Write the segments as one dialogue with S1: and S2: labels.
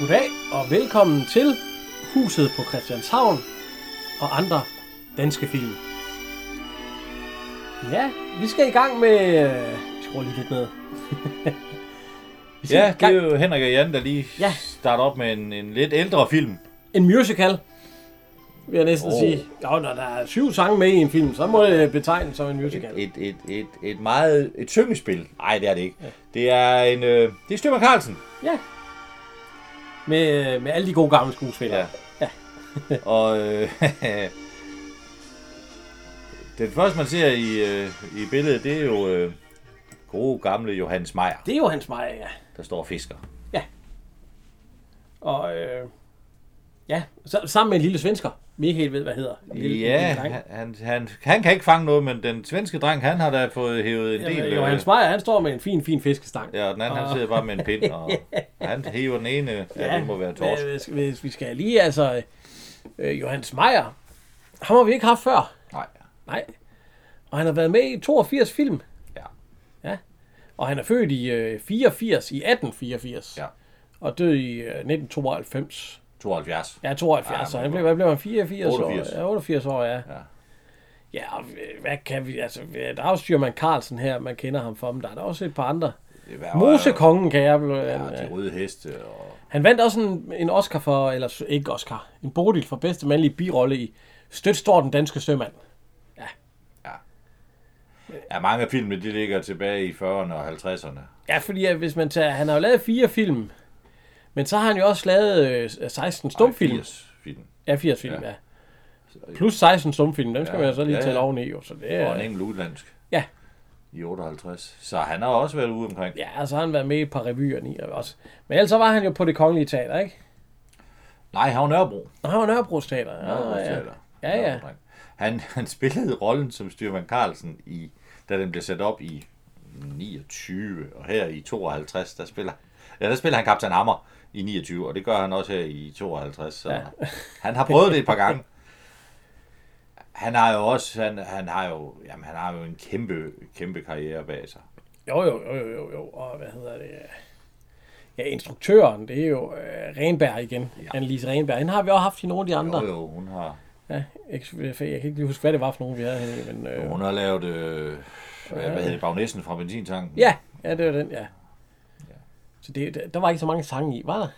S1: Goddag og velkommen til Huset på Christianshavn og andre danske film. Ja, vi skal i gang med... Jeg skruer lige lidt ned. Vi skal i
S2: Ja, det
S1: gang-
S2: er jo Henrik og Jan, der lige
S1: Ja.
S2: ja. starter op med en, en lidt ældre film.
S1: En musical, vil jeg næsten oh.
S2: Åh.
S1: sige. Jo, når der er syv sange med i en film, så må det betegnes som en musical.
S2: Et, et, et, et meget... Et syngespil. Nej, det er det ikke. Ja. Det er en... Øh, det er Støber Carlsen.
S1: Ja. Med, med alle de gode gamle skuespillere. Ja.
S2: Ja. ja. og... Øh, den første, man ser i, øh, i billedet, det er jo... Øh, gode gamle Johannes Meyer,
S1: Det er jo hans Meyer, ja.
S2: der står og fisker.
S1: Og øh, ja, sa- sammen med en lille svensker. Vi ikke helt ved, hvad hedder. En lille-
S2: Ja,
S1: en lille dreng.
S2: han, han, han, han kan ikke fange noget, men den svenske dreng, han har da fået hævet en del...
S1: Jamen,
S2: øh,
S1: Johannes Meyer, han står med en fin, fin fiskestang.
S2: Ja, og den anden, han sidder bare med en pind, og han hiver den ene, Ah. ja, det må være torsk.
S1: men Hvis, hvis vi skal lige, altså... Øh, Johannes Meyer, ham har vi ikke haft før.
S2: Nej,
S1: Nej. Og han har været med i 82 film.
S2: ja,
S1: Og han er født i øh, 84, i 1884.
S2: ja.
S1: Og død i øh, 1992.
S2: 72.
S1: Ja, 72, ja,
S2: Ja,
S1: så
S2: men
S1: han blev, hvad blev han 84
S2: 88.
S1: år? Ja, 88 år, ja.
S2: Ja.
S1: Ja, og øh, hvad kan vi, altså, øh, der er jo Styrman Carlsen her, man kender ham fra, men der er der også et par andre.
S2: Det var,
S1: Mosekongen kan jeg, ja,
S2: Ja,
S1: han,
S2: de
S1: øh,
S2: røde heste. Og,
S1: han vandt også en, en Oscar for, eller s- ikke Oscar, en Bodil for bedste mandlige birolle i Støt står den danske sømand.
S2: ja. ja, mange af filmene, de ligger tilbage i 40'erne og 50'erne.
S1: Ja, fordi at hvis man tager, han har jo lavet fire film, men så har han jo også lavet øh, 16 stumfilm.
S2: 80 film.
S1: Ja, 80 film, ja.
S2: Ja.
S1: Plus 16 stumfilm, dem skal
S2: Ja,
S1: man jo så lige
S2: ja,
S1: tælle
S2: ja.
S1: oveni, jo, så det
S2: Og en
S1: er...
S2: enkelt udlandsk
S1: Ja,
S2: i 58. Så han har også været ude omkring.
S1: ja, og så har han været med i et par revyer i også. Men ellers så var han jo på det kongelige teater, ikke?
S2: Nej, han var Nørrebro.
S1: Nå, han var Nørrebros teater. Ja,
S2: Nørrebro
S1: ja.
S2: Teater.
S1: Ja, ja.
S2: Nørrebro-dreng. Han, han spillede rollen som Styrman Carlsen, i, da den blev sat op i 29, og her i 52, der spiller, ja, der spiller han Kaptajn Hammer i 29, og det gør han også her i 52. Så
S1: Ja.
S2: ja. Han har prøvet det et par gange. Han har jo også, han, han har jo, jamen, han har jo en kæmpe, kæmpe karriere bag sig.
S1: Jo, jo, jo, jo, jo, jo. Og hvad hedder det? Ja, instruktøren, det er jo øh, Renberg igen. Ja.
S2: Ja.
S1: Annelise Renberg. Hende har vi også haft i nogle af de andre.
S2: Jo,
S1: Jo, jo.
S2: jo, hun har,
S1: Ja, jeg, jeg kan ikke lige huske, hvad det var for nogen, vi havde hende i, men... Øh,
S2: hun har lavet, øh, hvad hedder det, Bagnessen fra Benzintanken.
S1: ja, ja, det var den, ja. ja. Så det, der, der var ikke så mange sange i, var der?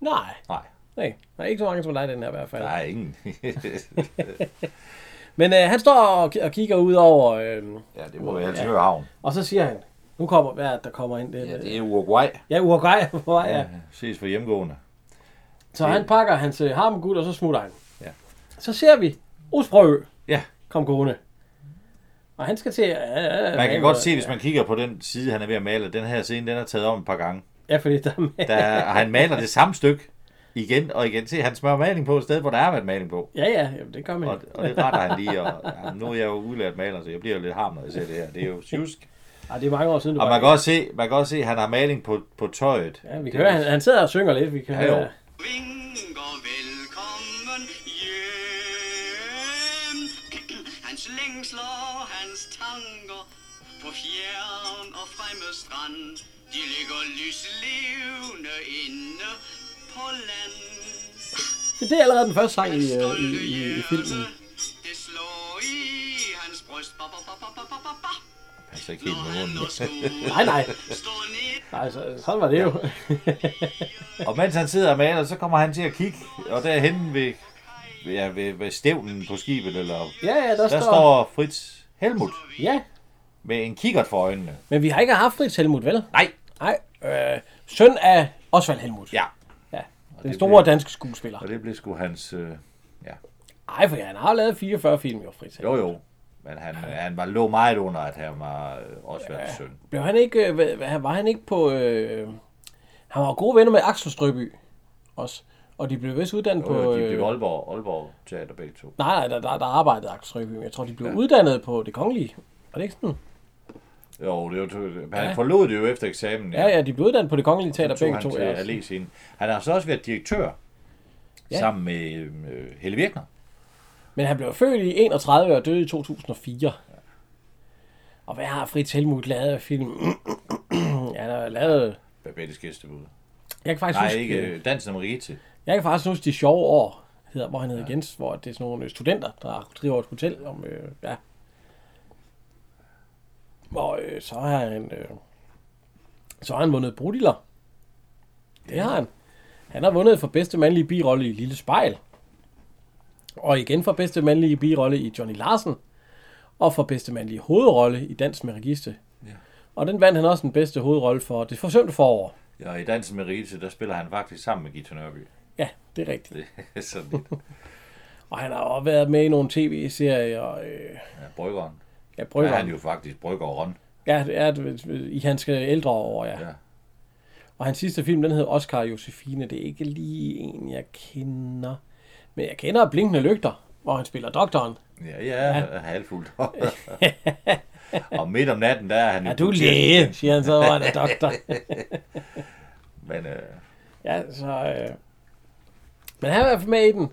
S1: Nej,
S2: Nej,
S1: nej. Nej, ikke så mange som dig, den her i hvert fald.
S2: der
S1: Nej.
S2: er ingen.
S1: Men øh, han står og, og kigger ud over, øh,
S2: ja, det må være Helsingør Havn.
S1: og så siger han, nu kommer hvad er det, der kommer ind. Det,
S2: Ja,
S1: ja, det...
S2: det er Uruguay.
S1: ja Uruguay er på vej, ja.
S2: Øh, Ja, ses for hjemgående.
S1: Så han pakker hans øh, harmguld, og så smutter han.
S2: Ja.
S1: Så ser vi Osprøø
S2: Ja,
S1: kom gående. Og han skal til... Øh, øh,
S2: man kan godt se, hvis man kigger på den side, han er ved at male, at den her scene, den er taget om et par gange.
S1: Ja, fordi der er med.
S2: Der, er- og han maler det samme stykke igen og igen. Se, han smører maling på et sted, hvor der har været maling på.
S1: Ja, ja, jamen, det gør man.
S2: Og, og det retter han lige. Og, ja, nu er jeg jo udlært maler, så jeg bliver jo lidt harm, når jeg ser det her. Det er jo sjusk.
S1: Ej, det er mange år siden, du
S2: Og
S1: var
S2: man
S1: der.
S2: kan også se, man kan også se at han har maling på, på tøjet.
S1: Ja, vi
S2: Det
S1: kan
S2: er
S1: høre,
S2: jo-
S1: han, han sidder og synger lidt. Vi kan
S2: Ja,
S1: høre.
S2: jo.
S3: vinker velkommen hjem. Hans længsler, hans tanker på fjern og fremme strand. De ligger lyslevende inde på land.
S1: Så det er allerede den første sang i,
S3: Hans
S1: øh, i,
S3: stolte
S1: i, i
S3: hjerte,
S1: filmen.
S3: Det slår i hans bryst. Ba, ba, ba, ba, ba, ba, ba, ba.
S2: passer ikke helt
S3: Når
S2: med
S3: han
S2: munden.
S3: når skoen
S1: Nej, nej.
S3: står ned.
S1: nej så, sådan var det jo.
S2: Og mens han sidder og maler, så kommer han til at kigge. Og derhen ved, ja, ved, ved stævnen på skibet, eller...
S1: ja, ja, der,
S2: Der står Fritz Helmut.
S1: Ja,
S2: med en kikkert for øjnene.
S1: men vi har ikke haft Fritz Helmut, vel?
S2: Nej.
S1: Nej, øh, søn af Osvald Helmut.
S2: Ja.
S1: ja. Den
S2: det
S1: store
S2: blev-
S1: danske skuespiller.
S2: Og det blev sgu hans... Øh, ja.
S1: Nej, for han har lavet 44 film, jo, Fritz Helmuth.
S2: Jo jo. Men han, han var, lå meget under, at han var øh, Osvalds ja. søn.
S1: Blev han ikke, øh, hvad- hvad- var han ikke på, øh, han var gode venner med Axel Strøby også, og de blev vist uddannet
S2: Jo,
S1: på,
S2: jo, de blev
S1: øh,
S2: Aalborg, Aalborg Teater begge to.
S1: nej, nej, der, der, der arbejdede Axel Strøby, men jeg tror, de blev ja. uddannet på det kongelige, var det ikke sådan?
S2: Jo, det var, to- men han forlod det jo efter eksamen.
S1: Ja, ja, de blev uddannet på det kongelige teater,
S2: tog
S1: begge
S2: han
S1: to.
S2: til
S1: ja, også.
S2: Alléscenen. Han har så også været direktør.
S1: Ja.
S2: Ja. Sammen med øh, Helle Virkner.
S1: Men han blev født i 31 og døde i 2004. Og hvad har Fritz Helmut lavet af film? ja, han har lavet
S2: Babettes gæstebud.
S1: Jeg kan faktisk
S2: Nej,
S1: huske,
S2: ikke
S1: øh,
S2: øh, Dansen om Rigeti.
S1: Jeg kan faktisk huske de sjove år, hedder, hvor han hedder ja. Jens, hvor det er sådan nogle øh, studenter, der driver et hotel. Om, øh, ja. Og øh, så har han, øh, så har han vundet Brudiller. Det har han. Han har vundet for bedste mandlige birolle i Lille Spejl. Og igen for bedste mandlige birolle i Johnny Larsen. Og for bedste mandlige hovedrolle i Dans med Registe. Ja. Og den vandt han også den bedste hovedrolle for Det forsømte forår.
S2: Ja, og i Dansen med Rigeti, der spiller han faktisk sammen med Gita Nørby.
S1: Ja, det er rigtigt.
S2: Det er sådan lidt
S1: Og han har også været med i nogle tv-serier. og, Øh,
S2: ja, bryggeren.
S1: ja,
S2: Der
S1: Brygger.
S2: er han jo faktisk bryggeren.
S1: Ja, det er det, øh, i hans øh, ældre år, ja.
S2: Ja.
S1: ja. Og hans sidste film, den hedder Oscar og Josefine. Det er ikke lige en, jeg kender. Men jeg kender Blinkende Lygter, hvor han spiller doktoren.
S2: Ja, ja, ja. halvfuldt. og midt om natten, der er han jo
S1: Er du
S2: politiet.
S1: læge, siger han så, hvor han er doktor.
S2: Men øh,
S1: ja, så... Øh. Men han er i hvert fald med i den.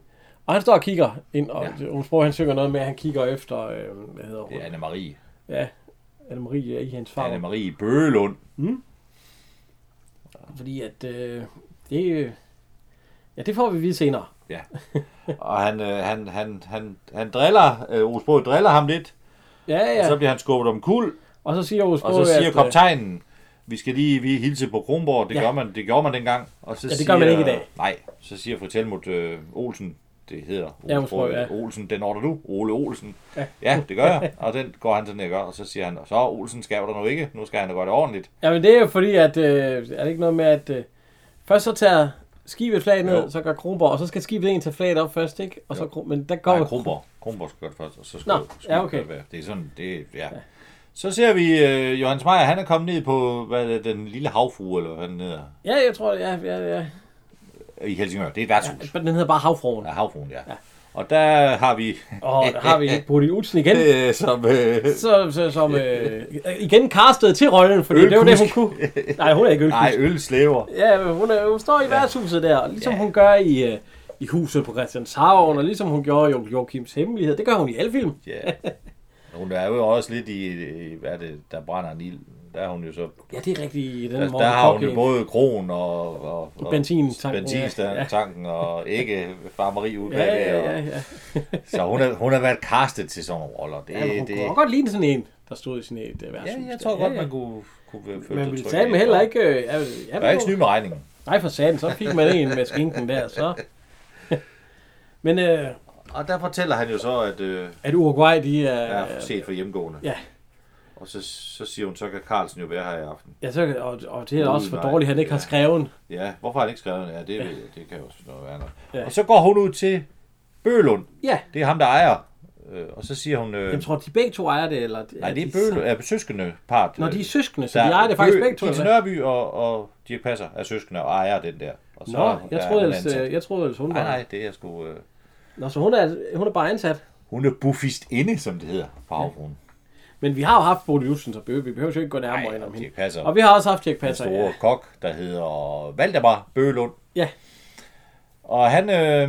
S1: Og han står og kigger ind, og
S2: Ja.
S1: ja. hun sprog, han synger noget med, at han kigger efter, øh, hvad hedder hun?
S2: det er Anne-Marie.
S1: Ja, Anne-Marie er i hans farve.
S2: Anne-Marie Bøgelund.
S1: Fordi at øh, det, øh, ja, det får vi at vide senere.
S2: Ja. Og han, øh, han, han, han, han driller, øh, Osbro driller ham lidt,
S1: Ja,
S2: ja. og så
S1: ja.
S2: bliver han skubbet om kul,
S1: Og så siger Osbro,
S2: og så siger
S1: at, øh,
S2: kaptajnen, vi skal lige vi hilse på Kronborg, det, ja.
S1: Ja.
S2: gør man, det gjorde man dengang. Og så
S1: Ja, det
S2: siger,
S1: gør man ikke i dag.
S2: Nej, så siger fru Helmut øh, Olsen, det hedder
S1: Ja, hun
S2: Olsbro,
S1: tror, ja.
S2: Olsen, den ordner du, Ole Olsen.
S1: Ja.
S2: ja, det gør jeg, og den går han sådan, jeg gør, og så siger han, så Olsen skal der nu ikke, nu skal han da gøre det ordentligt.
S1: Jamen det er jo fordi, at øh, er det ikke noget med, at øh, først så tager skibet flag ned,
S2: Jo.
S1: jo. så gør Kronborg, og så skal skibet en tage flaget op først, ikke? Og så, Kron- men der går
S2: Nej, Kronborg. Kronborg skal gøre det først, og så skal,
S1: Nå,
S2: skal
S1: ja, okay.
S2: det være. Det er sådan, det ja. ja. Så ser vi øh, Johannes Meyer, han er kommet ned på hvad er det, den lille havfru, eller hvad den hedder,
S1: Ja, jeg tror, ja, ja, ja.
S2: i Helsingør. Det er et værtshus.
S1: Men Den hedder bare Havfruen.
S2: Ja,
S1: Ja.
S2: havfruen, ja. ja. Og der har vi,
S1: Og der har vi Bodil Utsen igen,
S2: øh, som øh,
S1: så, så, som øh, igen castet til rollen, fordi det var det, hun kunne. Nej, hun er ikke
S2: nej,
S1: ølkusk.
S2: øl slæver.
S1: Ja, men hun, er, hun står i ja. værtshuset der, og ligesom ja. hun gør i, øh, i huset på Christianshavn, og ligesom hun gjorde i Onkel Joachims Hemmelighed. Det gør hun i alle film.
S2: Ja. Hun er jo også lidt i, i- hvad er det, der brænder en ild. Der er hun jo så... altså,
S1: Ja, det er rigtigt i den
S2: Der,
S1: Morten
S2: der har hun
S1: Korch
S2: jo
S1: en.
S2: både kron og, og, og
S1: Benzintanken, ja.
S2: benzintanken og ikke farmeri ud
S1: Ja,
S2: bagved.
S1: ja,
S2: og-
S1: ja, ja.
S2: Så hun har, hun har været castet til sådan nogle roller. Det,
S1: ja men hun
S2: det,
S1: det... kunne godt ligne sådan en, der stod i sådan et uh, værtshus.
S2: ja, jeg
S1: der.
S2: tror godt, man kunne, kunne føle sig
S1: Man ville
S2: tryg
S1: tage
S2: ved.
S1: med heller ikke... Øh, ja, ja,
S2: Der er ikke
S1: hvor-
S2: snyde med regningen.
S1: Nej, for satan, så fik man en med skinken der, så... men øh,
S2: Og der fortæller han jo så, at øh,
S1: at Uruguay, de er...
S2: jeg er set for hjemgående.
S1: ja,
S2: Og så, så siger hun, så kan Carlsen jo være her i aften.
S1: ja så, og, og det er
S2: Ui,
S1: også for
S2: nej.
S1: dårligt, han ikke
S2: Ja.
S1: har skrevet.
S2: Ja, hvorfor har han ikke skrevet det? Ja, det, ved jeg. det kan jo også noget være noget.
S1: Ja.
S2: Og så går hun ud til Bølund.
S1: Ja,
S2: Det er ham, der ejer. Øh, og så siger hun... Øh,
S1: jeg tror, de begge to ejer det, eller...
S2: nej, det er
S1: de-
S2: Bølund. Er øh, søskende part.
S1: Når de er søskende, så de ejer det faktisk begge to,
S2: Til
S1: eller hvad?
S2: Nørby og, og Dirk Passer er søskende og ejer den der. Og så er
S1: Nå,
S2: hun- der
S1: jeg
S2: er
S1: troede,
S2: hun
S1: ellers,
S2: ansat.
S1: øh, jeg troede, ellers hun
S2: Nej,
S1: var...
S2: nej, det er sgu... Øh,
S1: Nå, så hun er, altså- hun er bare ansat.
S2: Hun er buffist inde, som det hedder på havfruen.
S1: Men vi har jo haft Bodil Jussen, så vi behøver jo ikke gå nærmere
S2: Ej,
S1: ind om
S2: og
S1: hende.
S2: Dirch Passer.
S1: Og vi har også haft Dirk
S2: Den
S1: Passer,
S2: Altså, store
S1: Altså, ja.
S2: kok, der hedder Valdemar Bølund.
S1: Ja,
S2: Og han, øh, ja,
S1: ja,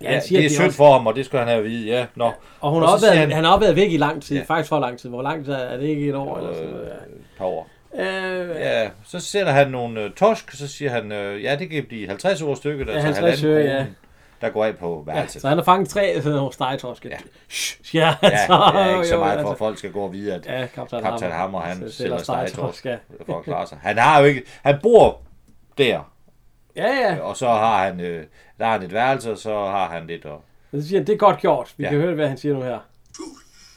S2: ja,
S1: han siger,
S2: det er
S1: de
S2: synd for ham, og det skal han have at vide, ja. Nå.
S1: Og hun har
S2: så
S1: også
S2: siger
S1: været, han, han har også været væk i lang tid,
S2: Ja.
S1: ja. faktisk for lang tid. Hvor lang tid er er det ikke et år eller sådan noget?
S2: øh, et par år.
S1: Ja. Øh, ja.
S2: Ja, så sætter han nogle øh, torsk, så siger han, øh, ja, det kan blive 50 års stykket, ja, altså
S1: 50
S2: halvanden
S1: øre, ja.
S2: krone, der går af på værelset.
S1: Så han har fanget tre sådan nogle stegetorske.
S2: altså. Ja.
S1: Ja. Shh, siger han
S2: Ja,
S1: så.
S2: det er ikke så
S1: Jo,
S2: meget for, at
S1: altså.
S2: folk skal gå og vide, at
S1: Ja, kaptajn,
S2: kaptajn Hammer, han
S1: så
S2: sælger stegetorsk
S1: Ja,
S2: for at klare sig. Han har jo ikke, han bor der,
S1: ja. ja.
S2: og så har han, øh, der har han et værelse, og så har han lidt at
S1: Men Så siger han, det er godt gjort. Vi
S2: Ja.
S1: ja. kan høre, hvad han siger nu her.
S3: Puh,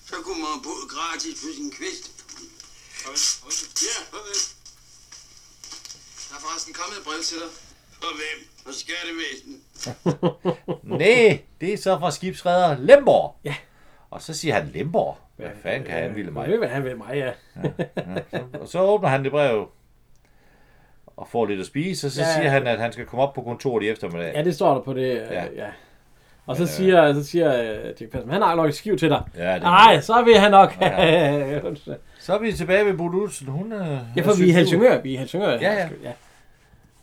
S3: så kunne man bo gratis for sin kvist. Ja, farvel. Der er forresten kommet et brev til dig. For hvem? For skattevæsen.
S2: Nej, det er så fra skibsredder Lemborg.
S1: Ja.
S2: Og så siger han Lemborg. Hvad fanden kan han ville
S1: Jeg
S2: mig?
S1: ved, hvad han vil mig, ja.
S2: Og så åbner han det brev og får lidt at spise, og så
S1: Ja.
S2: siger han, at han skal komme op på kontoret i eftermiddag.
S1: Ja, det står der på det. øh,
S2: Ja.
S1: Ja. Og så siger, så siger øh, Dirk Passer, han har nok et skiv til dig.
S2: Ja, det-
S1: Nej, så vil han nok.
S2: Så er vi tilbage ved Bodulsen. Hun er...
S1: Ja, for vi er i Helsingør. Vi er i Helsingør.
S2: Ja, ja.
S1: ja.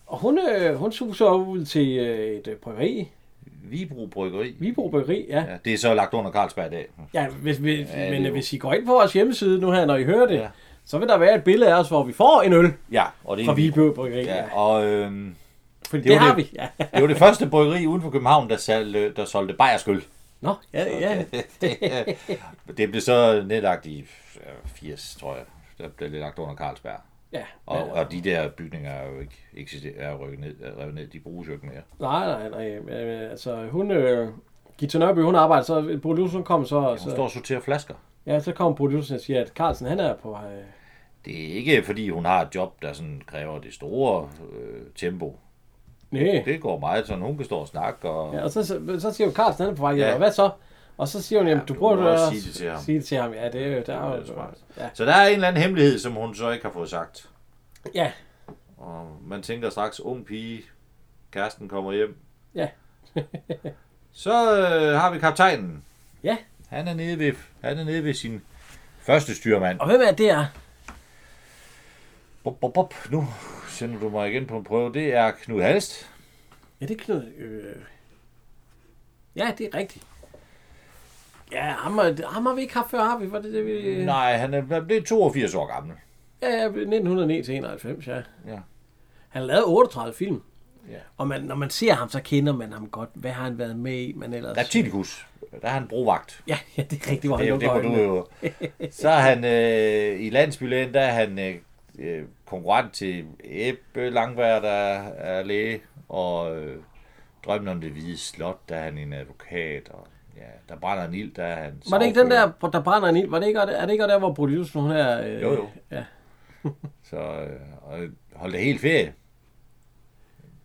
S1: Og hun, øh, hun suser ud til øh, et øh, bryggeri,
S2: Vibro Bryggeri.
S1: Vibro Bryggeri, ja.
S2: Ja, det er så lagt under Carlsberg i dag.
S1: ja. hvis, hvis,
S2: det er
S1: ja men
S2: jo-
S1: øh, hvis I går ind på vores hjemmeside nu her, når I hører det,
S2: Ja.
S1: ja. Så vil der være et billede af os, hvor vi får en øl
S2: Ja, og det er
S1: fra
S2: en bil.
S1: Vilbø Bryggeri.
S2: Ja, og øhm,
S1: Fordi
S2: det
S1: det,
S2: er jo
S1: har
S2: det.
S1: vi. Ja.
S2: det var det første bryggeri uden for København, der, salgte, der solgte bayersk øl.
S1: Nå, ja, ja.
S2: det blev så nedlagt i øh, 80, tror jeg. Der blev det lagt under Carlsberg.
S1: ja.
S2: Og,
S1: ja.
S2: og de der bygninger er jo ikke eksister, er jo rykket ned, er revet ned. De bruges jo ikke mere.
S1: Nej, nej, nej. Øh, Altså, hun... Øh, Gita Nørby, hun arbejder, så produceren kom så...
S2: Hun
S1: så
S2: står og sorterer flasker.
S1: ja, så kom produceren og siger, at Carlsen, han er på... Øh,
S2: Det er ikke, fordi hun har et job, der sådan kræver det store øh, tempo.
S1: nej.
S2: Det går meget sådan. Hun kan stå og snakke, og
S1: Ja,
S2: ja.
S1: og så, så, så siger hun, Carlsen han er på vej hjem,
S2: Ja.
S1: ja. og hvad så? Og så siger hun, jamen, du
S2: du
S1: burde
S2: må også
S1: også
S2: sige det til ham.
S1: Sige det til ham, ja, det er jo... Der er
S2: det
S1: jo
S2: er smart.
S1: ja.
S2: Så der er en eller anden hemmelighed, som hun så ikke har fået sagt.
S1: ja,
S2: Og man tænker straks, ung pige, kæresten kommer hjem.
S1: Ja.
S2: så øh, har vi kaptajnen.
S1: Ja.
S2: Han er nede ved, han er nede ved sin første styrmand.
S1: og hvem er det er?
S2: Bop, bop, bop. Nu sender du mig igen på en prøve. Det er Knud Halst.
S1: Ja, det er Knud... Øh... Ja, det er rigtigt. Ja, ham, er- ham har vi ikke haft før, har vi? Var det det, vi...
S2: Nej, han er han blev 82 år gammel.
S1: Ja, ja, 1909 til 91, ja.
S2: Ja.
S1: Han lavede 38 film.
S2: Ja.
S1: Og man, når man ser ham, så kender man ham godt. Hvad har han været med i? Man ellers...
S2: Reptilikus. Der er han brovagt.
S1: Ja, ja, det er rigtigt, hvor han
S2: Det, er jo- det
S1: lukker
S2: må du
S1: øjnene.
S2: jo. Så er han øh, i landsbylægen, der er han øh, øh, konkurrent til Ebbe Langvær, der er læge, og øh, drømmen om det hvide slot, der er han en advokat, og ja, der brænder en ild, der er han
S1: Var det ikke den
S2: sagfører.
S1: der, hvor der brænder en ild? Var det ikke, er det ikke der, hvor Brulliusen, hun er... Øh...
S2: Jo, jo.
S1: Ja.
S2: Så øh, og holdt det helt ferie.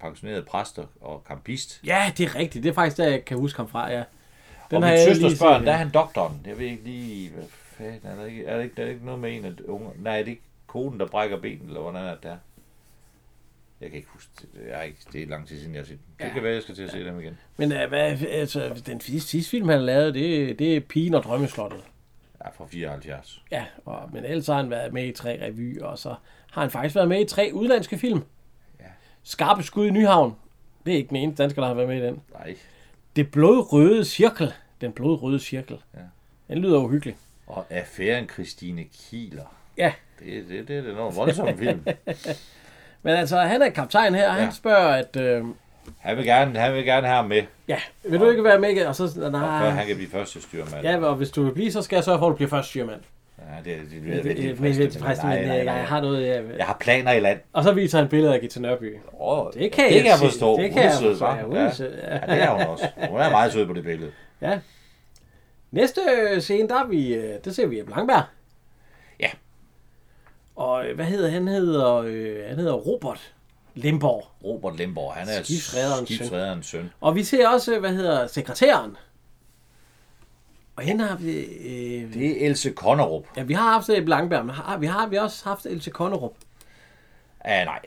S2: Pensioneret præster og kampist.
S1: ja, det er rigtigt. Det er faktisk der, jeg kan huske ham fra, ja.
S2: Den og
S1: har
S2: min
S1: jeg
S2: søsters
S1: lige
S2: børn,
S1: set,
S2: der er
S1: ja.
S2: han doktoren. Jeg ved ikke lige, hvad fanden, er der ikke, er der ikke, der er ikke noget med en af de unge? Nej, er det ikke konen, der brækker benet, eller hvordan er det der? Jeg kan ikke huske det. Jeg er ikke, det er lang tid siden, jeg har set dem. Det
S1: Ja.
S2: kan være, jeg skal til at se dem igen.
S1: Men øh, hvad, altså, den sidste, sidste film, han lavede, det, det er Pigen og Drømmeslottet.
S2: Ja, fra 74.
S1: Ja, og, men ellers har han været med i tre revyer, og så har han faktisk været med i tre udlandske film.
S2: Ja.
S1: Skarpe skud i Nyhavn. Det er ikke den eneste dansker, der har været med i den.
S2: Nej.
S1: Det blodrøde cirkel. Den blodrøde cirkel.
S2: Ja.
S1: Den lyder uhyggelig.
S2: Og affæren Christine Kieler.
S1: Ja,
S2: Det, det, det, det er nogle voldsomme film.
S1: men altså, han er kaptajn her, og ja.
S2: Ja.
S1: han spørger, at... Øh,
S2: Han vil gerne, han vil gerne have ham med,
S1: ja, vil du ikke være med igen? Og så...
S2: og før
S1: Nej.
S2: han kan blive første styrmand.
S1: Ah. Ja, og hvis du vil blive, så skal jeg sørge for, at du bliver først styrmand.
S2: Ja, det, det, det,
S1: Det
S2: det,
S1: er
S2: det, det,
S1: men- men- forresten, men, øh, Jeg har noget... jeg-
S2: Jeg har planer i land.
S1: Og så viser han billeder af Gita Nørby.
S2: Oh,
S1: Det kan
S2: det
S1: jeg
S2: kan jeg
S1: se.
S2: forstå.
S1: Det
S2: Hun
S1: kan
S2: er
S1: jeg
S2: sød,
S1: forstå.
S2: hva'?
S1: Ja, hun er sød, ja.
S2: Ja, det er hun også. Hun er meget sød på det billede.
S1: Ja. Næste øh, scene, der er vi... øh, Det ser vi af Blankberg.
S2: Ja.
S1: Og øh, hvad hedder han? hedder, øh, han hedder Robert Limborg.
S2: Robert Lemborg, han er
S1: Skibsrederens søn.
S2: skibsrederens søn.
S1: Og vi ser også, øh, hvad hedder sekretæren. Og hende har vi... Øh,
S2: Det er Else Konnerup.
S1: ja, vi har haft det i Blankberg, men har, vi har vi har også haft Else Konnerup.
S2: Ah, nej.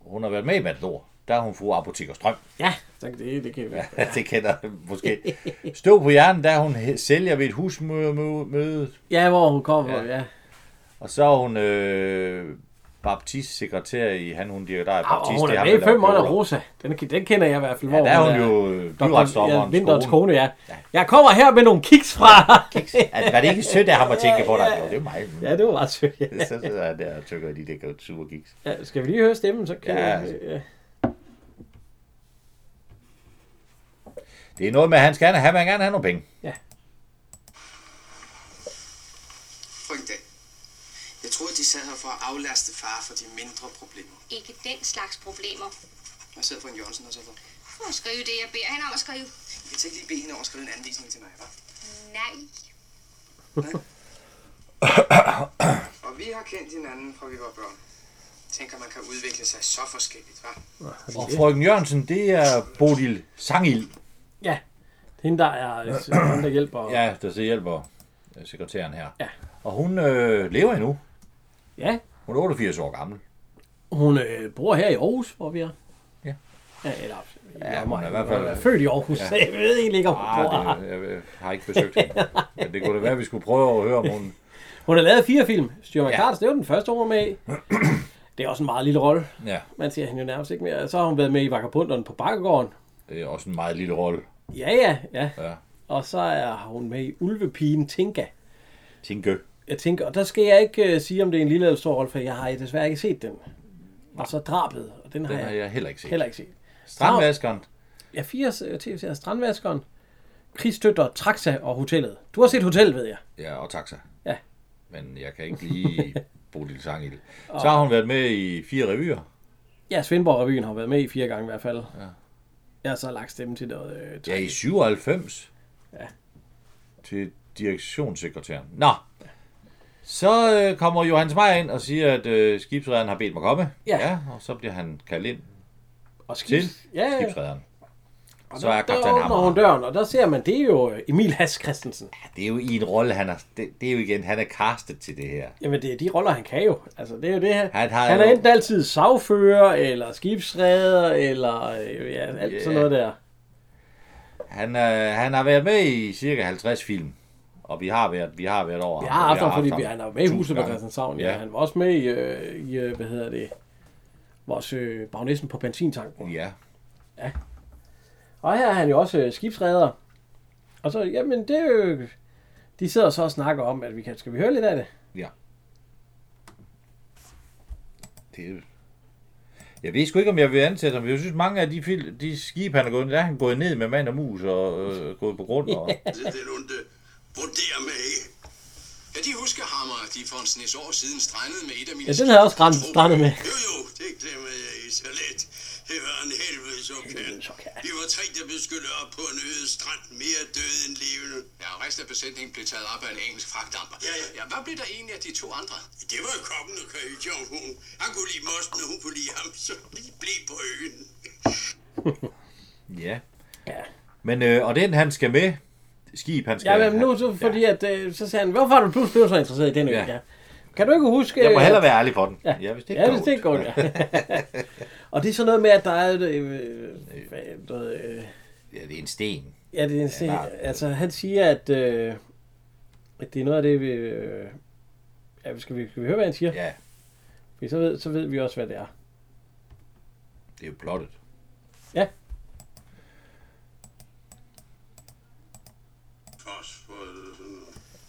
S2: Hun har været med i Matador. Der er hun fru Apoteker Strøm.
S1: Ja, så det, det kan vi.
S2: det kender jeg måske. Stå på hjernen, der hun he- sælger ved et husmøde.
S1: Ja, hvor hun kommer, ja. ja.
S2: Og så er hun øh, baptist sekretær i han, hun dirker der er
S1: Og,
S2: baptist.
S1: Ah, hun
S2: det
S1: er
S2: ham,
S1: med i
S2: der laver
S1: fem måneder
S2: kjoler.
S1: Rosa. Den, den kender jeg i hvert fald.
S2: Ja,
S1: hvor
S2: der er hun
S1: er-
S2: jo
S1: Ja,
S2: byretssdommerens
S1: vinterens
S2: kone.
S1: kone, ja. Jeg kommer her med nogle kiks fra...
S2: Altså, var det ikke sødt af ham at tænke på dig?
S1: Ja, ja.
S2: Jo, det er mig.
S1: ja, det var meget sødt. Ja.
S2: så sidder han der og tykker i de der super gigs.
S1: Ja, skal vi lige høre stemmen, så kan
S2: Ja,
S1: jeg...
S2: altså.
S1: Ja.
S2: Det er noget med, at han skal gerne have, han vil gerne have nogle penge.
S3: Frygt af. Jeg troede, de sad her for at aflaste far for de mindre problemer.
S4: Ikke den slags problemer.
S3: Hvad sad for en Jørgensen og så for?
S4: Prøv at skrive det, jeg beder hende om at skrive.
S3: Jeg kan så ikke lige bede hende om at skrive en anvisning til mig, hva'?
S4: Nej.
S3: Og vi har kendt hinanden, fra vi var børn. Tænker, man kan udvikle sig så forskelligt, hva'?
S2: Og frøken Jørgensen, det er Bodil Sangild.
S1: ja. Det er hende, der er øh, hende, der hjælper. Ja.
S2: Ja, der så hjælper øh, sekretæren her.
S1: Ja.
S2: Og hun øh, lever endnu.
S1: ja.
S2: Hun er 88 år gammel.
S1: Hun øh, bor her i Aarhus, hvor vi er.
S2: Ja.
S1: Ja, eller... øh,
S2: Ja, hun er i hvert
S1: Hun er
S2: fald...
S1: født i Aarhus, ja. så jeg ved egentlig ikke, om hun bor her.
S2: Ah, det, jeg, jeg har ikke besøgt hende. Men det kunne da være, at vi skulle prøve at høre, om hun...
S1: Hun har lavet fire film. Styrman
S2: Ja.
S1: ja. Carlsen, det var den første, hun var med i. Det er også en meget lille rolle.
S2: Ja,
S1: Man ser hende jo nærmest ikke mere. Så har hun været med i Vagabunderne på Bakkegården.
S2: det er også en meget lille rolle.
S1: Ja, ja, ja.
S2: Ja.
S1: Og så er hun med i Ulvepigen Tinka.
S2: Tinke.
S1: jeg tænker, og der skal jeg ikke øh, sige, om det er en lille eller stor rolle, for jeg har desværre ikke set den. Og så drabet, og den,
S2: Den har jeg heller ikke set.
S1: heller ikke set.
S2: Strandvaskeren.
S1: Ja, fire øh, tv-serier. Strandvaskeren, Krigsstøtter, Traxa og Hotellet. Du har set Hotellet, ved jeg.
S2: Ja, og taxa.
S1: Ja.
S2: Men jeg kan ikke lige Bodil Sangild. Så har hun været med i fire revyer.
S1: Ja, Svendborg-revyen har været med i fire gange i hvert fald. Ja. Jeg har så lagt stemme til noget. Øh,
S2: Ja, i 97.
S1: Ja.
S2: Til direktionssekretæren. Nå. Så øh, kommer Johannes Meyer ind og siger, at øh, skibsrederen har bedt mig komme.
S1: Ja.
S2: Og så bliver han kaldt ind
S1: og
S2: til
S1: skibs, ja, ja.
S2: skibsrederen.
S1: Og
S2: Så
S1: der-
S2: er
S1: der
S2: kaptajn
S1: åbner hun
S2: Hammer.
S1: døren, og der ser man, det er jo øh, Emil Hass Christensen.
S2: Det er jo i en rolle, han er, det, det er jo igen, han er castet til det her.
S1: Jamen, det er de roller, han kan jo. Altså, det er jo det her.
S2: Han har
S1: han er
S2: jo-
S1: enten altid sagfører, eller skibsreder, eller øh, ja, alt yeah. sådan
S2: Ja.
S1: noget der.
S2: Han, øh, han har været med i cirka 50 film. Og vi har været, vi har været over.
S1: Ja,
S2: ham, og
S1: har haft ham, fordi
S2: ham
S1: vi, han er jo med i
S2: tusind
S1: huset på
S2: gange.
S1: Christianshavn. Ja.
S2: Ja.
S1: ja. Han var også med i, øh, i øh, hvad hedder det, vores øh, bagnissen på benzintanken.
S2: Ja,
S1: Og her er han jo også øh, skibsreder. Og så, jamen det er jo... De sidder så og snakker om, at vi kan... Skal vi høre lidt af det?
S2: det er... Jeg ved sgu ikke, om jeg vil ansætte ham. Jeg synes, mange af de, fil, de skibe, han er gået, der er han gået ned med mand og mus og øh, gået på grund. Og...
S3: Det er det, Lunde. Vurder mig ikke.
S5: Ja, de husker Hammer, de for en snes år siden strandede med et af mine...
S1: Ja, den havde jeg også grænt, strandet med.
S3: Jo, jo, det glemmer jeg ikke så let. Det var en helvedes
S1: Helvedes
S3: opkald.
S1: opkald.
S3: Vi var tre, der blev skyllet op på en øde strand, mere døde end levende.
S5: Ja, og resten af besætningen blev taget op af en engelsk fragtdamper.
S3: Ja, ja.
S5: ja. Hvad blev der egentlig af de to andre?
S3: Det var kokken og køjjong, hun. Han kunne lide mosten, og hun kunne lide ham, så de blev på øen.
S2: Ja.
S1: Ja.
S2: Men, øh, og den, han skal med, skib, han skal...
S1: Ja, men nu så, fordi at, øh, så sagde han, hvorfor har du pludselig blevet så interesseret i den ø?
S2: Ja.
S1: Ja. Kan du ikke huske...
S2: Jeg må
S1: øh,
S2: hellere være ærlig på den.
S1: Ja,
S2: ja hvis det
S1: ja,
S2: går
S1: hvis det
S2: ondt.
S1: går ja. Og det er sådan noget med, at der er... Øh, hvad- noget, øh,
S2: Ja, det er en sten.
S1: Ja, det er en scene.
S2: der er-
S1: altså, han siger, at, øh, at det er noget af det, vi... Øh, ja, skal vi, skal vi høre, hvad han siger?
S2: Ja,
S1: Fordi så ved, så ved vi også, hvad det er.
S2: det er jo plottet.
S1: Ja,
S3: Fosfor,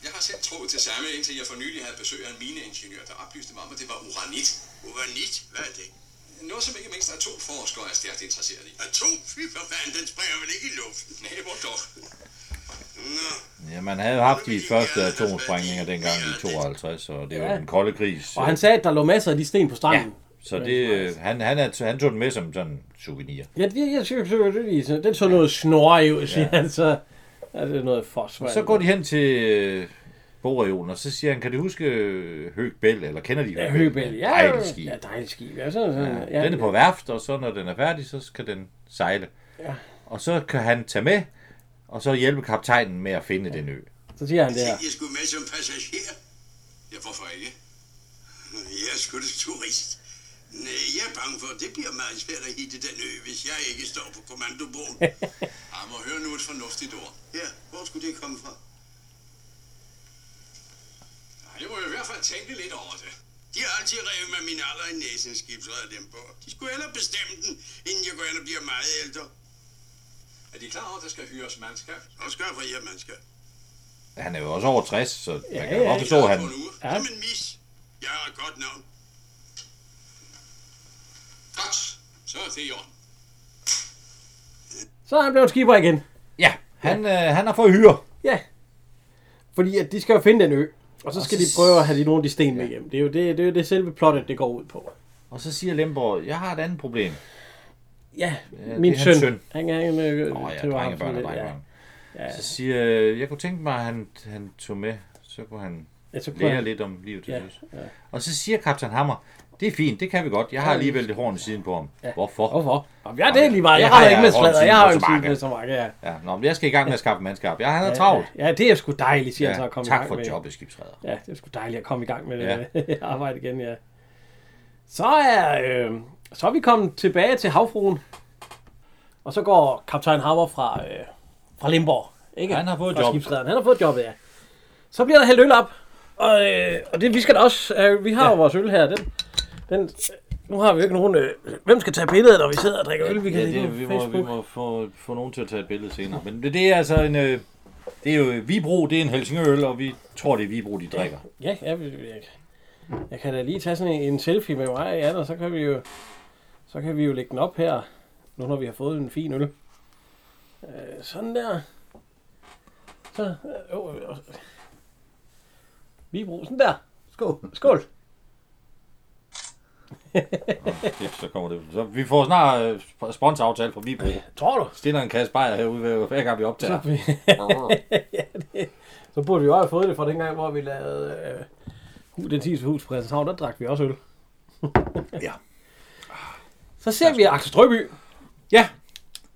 S5: Jeg har selv troet til samme, indtil jeg for nylig havde besøg af en mineingeniør, der oplyste mig om, at det var uranit.
S3: Uranit, hvad er det?
S5: Noget, som ikke mindst atomforskere er stærkt interesseret i.
S3: Atom? Fy for fanden, den springer vel ikke i luften?
S5: Nej, hvor dog.
S3: Nå,
S2: Ja, man havde jo haft de første atomsprængninger dengang i 52, og det er jo
S1: Ja.
S2: den kolde krigs...
S1: og han sagde, at der lå masser af de sten på stranden.
S2: Så det, øh, han, han, er, han tog den med som sådan en souvenir.
S1: Ja, det, jeg synes, det, det, det, den så noget snorre ud, siger han så. Ja, det er noget fosfor.
S2: Så går de hen til øh, bogreolen, og så siger han, kan du huske Høgbæl, eller kender de
S1: Ja,
S2: Høg
S1: Høbel. Ja,
S2: Ej, det skib.
S1: Ja, dejligt skib. Ja, sådan, sådan, ja,
S2: Ja, den er på værft, og så når den er færdig, så skal den sejle.
S1: Ja.
S2: Og så kan han tage med, og så hjælpe kaptajnen med at finde den ø.
S1: Så siger han det her.
S3: tænkte jeg skulle med som passager.
S5: Ja, hvorfor ikke?
S3: Jeg er sgu da turist. Nej, jeg er bange for, at det bliver meget svært at hitte den ø, hvis jeg ikke står på Ah, kommandobogen.
S5: Hammer, hør nu et fornuftigt ord.
S3: Ja, hvor skulle det komme fra?
S5: Nej, jeg må i hvert fald tænke lidt over det.
S3: De har altid revet med min alder i næsen, skibsreder dem på. De skulle hellere bestemme den, inden jeg går hen og bliver meget ældre.
S5: Er de klar over, at der skal hyres mandskab?
S3: Og skaffer jeg mandskab.
S2: Han er jo også over 60, så ja, man kan
S1: ja,
S2: godt
S1: ja.
S2: forstå, at han...
S3: På en uge,
S1: Ja.
S3: Som en mis. Jeg har et godt navn.
S5: Godt, så er det i orden.
S1: Så er han blevet skibber igen.
S2: Ja, han, øh, han har fået hyre.
S1: Ja. Fordi at de skal jo finde den ø. Og så skal de prøve at have de, nogle af de sten med hjem. Det er jo det, det, er jo det selve plottet, det går ud på.
S2: Og så siger Lemborg, jeg har et andet problem.
S1: Ja,
S2: det
S1: min
S2: er hans
S1: søn.
S2: søn.
S1: Han, han, øh,
S2: Nå ja,
S1: driver ham
S2: drengebørn og
S1: sådan lidt,
S2: drengebørn. Så siger øh, jeg kunne tænke mig, at han, han tog med, så kunne han
S1: Ja, så kunne
S2: lære
S1: han-
S2: lidt om livet til
S1: Ja,
S2: søs.
S1: ja.
S2: Og så siger kaptajn Hammer, det er fint, det kan vi godt. Jeg har alligevel det horn i siden på ham. Ja. Hvorfor?
S1: Hvorfor? Jamen, jeg er det lige meget.
S2: Jeg
S1: Jeg
S2: har-
S1: har ikke med
S2: jeg har en
S1: sladder.
S2: time
S1: Jeg har
S2: på
S1: jo en
S2: så mange.
S1: time med så mange, ja.
S2: Ja, nå, men jeg skal i gang med at skaffe mandskab. Jeg har travlt.
S1: Ja, det er sgu dejligt, siger han så
S2: Ja,
S1: at komme i
S2: tak
S1: gang
S2: for
S1: med.
S2: jobbet, skibsredder.
S1: Ja, det er sgu dejligt at komme i gang med ja. arbejde igen, ja. Så er, øh, så er vi kommet tilbage til havfruen. Og så går kaptajn Hammer fra, øh, fra Limborg. Ikke?
S2: Han har fået
S1: Fra
S2: job.
S1: skibsrederen. Han har fået jobbet, ja. Så bliver der hældt øl op. Og, øh, og det, vi skal da også... Øh, vi har ja. jo vores øl her. Den, den, nu har vi jo ikke nogen... Øh, hvem skal tage billedet, når vi sidder og drikker øl? Vi kan
S2: Ja,
S1: lægge
S2: det,
S1: på
S2: vi må,
S1: Facebook.
S2: vi må få, få nogen til at tage et billede senere. Men det er altså en... Øh, Det er jo Vibro, det er en Helsingør, og vi tror, det er Vibro, de drikker.
S1: Ja, jeg, jeg, jeg kan da lige tage sådan en, en selfie med mig, Jan, og så kan vi jo, så kan vi jo lægge den op her, nu når vi har fået en fin øl. Øh, sådan der. Så, øh, øh, øh. Vibro, sådan der. Skål. Skål.
S2: Det, så kommer det. Så vi får snart øh, sp- sponsoraftale fra Vibro.
S1: Tror du?
S2: Stiller en kasse bajer herude, hver- hver gang vi optager.
S1: Så, vi- så burde vi jo have fået det fra dengang, hvor vi lavede øh, hu- den 10. hus på Christianshavn, der drak vi også øl.
S2: Ja.
S1: Så ser vi Axel Strøby.
S2: Ja,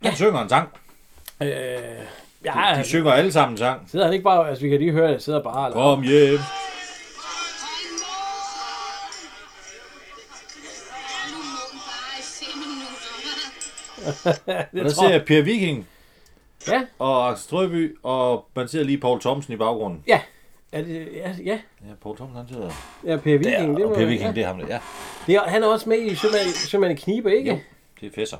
S2: han synger en sang.
S1: Øh, ja,
S2: De
S1: han
S2: synger alle sammen en sang.
S1: sidder han ikke bare, altså vi kan lige høre, at jeg sidder bare og
S2: Kom hjem.
S4: Hold nu munden bare i fem minutter.
S2: Og
S1: Det
S2: der
S1: tror
S2: ser
S1: jeg.
S2: jeg Per Viking
S1: Ja,
S2: og Axel Strøby, og man ser lige Paul Thomsen i baggrunden.
S1: ja. Er det, ja, ja.
S2: Ja, Paul Thomsen, han sidder
S1: Ja, Per
S2: der,
S1: Viking. det
S2: og
S1: må-
S2: Per Viking,
S1: ja.
S2: det er ham der. Ja,
S1: det. er- Han er også med i Sømand, Sømand i Knibe, ikke?
S2: Jo. det er fæsser.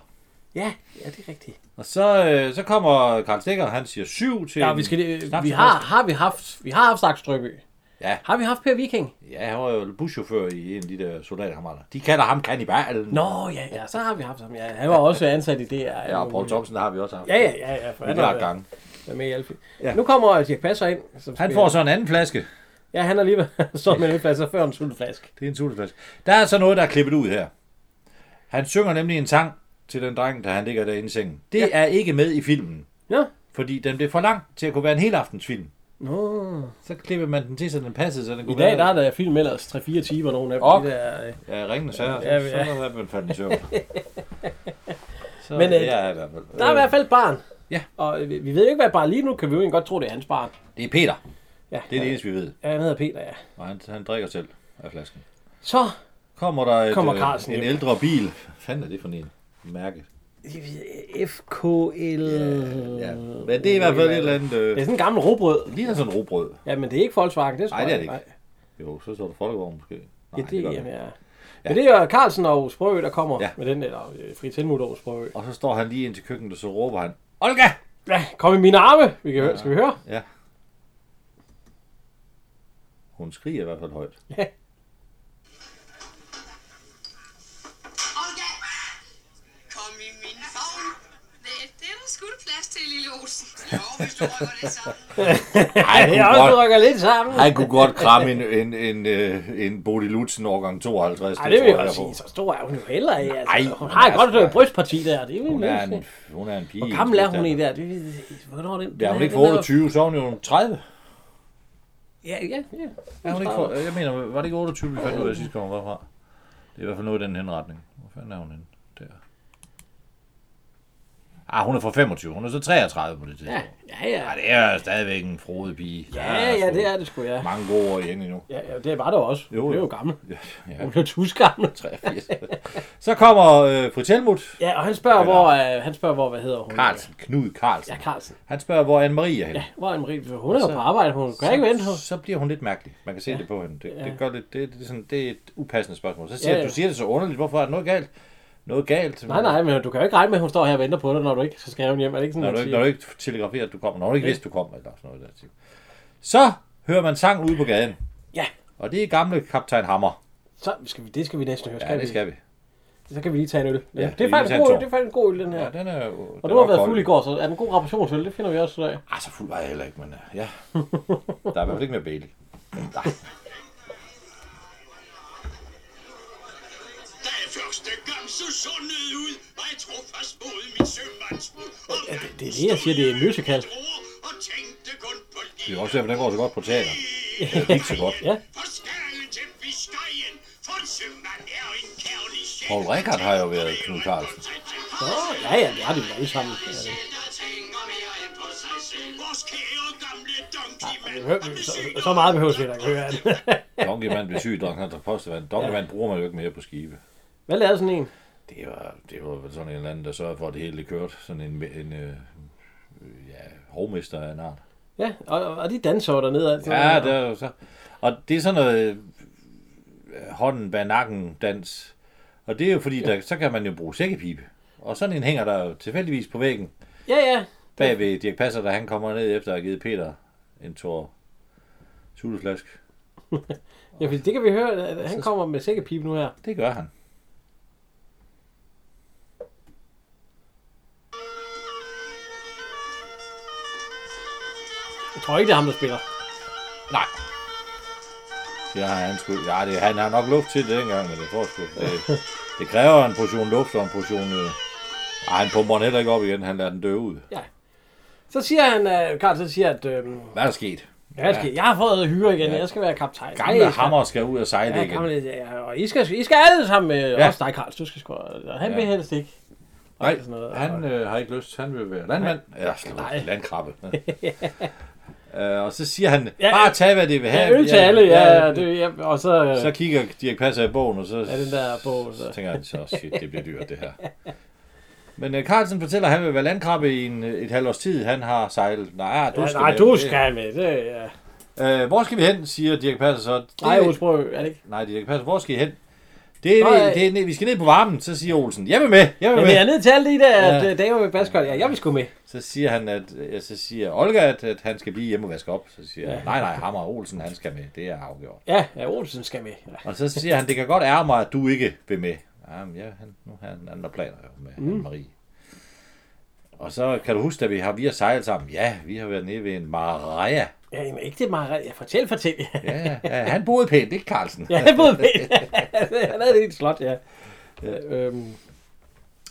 S1: Ja, ja, det er rigtigt.
S2: Og så, øh, så kommer Karl Stikker, han siger syv til...
S1: Ja,
S2: en
S1: vi, skal, øh,
S2: snaps
S1: vi
S2: til
S1: har,
S2: frokost.
S1: har vi haft, vi har haft Axel Strøby.
S2: Ja.
S1: Har vi haft Per Viking?
S2: Ja, han var jo buschauffør i en af de der soldaterkammerater. De kalder ham kannibalen.
S1: Nå, ja, ja, så har vi haft ham. Ja, han var også ansat i DR.
S2: Ja, og Paul Thomsen, der har vi også haft.
S1: Ja, ja, ja. ja for
S2: En
S1: han
S2: klar
S1: er,
S2: gang.
S1: er med i Alfie.
S2: Ja.
S1: Ja. Nu kommer Dirk Passer ind. Som
S2: Han
S1: spiller-
S2: får så en anden flaske.
S1: Ja, han har lige været stået med en ølflaske, så før en sultflaske.
S2: Det er en sulteflaske. Der er så noget, der er klippet ud her. Han synger nemlig en sang til den dreng, der han ligger derinde i sengen. Det ja. er ikke med i filmen,
S1: Nå.
S2: fordi den blev for lang til at kunne være en hel aftens film.
S1: Nå.
S2: Så klipper man den til, så den passede, så den
S1: I
S2: kunne
S1: dag der
S2: være...
S1: er der film ellers 3-4 timer nogen af
S2: Og-
S1: de der... Øh,
S2: Ja, ringende sager.
S1: Ja,
S2: Ja,
S1: ja.
S2: ja. Så er man fandt i søvn. så
S1: Men,
S2: Men,
S1: øh,
S2: det er jeg i hvert fald.
S1: Der er i hvert fald et barn.
S2: Ja.
S1: Og øh, vi vi ved ikke, hvad et barn lige nu kan vi jo egentlig godt tro, det er hans barn.
S2: Det er Peter.
S1: Ja,
S2: Det er det eneste, vi ved.
S1: Ja, han hedder Peter, ja.
S2: Og han, han drikker selv af flasken.
S1: Så,
S2: Kommer der et,
S1: Kommer
S2: øh,
S1: Carlsen
S2: en
S1: hjem.
S2: ældre bil. Hvad fanden er det for en mærke?
S1: FKL...
S2: Ja. Men det er i hvert fald et eller andet... Øh,
S1: Det er sådan en gammel robrød.
S2: det ligner sådan en robrød.
S1: Ja, men det er ikke Volkswagen, det er sgu
S2: Nej, det er det
S1: ej.
S2: ikke. Jo, så står der Folkevogn måske. Nej,
S1: Ja, det,
S2: gør
S1: det
S2: der
S1: jamen,
S2: ikke.
S1: ja. Men det er jo Carlsen og Sprøø, der kommer
S2: Ja.
S1: ja. med den, eller øh, Fri Tilmut over Sprøø.
S2: Og så står han lige ind til køkkenet, og så råber han, Olga!
S1: Ja, kom i mine arme, vi kan høre, skal vi høre?
S2: Ja. Hun skriger i hvert fald højt.
S4: Olga! Kom i min favn. Hvad, det er der sgu da plads til, lille Olsen. Jo, hvis du rykker det sammen.
S2: Ej,
S1: Jeg også rykker lidt sammen.
S2: han kunne godt kramme en, en, en, øh, en Bodil Lutzen årgang 52.
S1: Ej, det vil
S2: tror
S1: jeg
S2: jeg
S1: også
S2: på.
S1: sige. Så stor er hun jo heller ikke.
S2: Nej,
S1: Altså, hun
S2: hun
S1: har et
S2: er
S1: godt
S2: sgu-
S1: øh, brystparti der. Det er jo
S2: Hun er en,
S1: en
S2: hun er en pige.
S1: Hvor gammel er hun i der? Det, hvornår er den? den
S2: Ja,
S1: er-
S2: hun er ikke
S1: den er-
S2: for 28, så er hun jo 30.
S1: Ja, ja, ja.
S2: Er hun ikke for, jeg mener, var det ikke 28, vi fandt ud af sidste gang, hun var fra? Det er i hvert fald noget i den henretning. Hvor fanden er hun henne? Der. Ah, hun er fra 25. Hun er så 33 på det tidspunkt.
S1: Ja, ja, ja.
S2: Ja, det er stadigvæk en frode pige. Der
S1: Ja, ja,
S2: sgu
S1: det er det sgu, ja.
S2: Mange gode år igen endnu.
S1: Ja, ja det var det også.
S2: Jo,
S1: Jo, det er
S2: jo.
S1: jo gammel.
S2: Ja,
S1: Hun er tusgammel.
S2: 83. så kommer øh, fru Telmut.
S1: Ja, og han spørger,
S2: Eller-
S1: hvor, øh, han spørger, hvor, hvad hedder hun?
S2: Carlsen, Knud Carlsen.
S1: Ja, Carlsen.
S2: Han spørger, hvor Anne-Marie er henne.
S1: Ja, hvor er Marie? Hun er jo på arbejde, hun kan ikke vente.
S2: så, så bliver hun lidt mærkelig. Man kan se ja. det på hende. Det, ja. det, gør lidt, det, det, er sådan, det er et upassende spørgsmål. Så siger
S1: Ja,
S2: ja, ja.
S1: ja.
S2: du siger det så underligt. Hvorfor er der noget galt? Noget galt?
S1: Nej, nej, men du kan jo ikke regne med, at hun står her og venter på dig, når du ikke skal skrive hjem. Er det ikke sådan,
S2: Når
S1: man
S2: du, ikke,
S1: siger?
S2: når du ikke telegraferer, at du kommer. Når du ikke vidste, du kom. Eller sådan noget, der. type. Så hører man sang ude på gaden.
S1: Ja,
S2: Og det er gamle kaptajn Hammer.
S1: så skal vi, det skal vi næsten høre. Skal
S2: Ja, det skal vi.
S1: vi? Så kan vi lige tage en øl. Ja,
S2: Ja,
S1: det,
S2: vi
S1: er
S2: kan
S1: faktisk en
S2: lige tage en
S1: god,
S2: tår.
S1: det er faktisk en god øl, den her.
S2: Ja, den er jo...
S1: og du har været fuld i går, så er den god reparationsøl, det finder vi også i dag.
S2: Ej, så fuld var jeg heller ikke, men øh, ja. Der er i hvert fald ikke mere Bailey. Men, nej.
S5: Da jeg første gang så sundede ud, var jeg trofast mod min sømandsmod.
S1: Ja, det, det er det, jeg siger, det er en musical.
S5: Og tænkte kun på livet.
S2: Det er jo også derfor, den går så godt på teater. Det er ikke så godt.
S1: Ja.
S5: For skærlen til bistejen, for en sømand er en kærlig sjæl.
S2: Poul Reichhardt har jo været Knud Carlsen.
S1: Åh, ja, ja, det har de vel alle sammen. Ja, det.
S5: Vores kære gamle donkey
S1: Ja, det behøver, vi- så, så meget behøver vi heller ikke høre af den.
S2: Donkeyman blev syg, og han tager postevand. Donkeyman bruger man jo ikke mere på skibe.
S1: Hvad lavede sådan en?
S2: Det var, det var vel sådan en eller anden, der sørgede for, at det hele det kørte. Sådan en, en øh, ja, hovmester af en art.
S1: Ja, og, og de danser jo dernede. Altså.
S2: Ja, det er jo så. Og det er sådan noget øh, hånden bag nakken dans. Og det er jo fordi, der, så kan man jo bruge sækkepipe. Og sådan en hænger der jo tilfældigvis på væggen.
S1: ja, ja.
S2: bag ved Dirk Passer, da han kommer ned efter at have givet Peter en tår suleflask.
S1: Ja, fordi det kan vi høre, at han kommer med sækkepip nu her.
S2: Det gør han.
S1: Jeg tror ikke, det er ham, der spiller.
S2: Nej. Det har han sgu. Ja, det, han har nok luft til det dengang, men det får sgu. Det, det kræver en portion luft og en portion... Øh, ej, han pumper den heller ikke op igen. Han lader den dø ud.
S1: Ja. Så siger han, øh, Karl, så siger at, øh,
S2: Hvad er der sket?
S1: jeg, skal, jeg har fået hyre igen, jeg skal være kaptajn.
S2: Gamle
S1: Ej, jeg
S2: ja,
S1: skal-
S2: hammer skal ud og sejle ja,
S1: Ja,
S2: igen.
S1: gamle, ja, og I skal, I skal alle sammen med ja.
S2: Ja.
S1: også dig, Karls. Du skal sgu... Og han ja. vil
S2: Ja.
S1: helst ikke.
S2: Nej,
S1: sådan noget.
S2: han øh, har ikke lyst. Han vil være landmand. Ja, slet ikke. landkrabbe. øh, og så siger han,
S1: Ja,
S2: bare tag, hvad det vil
S1: Ja,
S2: have.
S1: øl til alle, ja, ja, det, ja og så... øh,
S2: Så kigger Dirk Passer i bogen, og så,
S1: Ja, den der bog, så.
S2: så tænker han, så shit, det bliver dyrt, det her. Men øh, Carlsen fortæller, at han vil være landkrabbe i en, et halvt års tid. Han har sejlet. Nej, du
S1: ja,
S2: skal
S1: nej,
S2: med.
S1: du
S2: Det-
S1: skal med. Det, ja.
S2: Øh, hvor skal vi hen, siger Dirk Passer så. Det,
S1: Nej, Osbrø, er det ikke?
S2: nej, Dirk Passer, hvor skal I hen? Det er,
S1: Nå, ja.
S2: ned, det er ned, vi skal ned på varmen, så siger Olsen. Jeg vil med, jeg vil
S1: Men
S2: med.
S1: jeg er nødt til alle de der
S2: Ja.
S1: ja. damer med baskøjt. Ja, jeg vil sgu med.
S2: Så siger han, at, ja, så siger Olga, at, at han skal blive hjemme og vaske op. Så siger han, nej, nej, Hammer Olsen, han skal med. Det er afgjort.
S1: Ja, ja Olsen skal med. Ja.
S2: Og så siger han, det kan godt ære mig, at du ikke vil med. Jamen, ja, han, nu har han andre planer jo med mm. Marie. Og så kan du huske, at vi har, vi har sejlet sammen. Ja, vi har været nede ved en Maraja.
S1: Ja, jamen, ikke det meget. Ja, fortæl, fortæl.
S2: Ja, ja, han boede pænt, ikke Carlsen?
S1: ja, han boede med. han havde det helt slot, ja. ja. Øhm,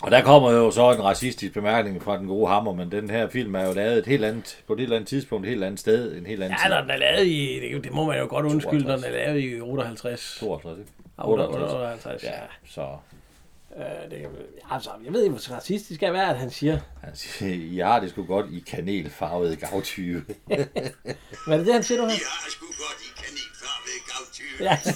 S2: Og der kommer jo så en racistisk bemærkning fra den gode Hammer, men den her film er jo lavet et helt andet, på et helt andet tidspunkt, et helt andet sted, en helt anden
S1: ja,
S2: tid.
S1: når den er lavet i... Det, det må man jo godt undskylde, når den er lavet i 58.
S2: 52, ikke?
S1: 58. 58. Ja.
S2: Ja, så
S1: Øh, det, ja, altså, jeg ved ikke, hvor racistisk skal være, at han siger.
S2: Han siger, I har det sgu godt i kanelfarvede gavtyve.
S1: Hvad er det, det han siger nu her?
S3: Jeg har sgu godt i kanelfar ved gavtyve.
S1: Ja, altså,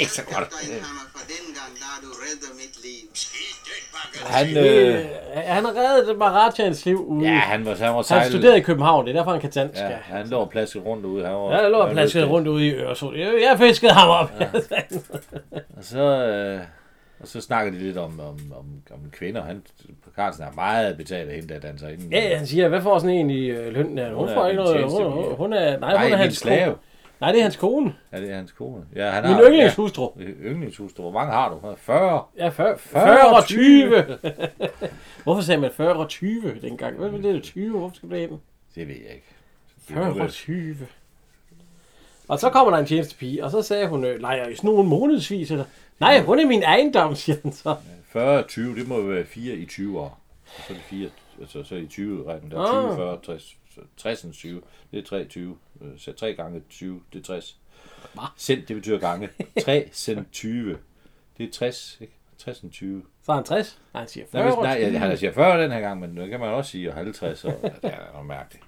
S3: Ikke så godt. Fra den gang, da du redder mit liv. Skid den bakke.
S2: Han, øh,
S1: øh, han har reddet Maratjans liv ude.
S2: ja, han var, han var
S1: han
S2: sejlet.
S1: studerede i København, det er derfor, han kan dansk.
S2: Ja, han lå og plaskede rundt ude. Han var,
S1: Ja, jeg lå og
S2: han
S1: plaskede
S2: løb-
S1: rundt ude i Øresund. Jeg, jeg fiskede ham op. Ja.
S2: Og så, øh, og så snakkede de lidt om, om, om, om kvinder. Han, Carlsen er meget betalt af hende, der danser inden.
S1: ja, han siger, hvad får sådan en i øh, lønnen her? Hun,
S2: Hun er
S1: får ikke
S2: min
S1: noget. Hun,
S2: tjenestepige.
S1: hun, hun, er, nej,
S2: Nej,
S1: hun er
S2: min
S1: hans
S2: slave.
S1: kone. Nej, det er hans kone.
S2: Ja, det er hans kone. Ja, han
S1: Min
S2: har,
S1: yndlingshustru.
S2: Ja, yndlingshustru. Hvor mange har du? 40?
S1: Ja, 40, 40
S2: 40
S1: og 20. Hvorfor sagde man 40 og 20 dengang? Hvad er det, der er 20? Hvorfor skal det ind?
S2: Det ved jeg ikke. Det er
S1: 40 og
S2: noget-
S1: 20. Og så kommer der en tjenestepige, og så sagde hun, øh, leger I sådan nogle månedsvis? Eller? Nej, hun er min ejendom, siger han så.
S2: 40 og 20, det må jo være 4 i 20 år. Og så er det 4, altså så er i 20 regnen der. er 20,
S1: Ah.
S2: 40, 60, så 60 og 20, det er 23. Øh, Så 3 gange 20, det er 60. Cent, det betyder gange. 3 cent 20, det er 60, ikke? 60 og 20.
S1: Så er han 60. Nej, han siger 40
S2: Nej, hvis,
S1: og
S2: nej
S1: 20.
S2: jeg, han siger 40 den her gang, men det kan man også sige, og 50, og ja, det er jo mærkeligt.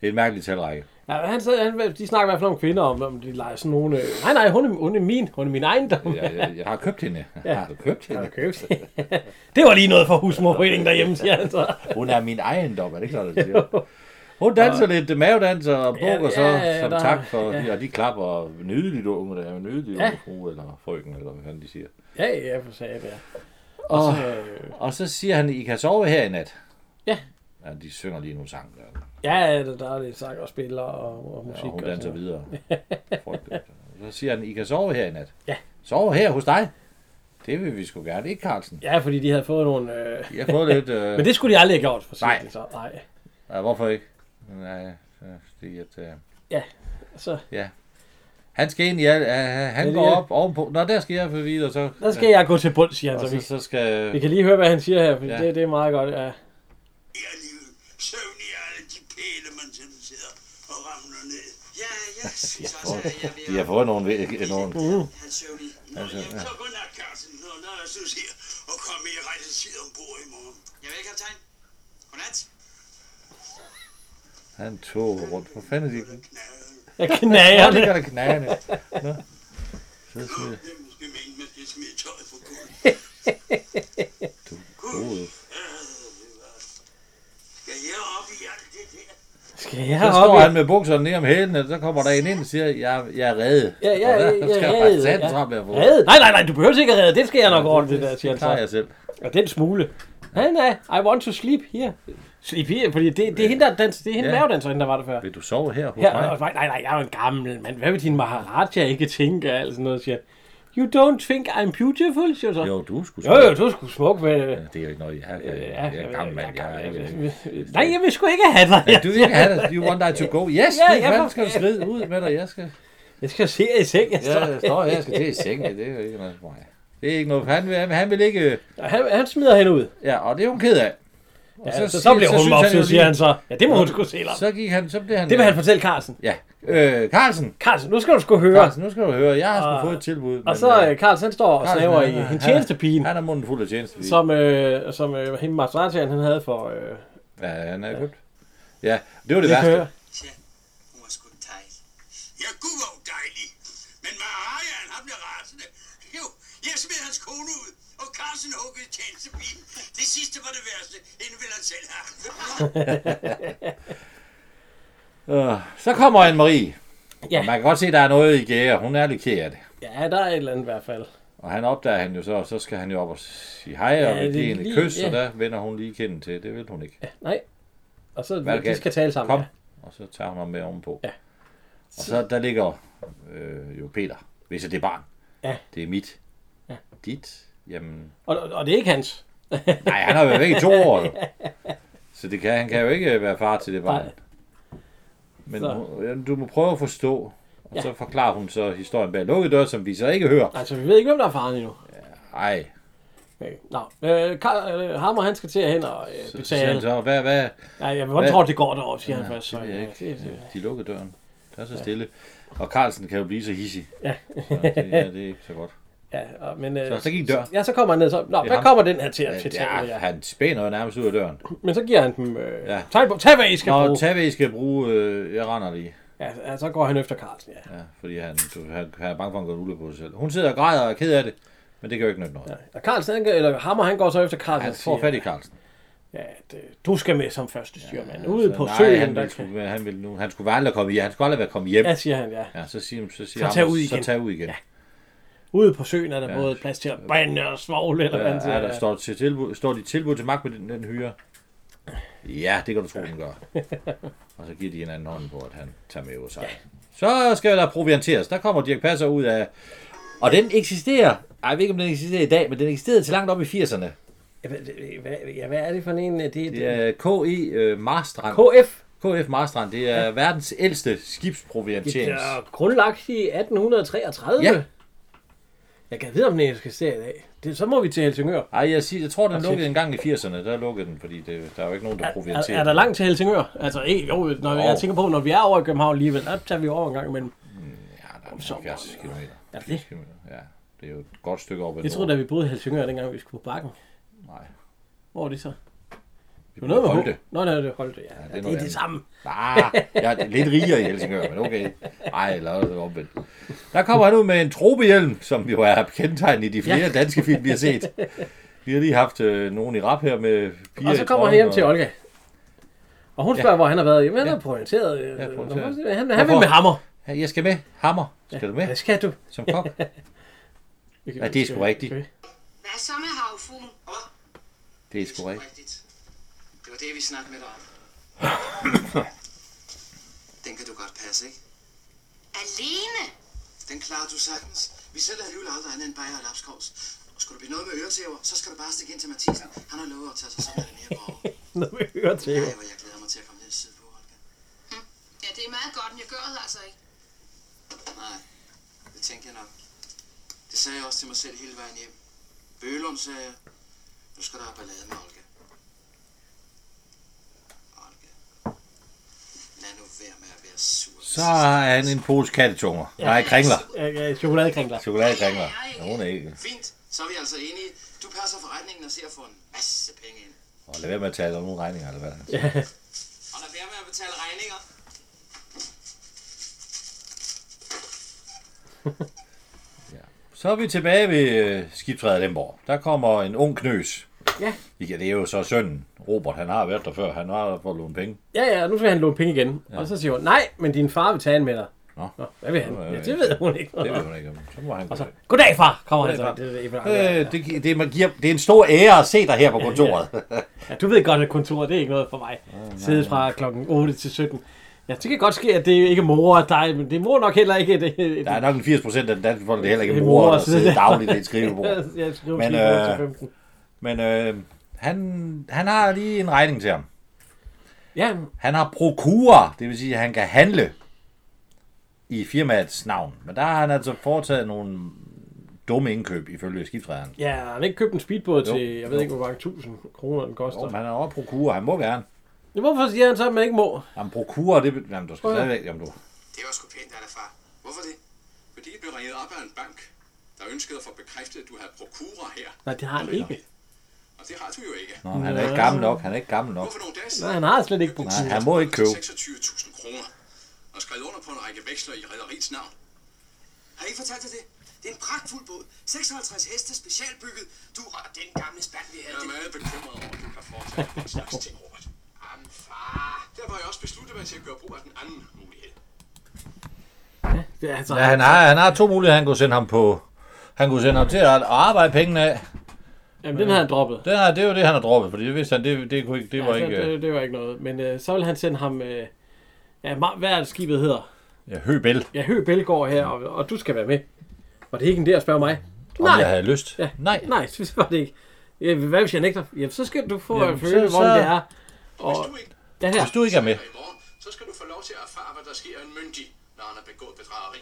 S2: Det er en mærkelig talrække.
S1: Ja, han, sagde- han, de snakker i hvert fald om kvinder, om, om de leger sådan nogle... Øh, nej, nej, hun er, hun er min. Hun er min ejendom. Ja.
S2: Jeg, jeg, jeg har købt hende. Ja. Har du købt hende?
S1: det var lige noget for husmorforeningen derhjemme, siger han så.
S2: Hun er min ejendom, er det ikke sådan, det siger? Hun danser lidt øh, mavedanser og bukker ja,
S1: ja,
S2: så
S1: ja,
S2: som
S1: der-
S2: tak for, ja. og de klapper nydeligt unge, der er nydeligt ja. unge fru eller frøken, eller hvad fanden de siger.
S1: Ja, ja, for sagde det.
S2: Og, og, så,
S1: Ja, øh,
S2: og så siger han, I kan sove her i nat.
S1: Ja.
S2: ja de synger lige nogle sange der,
S1: ja, der, der er lidt sang og spiller og, og musik.
S2: og hun
S1: og
S2: danser
S1: sådan noget.
S2: videre. Frygteligt. så siger han, I kan sove her i nat.
S1: Ja.
S2: Sove her hos dig? Det vil vi sgu gerne, ikke Carlsen?
S1: Ja, fordi de havde fået nogle... Øh,
S2: Jeg har fået lidt... Øh...
S1: men det skulle de aldrig have gjort, for
S2: Nej.
S1: sig. Så, nej.
S2: Ja, hvorfor ikke? Nej, øh, fordi at... Øh...
S1: Ja, så
S2: Han skal ind i alt. øh, Han
S1: det
S2: går
S1: er-
S2: op ovenpå. Nå, der skal jeg for videre, så...
S1: der skal jeg gå til bund, siger han.
S2: Og
S1: Så
S2: så,
S1: vi,
S2: så skal...
S1: vi kan lige høre, hvad han siger her, for
S2: Ja.
S1: ja. det, det er meget godt. Ja.
S3: i alligevel. Søvn i alle de pæle, man sådan sidder og ramler ned. Ja, jeg synes også, at jeg
S2: De har fået nogle... nogle
S3: Han søvn i. Nå, jamen, så godnat, Carlsen. Nå, når jeg synes her, og kom i rette tid ombord i morgen. Jeg vil ikke have tegn. Godnat.
S2: han tog rundt. Hvor fanden er de? Hvor
S1: Jeg knager det.
S2: ligger der knagerne? Nå. Så
S3: Nå,
S2: siger
S3: jeg måske mente, man skal smide tøjet på gulvet.
S2: hovedet.
S3: Skal jeg op i alt det der?
S1: Skal jeg
S2: Så
S1: op
S2: står
S1: i?
S2: han med bukserne ned om hælene, og så kommer der en ind og siger, jeg, jeg er reddet.
S1: Ja, ja, ja, ja,
S2: Så skal jeg bare
S1: redde,
S2: sætte
S1: ja.
S2: den frem der
S1: Redde? Nej, nej, nej, du behøver ikke at redde. Det skal jeg nok ordne, det der, siger
S2: Det
S1: han
S2: klarer
S1: så.
S2: jeg selv.
S1: Og den smule. Nej, nej, I want to sleep here. Sleep here, fordi det, det er hende, der, dans, det er hende
S2: Ja.
S1: yeah. mavedanserinde, der var der før.
S2: Vil du sove her hos
S1: Ja,
S2: mig?
S1: og, nej, nej, nej, jeg er jo en gammel mand. Hvad vil din maharaja ikke tænke? Alt sådan noget, siger han. You don't think I'm beautiful, siger hun så.
S2: Jo, du skulle
S1: jo, jo, du er sgu smuk, men... øh,
S2: Det er jo ikke noget, jeg har. Jeg,
S1: ja,
S2: jeg er gammel mand. Jeg, er
S1: jeg-
S2: ikke-
S1: jeg- Nej, jeg vil sgu ikke have dig.
S2: Ja, du vil ikke have det. You want I to go? Yes,
S1: Ja,
S2: ja, det
S1: ja,
S2: er
S1: for-
S2: fanden skal du skride ud med dig. Jeg skal,
S1: Jeg skal se jer i seng. Jeg
S2: ja,
S1: står.
S2: jeg står her, jeg skal til i sengen. Det er jo ikke noget for mig. Det er ikke noget, for han vil, han vil ikke...
S1: Han, han smider hende ud.
S2: Ja, og det er hun ked af. Og
S1: Ja, så, så, så bliver hun
S2: synes jo
S1: mobset, siger
S2: lige-
S1: han så. Ja, det må hun sgu se dig.
S2: Så gik han, så blev han...
S1: Det vil han fortælle Carlsen.
S2: Ja. Øh, Carlsen,
S1: Carlsen, nu skal du sgu høre.
S2: Carlsen, nu skal du høre, jeg har sgu
S1: Og-
S2: fået et tilbud.
S1: Og så øh, Carlsen, han står og
S2: Carlsen,
S1: snaver
S2: han
S1: i
S2: er-
S1: en
S2: han er-
S1: tjenestepige,
S2: Han er munden fuld af tjenestepige. Som...
S1: som, øh, som øh, hende Masratian, han havde for... Øh,
S2: Ja, han er købt. Ja, det var det,
S1: det
S2: værste.
S1: kører.
S5: Tja, hun var sgu dejlig. Ja, gud, hvor hun dejlig. Men Marian, han blev rasende. Jo, jeg smed hans kone ud, og Carlsen huggede tjenestebilen. Det sidste var det værste, inden ville han selv have.
S2: Øh, så kommer Anne-Marie.
S1: Ja.
S2: Ja. Og man kan godt se, at der er noget i gære. Hun er lidt ked af det.
S1: Ja, der er et eller andet i hvert fald.
S2: Og han opdager han jo så, og så skal han jo op og sige hej og
S1: Ja,
S2: ja,
S1: det er
S2: give hende et
S1: lige-
S2: kys,
S1: ja.
S2: ja. og der vender hun lige kinden til. Det vil hun ikke.
S1: Nej. Og så,
S2: Hvad er der
S1: de
S2: galt?
S1: skal tale sammen.
S2: Kom.
S1: Ja.
S2: Og så tager hun ham med ovenpå.
S1: Ja.
S2: Og så der ligger øh, jo Peter, hvis det er barn.
S1: Ja.
S2: Det er mit. Ja. Dit? Jamen,
S1: Og, og det er ikke hans.
S2: nej, han har været væk i to år jo. Så det kan, han kan jo ikke øh, være far til det barn.
S1: Nej.
S2: Men
S1: Så.
S2: hun, ja, du må prøve at forstå. Og ja. så forklarer hun så historien bag lukkede dør, som vi så ikke hører.
S1: Altså, vi ved ikke, hvem der er faren endnu.
S2: Ej,
S1: Okay. Nå, øh, Karl, øh, Hammer, han skal til hen og øh,
S2: så, så siger han
S1: betale.
S2: så, hvad, hvad,
S1: Ja, jeg vil godt
S2: Hvad?
S1: tro, det går derovre, siger han først. Så,
S2: Det ved
S1: ja,
S2: jeg
S1: det,
S2: ikke.
S1: det,
S2: De lukker døren. Der er så stille. Og Carlsen kan jo blive så hissig.
S1: Ja.
S2: Så det, ja, det er ikke så godt.
S1: ja, og, men, øh,
S2: Så, så gik døren.
S1: Ja, så kommer han ned. Så, nå, hvad
S2: ham.
S1: kommer den her til at betale?
S2: Ja,
S1: Ja.
S2: han spænder jo nærmest ud af døren.
S1: Men så giver han dem... Øh, ja.
S2: Ja.
S1: tag, på- tag, hvad I skal
S2: Nå,
S1: bruge.
S2: tag hvad I skal bruge. Øh, jeg render lige.
S1: Ja, ja, så går han efter Carlsen, ja.
S2: Ja, fordi han, du, han, han er bange for, at han går ud på sig selv. Hun sidder og græder og er ked af det. Men det kan jo ikke nytte noget.
S1: Og Carlsen, han, eller Hammer, han går så efter Carlsen.
S2: Han
S1: og
S2: får
S1: altså, siger,
S2: fat i Carlsen.
S1: Ja, det, du skal med som første styrmand. Ja, Ude
S2: Så
S1: på
S2: Altså, nej,
S1: søen,
S2: han,
S1: der
S2: ville,
S1: kan...
S2: sgu- han, ville, nu, han skulle aldrig komme hjem. Han skulle aldrig være kommet hjem.
S1: Ja, siger han, ja.
S2: Ja, så siger, så siger
S1: Så
S2: så
S1: tag
S2: tag
S1: ud igen.
S2: Så tag ud igen. Ja,
S1: Ude på søen er der ja.
S2: Ja.
S1: både plads til at brænde og svogle, eller hvad han siger.
S2: ja, der står, til tilbud, står de tilbud til magt med den, den hyre? Ja, det kan du tro, den gør. Og så giver de hinanden hånden på, at han tager med ud sig. Så skal der provianteres. Der kommer Dirk Passer ud af... Og den eksisterer. Ej, jeg ved ikke, om den eksisterer i dag, men den eksisterede til langt op i 80'erne.
S1: Ja, hvad, hvad, ja, hvad er det for en? øh, Det, det,
S2: Det er KE øh, Marstrand.
S1: KF.
S2: KF Marstrand, det er ja. verdens ældste
S1: Det
S2: skibsprovianterings.
S1: er grundlagt i 1833.
S2: Ja.
S1: Jeg kan vide, om den skal se i dag. Det, så må vi til Helsingør.
S2: Ej, jeg, siger, jeg tror, den
S1: Altså-
S2: lukkede en gang i 80'erne. Der lukkede den, fordi det, der er jo ikke nogen, der
S1: Er,
S2: provianterer.
S1: er der langt til Helsingør? Altså, ikke, jo, når jeg
S2: Jo.
S1: tænker på, når vi er over i København alligevel, der tager vi over en gang imellem.
S2: Ja, der er 70 km.
S1: Er det det?
S2: Ja, det er jo et godt stykke op ad
S1: Jeg troede, da vi boede i Helsingør, dengang vi skulle på bakken.
S2: Nej.
S1: Hvor er det så?
S2: Vi
S1: Det var noget med
S2: Holte.
S1: Holte. Nå, nej, det er Holte, ja. ja det, er det,
S2: noget
S1: er det
S2: andet.
S1: samme.
S2: Ah, jeg er lidt rigere i Helsingør, men okay. Nej, eller også omvendt. Der kommer han ud med en tropehjelm, som jo er kendetegnet i de flere ja. danske film, vi har set. Vi har lige haft øh, nogen i øh, rap her med piger
S1: Og så kommer han hjem til Olga. Og hun spørger, ja. hvor han har været. Jamen, han er pointeret. øh, Ja,
S2: pointeret.
S1: pointeret. Han, han vil
S2: Hvorfor?
S1: med hammer.
S2: til... Jeg skal med. Hammer. Skal du
S1: Hvad
S2: med
S1: skal du?
S2: som kok? Ja, det er sgu rigtigt.
S4: Hvad så med havfruen?
S2: Det er sgu rigtigt.
S5: rigtigt. Det var det, vi snakkede med dig om. Den kan du godt passe, ikke?
S4: Alene?
S5: Den klarer du sagtens. Vi sælger alligevel aldrig andet end bajer og lapskovs. Og skulle du blive noget med øretæver, så skal du bare stikke ind til Mathisen. Han har lovet at tage sig sammen med den her borger.
S1: Når vi hører til.
S5: Nej, hvor jeg glæder mig til at komme ned side på, Olga.
S4: Ja, det er meget godt, men jeg gør det altså ikke.
S5: Nej, det tænkte jeg nok. Det sagde jeg også til mig selv hele vejen hjem. Bølum sagde jeg, nu skal der have ballade med Olga. Olga. Lad nu være med at være sur.
S2: Så har han en pose kattetunger. Nej, kringler.
S1: Ja, ja, chokoladekringler.
S2: Chokoladekringler. Ja, hun er ikke.
S5: Fint, så er vi altså enige. Du passer forretningen og ser at få en masse penge ind.
S2: Og lad være med at tale om nogle regninger, eller hvad?
S5: Og lad være med at betale regninger.
S2: Så er vi tilbage ved øh, skibsredder Lemborg. Der kommer en ung knøs.
S1: Ja.
S2: Igen, det er jo så sønnen. Robert, han har været der før. Han har fået lånt penge.
S1: Ja, ja, nu skal han låne penge igen. Ja. Og så siger hun, nej, men din far vil tage en med dig.
S2: Nå.
S1: Nå, hvad vil han?
S2: Nå, ja,
S1: Ja,
S2: ja.
S1: det ved hun ikke.
S2: Det ved hun ikke om. Så må han
S1: Og
S2: gøre
S1: så,
S2: det.
S1: goddag far, kommer han så.
S2: Goddag,
S1: Det, det, det,
S2: Øh, det, gi- det, man giver, det er en stor ære at se dig her på kontoret.
S1: ja, du ved godt, at kontoret det er ikke noget for mig. Sidde fra klokken 8 til 17. Ja, det kan godt ske, at det ikke er mor og dig, men det er mor nok heller ikke. Det, det,
S2: Der er nok en 80 procent af den danske folk, det er heller ikke
S1: Det er
S2: mor,
S1: mor,
S2: der
S1: så-
S2: sidder dagligt i et skrivebord.
S1: jeg skriver
S2: Men,
S1: men, øh...
S2: øh,
S1: til 15.
S2: Men øh, han, han har lige en regning til ham.
S1: Ja,
S2: Han har prokura, det vil sige, at han kan handle i firmaets navn. Men der har han altså foretaget nogle dumme indkøb ifølge skibsrederen.
S1: ja, har han ikke købt en speedbåd
S2: Jo,
S1: til, jeg ved
S2: jo.
S1: ikke, hvor mange tusind kroner den koster.
S2: Jo, men han er også prokura, han må gerne.
S1: Men hvorfor siger han så, at man ikke må?
S2: Jamen prokura, det... be- Jamen, du skal
S1: Prøv at-
S2: stadigvæk... Jamen, du...
S5: Det var sgu pænt af dig, far. Hvorfor det? Fordi jeg blev ringet op af en bank, der ønskede at få bekræftet, at du havde prokura her.
S1: Nej, det har han ikke.
S5: Og det har du jo ikke.
S2: Nå, han er ikke gammel nok, han er ikke gammel nok.
S5: Hvorfor nogle dage
S1: Nej,
S5: siden?
S1: han har slet ikke brugt
S2: Nej, han må ikke købe.
S5: 26.000 kroner. Og skrevet under på en række veksler i rederiets navn.
S3: Har I ikke fortalt dig det? Det er en pragtfuld båd. 56 heste, specialbygget. Du og den gamle spand, vi havde.
S5: Jeg er meget bekymret over, at du kan foretage den slags ting, Robert.
S3: Jamen, far.
S5: Derfor har jeg også besluttet mig til at gøre brug af den anden mulighed.
S1: Ja, altså,
S2: Ja, han har, han har to muligheder, han kunne sende ham på. Han kunne sende ham til at arbejde pengene af.
S1: Jamen, den har han droppet.
S2: Det, her, det er jo det, han har droppet, fordi det vidste han, det, det, kunne ikke, det var
S1: altså,
S2: ikke... øh,
S1: det, det var ikke noget. Men øh, så vil han sende ham... Øh, ja, Ma- hvad er det, skibet hedder?
S2: Ja, Høbel,
S1: Ja, Høgh Belgaard her, og, og du skal være med. Var det ikke en der at spørge mig?
S2: om
S1: Nej.
S2: jeg havde lyst.
S1: Ja.
S2: Nej.
S1: Nej, det var det ikke. Ja, hvad hvis jeg nægter? Ja, så skal du få
S2: Jamen,
S1: at føle,
S2: så-
S1: hvor
S2: så-
S1: det er.
S5: Og
S1: Og
S5: hvis du ikke
S1: ja, her.
S2: Hvis du ikke er med.
S5: er i morgen, så skal du få lov til at erfare, hvad der sker af en myndig, når han har begået bedrageri.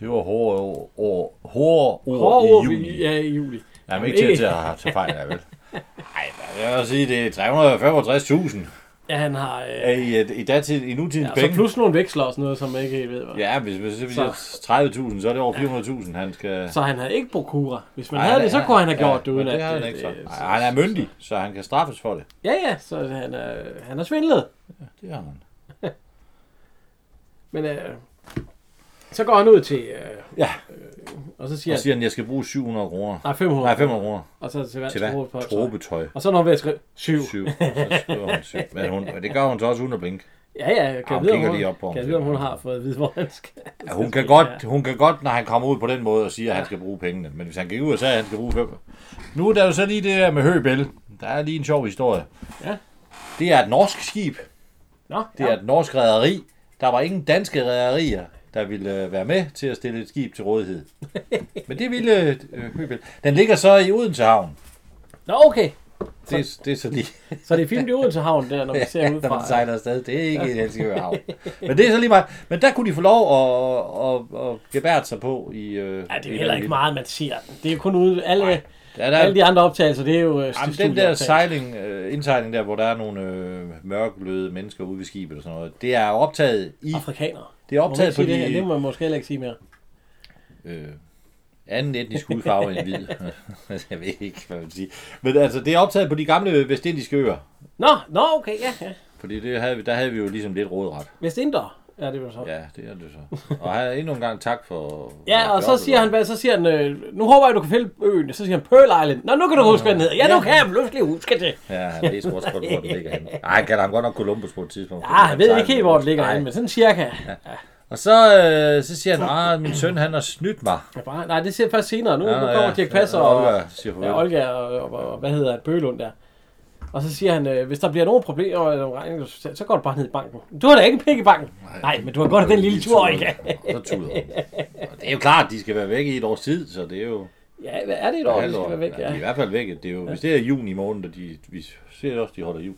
S2: Det var hårde ord, ord, hårde ord,
S1: Hårde
S2: i
S1: ord
S2: juni.
S1: i- ja, i juli.
S2: Jamen, ikke til at tage- tage fejl af, vel? Nej, jeg vil sige, det er 365.000
S1: Ja, han har... Øh,
S2: i, i, datid, i nutidens
S1: ja,
S2: penge.
S1: så plus nogle veksler og sådan noget, som jeg ikke helt ved. Hvad.
S2: Ja, hvis, hvis, hvis jeg 30.000, så er det over 400.000, han skal...
S1: Så han havde ikke prokura. Hvis man
S2: Ej,
S1: havde det, så kunne han have
S2: ja,
S1: gjort det uden
S2: men det
S1: at...
S2: har han
S1: øh,
S2: ikke så.
S1: øh,
S2: Nej, han er myndig, så han kan straffes for det.
S1: Ja, ja, så han er, han er svindlet.
S2: Det har han.
S1: Men øh, så går han ud til... Øh,
S2: Ja,
S1: og så siger
S2: og
S1: han...
S2: siger han, jeg skal bruge 700 kroner.
S1: Nej, 500.
S2: Nej, 500 kroner.
S1: Og så til hver
S2: Til hvad?
S1: trope.
S2: Trobetøj.
S1: Og så når vi at skrive 7.
S2: Syv. Så skriver hun syv. Men hun, det gør hun så også uden at blinke.
S1: Ja, ja, jeg kan
S2: Ah, hun
S1: jeg vide, om
S2: kigger
S1: hun,
S2: lige op på ham.
S1: kan jeg vide, om hun har fået at vide, hvor han skal.
S2: Ja, hun, kan godt, hun kan godt, når han kommer ud på den måde og siger, at han skal bruge pengene. Men hvis han gik ud og sagde, at han skal bruge fem... Nu er der jo så lige det der med Høbel. Der er lige en sjov historie.
S1: Ja.
S2: Det er et norsk skib.
S1: Nå,
S2: Det er et norsk rederi. Der var ingen danske rederier, der ville øh, være med til at stille et skib til rådighed. Men det ville øh, Høbel. Den ligger så i Odense Havn.
S1: Nå, okay.
S2: Det, det er så lige...
S1: Så det er fint i Odense Havn, der, når vi ser
S2: Ja,
S1: ud
S2: når
S1: fra.
S2: man sejler afsted. Det er ikke et Helsingør havn. Men det er så lige meget. Men der kunne de få lov at, at, at gebære sig på i... Øh,
S1: Ja, det er
S2: i
S1: jo heller
S2: den-
S1: ikke meget, man ser. Det er jo kun ude... Alle,
S2: Ja, der,
S1: alle de andre optagelser, det er jo... øh,
S2: jamen, den der
S1: studieoptagelser.
S2: sejling, øh, indsejling der, hvor der er nogle øh, mørkløde mennesker ude ved skibet og sådan noget, det er optaget i...
S1: Afrikanere.
S2: Det er
S1: Må man
S2: optaget
S1: ikke
S2: på
S1: sige det, her?
S2: de...
S1: det må man måske heller ikke sige mere.
S2: øh, anden etnisk hudfarve end hvid. jeg ved ikke, hvad man siger. Men altså, det er optaget på de gamle vestindiske øer.
S1: Nå, nå, okay, ja, ja.
S2: Fordi det havde vi, der havde vi jo ligesom lidt rådret.
S1: Vestinder er det vel så.
S2: Ja, det er det så. Og han endnu en gang tak for...
S1: Ja, og så
S2: jobbet,
S1: siger han, hvad, så siger han, øh, nu håber jeg, du kan finde øen. Så siger han, Pearl Island. Nå, nu kan du huske, hvad den hedder. Ja, nu kan jeg pludselig huske det.
S2: Ja, han vidste også godt, hvor det ligger henne. Ej, han kalder ham godt nok Columbus på et tidspunkt.
S1: Ah, jeg ved ikke helt, hvor den ligger henne, men sådan cirka.
S2: Og så, øh, så siger han, ah, min søn han har snydt mig.
S1: Ja, bare, nej, det ser jeg først senere. Nu,
S2: Ja,
S1: ja, nu kommer
S2: ja.
S1: ja, Dirk Passer
S2: Ja,
S1: og,
S2: Olga siger farvel.
S1: ja, Olga og, og, og, og, hvad hedder det, Bølund der. Og så siger han, øh, hvis der bliver nogen problemer, eller nogle regninger, så så går du bare ned i banken. Du har da ikke en penge i banken. Nej, men du har godt den lille tur, Olga.
S2: Og Så tuder han. Og det er jo klart, de skal være væk i et års tid, så det er jo...
S1: Ja, hvad er det et år, det
S2: halvt
S1: skal
S2: år.
S1: være væk?
S2: Ja, de er i
S1: Ja.
S2: hvert fald væk. Det er jo, Hvis det er juni måned, og de, vi ser også, de holder jul.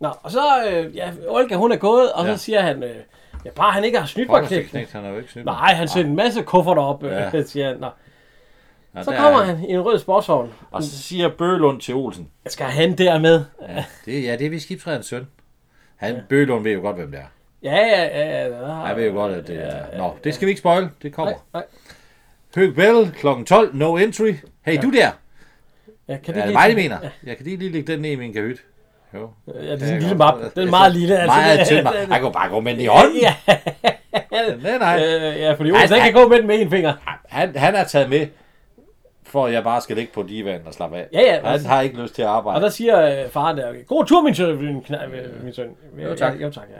S1: Nå, og så, øh, ja, Olga hun er gået, og
S2: Ja.
S1: så siger han, øh, ja, bare han ikke har snydt mig,
S2: Pokker
S1: knægten.
S2: knægt, han har jo ikke snydt
S1: Nej, han sendte en masse kufferter op,
S2: Ja.
S1: ja. siger han. Nå.
S2: Nej,
S1: Så
S2: der
S1: kommer
S2: er
S1: han i en rød sportsvogn.
S2: Og så siger Bølund til Olsen.
S1: Jeg skal have han der med.
S2: Det, ja, det er vi skibsrederens søn. Han, ja. Bølund ved jo godt, hvem det er.
S1: Ja, ja, ja. ja, ja.
S2: Han ved jo godt, at det er... Nå, det skal vi ikke spoil. Det kommer.
S1: Nej, nej.
S2: Høg Bell, kl. 12, no entry. Hey, du der.
S1: Ja, kan
S2: Ja, det er
S1: lige-
S2: mig, de mener. Jeg kan lige lige lægge den ned i min kahyt. Jo.
S1: Ja, det er sådan en lille map. Den er meget lille.
S2: Altså, meget tynd map. Han kunne bare gå med den i hånden.
S1: Ja.
S2: Nej, nej.
S1: Øh, ja, fordi Olsen
S2: Ej,
S1: han kan gå med den med en finger.
S2: Han, han er taget med, for at jeg bare skal ligge på divanen og slappe af.
S1: Ja, ja,
S2: Han
S1: altså.
S2: har ikke lyst til at arbejde.
S1: Og der siger øh, faren der, god tur, min søn, min, knæ, min søn.
S2: Jo, tak.
S1: Ja, jo, tak, ja.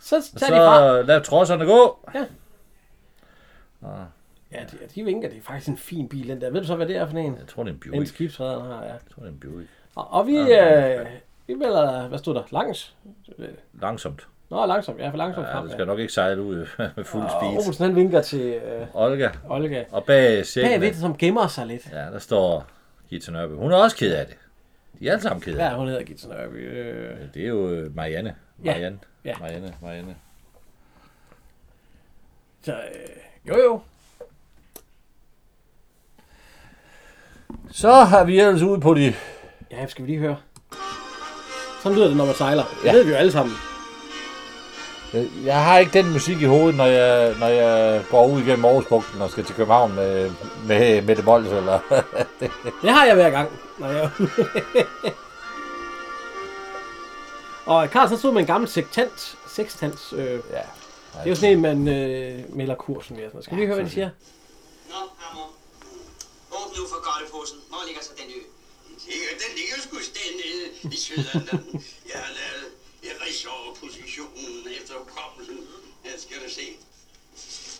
S1: Så
S2: Og
S1: tager de fra.
S2: så lad trodserne gå.
S1: Ja, de, de vinker. Det er faktisk en fin bil, den der. Ved du så, hvad det er for en?
S2: Jeg tror, det er en
S1: En
S2: Buick.
S1: skibsredder har, ja.
S2: Jeg tror, det er en Buick.
S1: Og, og vi, ja, øh, vi melder, hvad stod der? Langs?
S2: Langsomt.
S1: Nå, langsomt. Ja, for langsomt.
S2: Ja, det skal nok ikke sejle ud med fuld
S1: og
S2: speed.
S1: Olsen, han vinker til øh,
S2: Olga.
S1: Olga.
S2: Og bag sækken,
S1: Bagved, som gemmer sig lidt.
S2: ja, der står Gita Nørby. Hun er også ked af det. De er alle sammen ked af
S1: Ja, hun hedder Gita Nørby. Øh,
S2: det. Det er jo øh, Marianne.
S1: Ja.
S2: Marianne.
S1: Ja.
S2: Marianne. Marianne.
S1: så, øh, jo jo.
S2: Så har vi ellers ude på de...
S1: Ja, skal vi lige høre. Sådan lyder det, når man sejler. Det ved vi jo alle sammen.
S2: Øh, Jeg har ikke den musik i hovedet, når jeg, når jeg går ud igennem Aarhusbugten og skal til København med, med Mette Bolles, eller...
S1: Det har jeg hver gang, når jeg er ude. Og Karl, så stod med en gammel sektant, sekstans. Øh, det
S2: ja.
S1: er jo sådan en, man øh, melder kursen med. og sådan noget. Skal vi lige høre, hvad de siger?
S6: Nå, Hammer. Åbn nu for godteposen. Hvor ligger så den ø?
S5: Ligger, den ligger sgu stændig i Sydlanden. Jeg har lavet jeg rids over positionen efter hukommelsen. Her skal du se.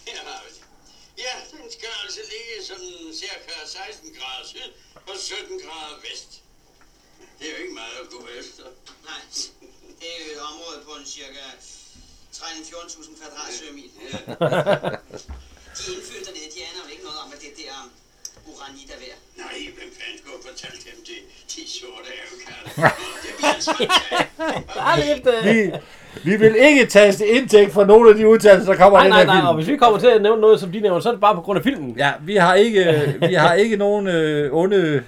S5: Her har vi det. Ja, den skal altså ligge sådan cirka 16 grader syd og 17 grader vest. Det er jo ikke meget at gå efter.
S6: Nej, det er jo et område øh, på en cirka 13-14.000 kvadratsømil. de indfødte det, de aner jo ikke noget om, at det der uranit er værd.
S5: Nej, hvem fanden skulle have fortalt dem det? De sorte havekatter. Det bliver altså ikke.
S1: Der er lidt... Øh,
S2: Vi, vi vil ikke tage til indtægt for nogle af de udtalelser, der kommer i
S1: nej, nej,
S2: den her
S1: nej.
S2: film.
S1: Og hvis vi kommer til at nævne noget, som de nævner, så er det bare på grund af filmen.
S2: Ja, vi har ikke, vi har ikke nogen øh, onde øh,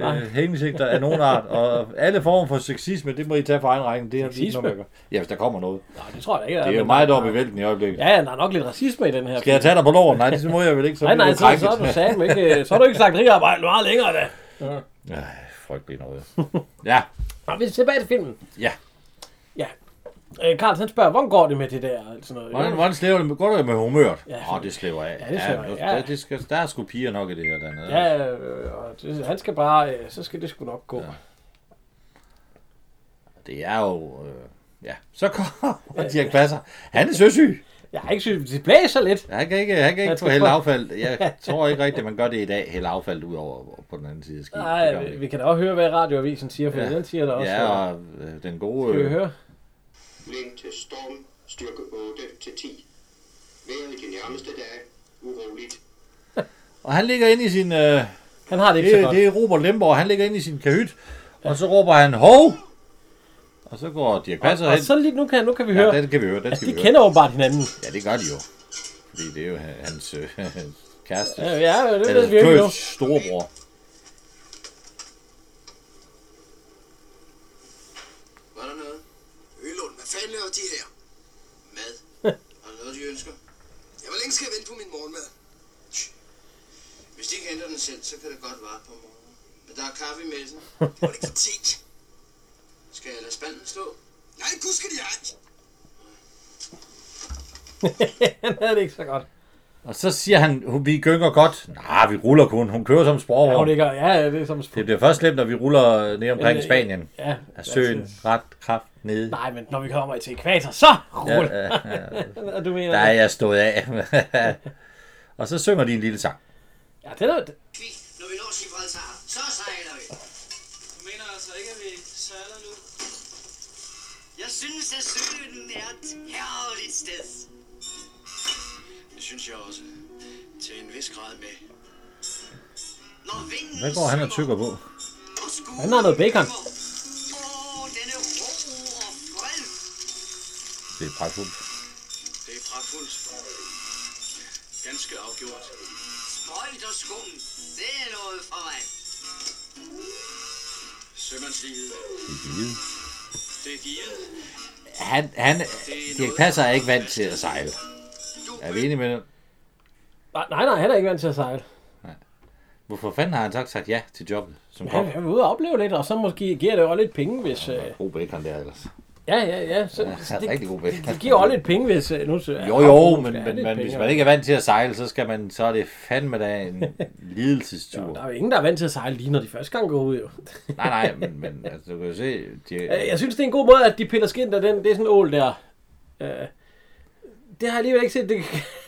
S1: Nej.
S2: hensigter af nogen art, og alle former for sexisme, det må I tage for egen regning. Det har vi ikke
S1: Sexisme?
S2: noget med at gøre. Ja, hvis der kommer noget.
S1: Nå, det tror jeg da ikke.
S2: Det er jo meget oppe i vælten i øjeblikket.
S1: Ja, ja, der er nok lidt racisme i den her.
S2: Skal jeg tage dig på loven? Nej, det må jeg vel ikke, så
S1: Nej,
S2: bliver
S1: nej, så,
S2: du
S1: så er du
S2: krænket.
S1: sagde ikke... Øh, Så har du ikke sagt rigarbejde meget længere, da.
S2: Ej, frygteligt noget. Ja,
S1: Nå, vi er tilbage til filmen.
S2: ja.
S1: Ja. Øh, Karl, han spørger, hvordan går det med det der? Sådan noget.
S2: Hvordan, hvordan slæver det med, går det med humøret?
S1: Ja,
S2: Åh, oh, det slæver af.
S1: Ja, det slæver af,
S2: nu-
S1: ja.
S2: Der, det skal, der er sgu piger nok i det her dernede.
S1: Ja, øh, og det, han skal bare... Øh, så skal det sgu nok gå. Ja.
S2: Det er jo... Øh, ja, så kommer Dirk Passer. Han er søsyg.
S1: Jeg har ikke synes, det blæser lidt.
S2: Han kan ikke, han kan ikke
S1: Jeg
S2: få
S1: tror-
S2: hælde affald. Jeg tror ikke rigtigt, man gør det i dag. Hælde affald ud over på den anden side af skibet. Det gør
S1: Nej,
S2: man
S1: vi,
S2: ikke.
S1: vi kan da også høre, hvad radioavisen siger, for
S2: Ja.
S1: ja. den siger der også.
S2: Ja,
S1: Ja,
S2: og øh, den gode...
S1: Skal vi
S2: Øh,
S1: høre?
S7: Vind til storm, styrke 8 til 10. Vejret de nærmeste dage, uroligt.
S2: og han ligger inde i sin... Øh,
S1: Han har det ikke
S2: det,
S1: så godt.
S2: det er Robert Lemborg. Han ligger inde i sin kahyt. Og så råber han, hov! Og så går Dirk Passer
S1: og
S2: hen.
S1: så lige nu kan, nu kan vi høre.
S2: Ja, den kan vi høre. Den
S1: altså,
S2: skal
S1: de
S2: vi høre.
S1: kender åbenbart hinanden.
S2: Ja, det gør de jo. Fordi det er jo hans øh, kæreste.
S1: Ja, ja det
S2: Eller
S1: ved vi jo ikke nu.
S2: Køs storebror.
S5: Var der noget?
S3: Ølund, hvad fanden laver de her?
S5: Mad. Har du noget, de ønsker?
S3: Ja, hvor længe skal jeg vente på min morgenmad?
S5: Hvis de ikke henter den selv, så kan det godt vare på morgenen. Men der er kaffe i messen.
S3: Må det ikke te?
S5: Skal jeg lade spanden stå?
S3: Nej, gud skal de ej.
S1: han havde det ikke så godt.
S2: Og så siger han, vi gynger godt. Nej, vi ruller kun. Hun kører som
S1: Ja, hun
S2: sporvogn.
S1: ikke, ja, det er som
S2: Det bliver først slemt, når vi ruller ned omkring
S1: Øh,
S2: Spanien.
S1: Ja, altså-
S2: Er søen ret kraft nede?
S1: Nej, men når vi kommer til ekvator, så
S2: Ja,
S1: ruller.
S2: ja, ja.
S1: Ja, du mener,
S2: Der er jeg stået af. og så synger de en lille sang.
S1: ja, det er det.
S6: Kvik, når vi når Gibraltar, så sejler vi.
S5: Du mener altså ikke, at vi sejler nu?
S6: Jeg synes, at søen er et herligt sted.
S5: Det synes jeg også. Til en vis grad med.
S6: Når vinden
S2: Hvad går han og
S6: synger,
S2: tykker på?
S6: og skuen
S1: Han har noget bacon.
S6: synger. Åh, denne ro og fred.
S2: Det er pragtfuldt.
S5: Det er pragtfuldt. Ganske afgjort.
S6: Sprøjt og skum, det er noget for mig.
S5: Sømandslivet,
S2: Det er givet.
S5: det er givet.
S2: Han, han, Dirk Passer er ikke vant til at sejle. Er vi enige med det?
S1: Nej, nej, nej, han er ikke vant til at sejle.
S2: Hvorfor fanden har han sagt, sagt ja til jobbet som
S1: Han
S2: kok?
S1: er ude og opleve lidt, og så måske giver det jo også lidt penge, hvis... Øh,
S2: God bacon der ellers.
S1: ja, ja, ja. Så, ja,
S2: Ja, rigtig god bacon.
S1: Det giver jo også lidt penge, hvis... øh, Nu, så,
S2: Jo, jo, men, men, men hvis man ikke er vant til at sejle, så, skal man, så er det fandme da en lidelsestur.
S1: Der er jo ingen, der er vant til at sejle lige, når de første gang går ud, jo.
S2: Nej, nej, men, men altså, du kan jo se... De,
S1: Øh, Jeg synes, det er en god måde, at de piller skind af den. Det er sådan en ål der. Øh, det har jeg alligevel ikke set, det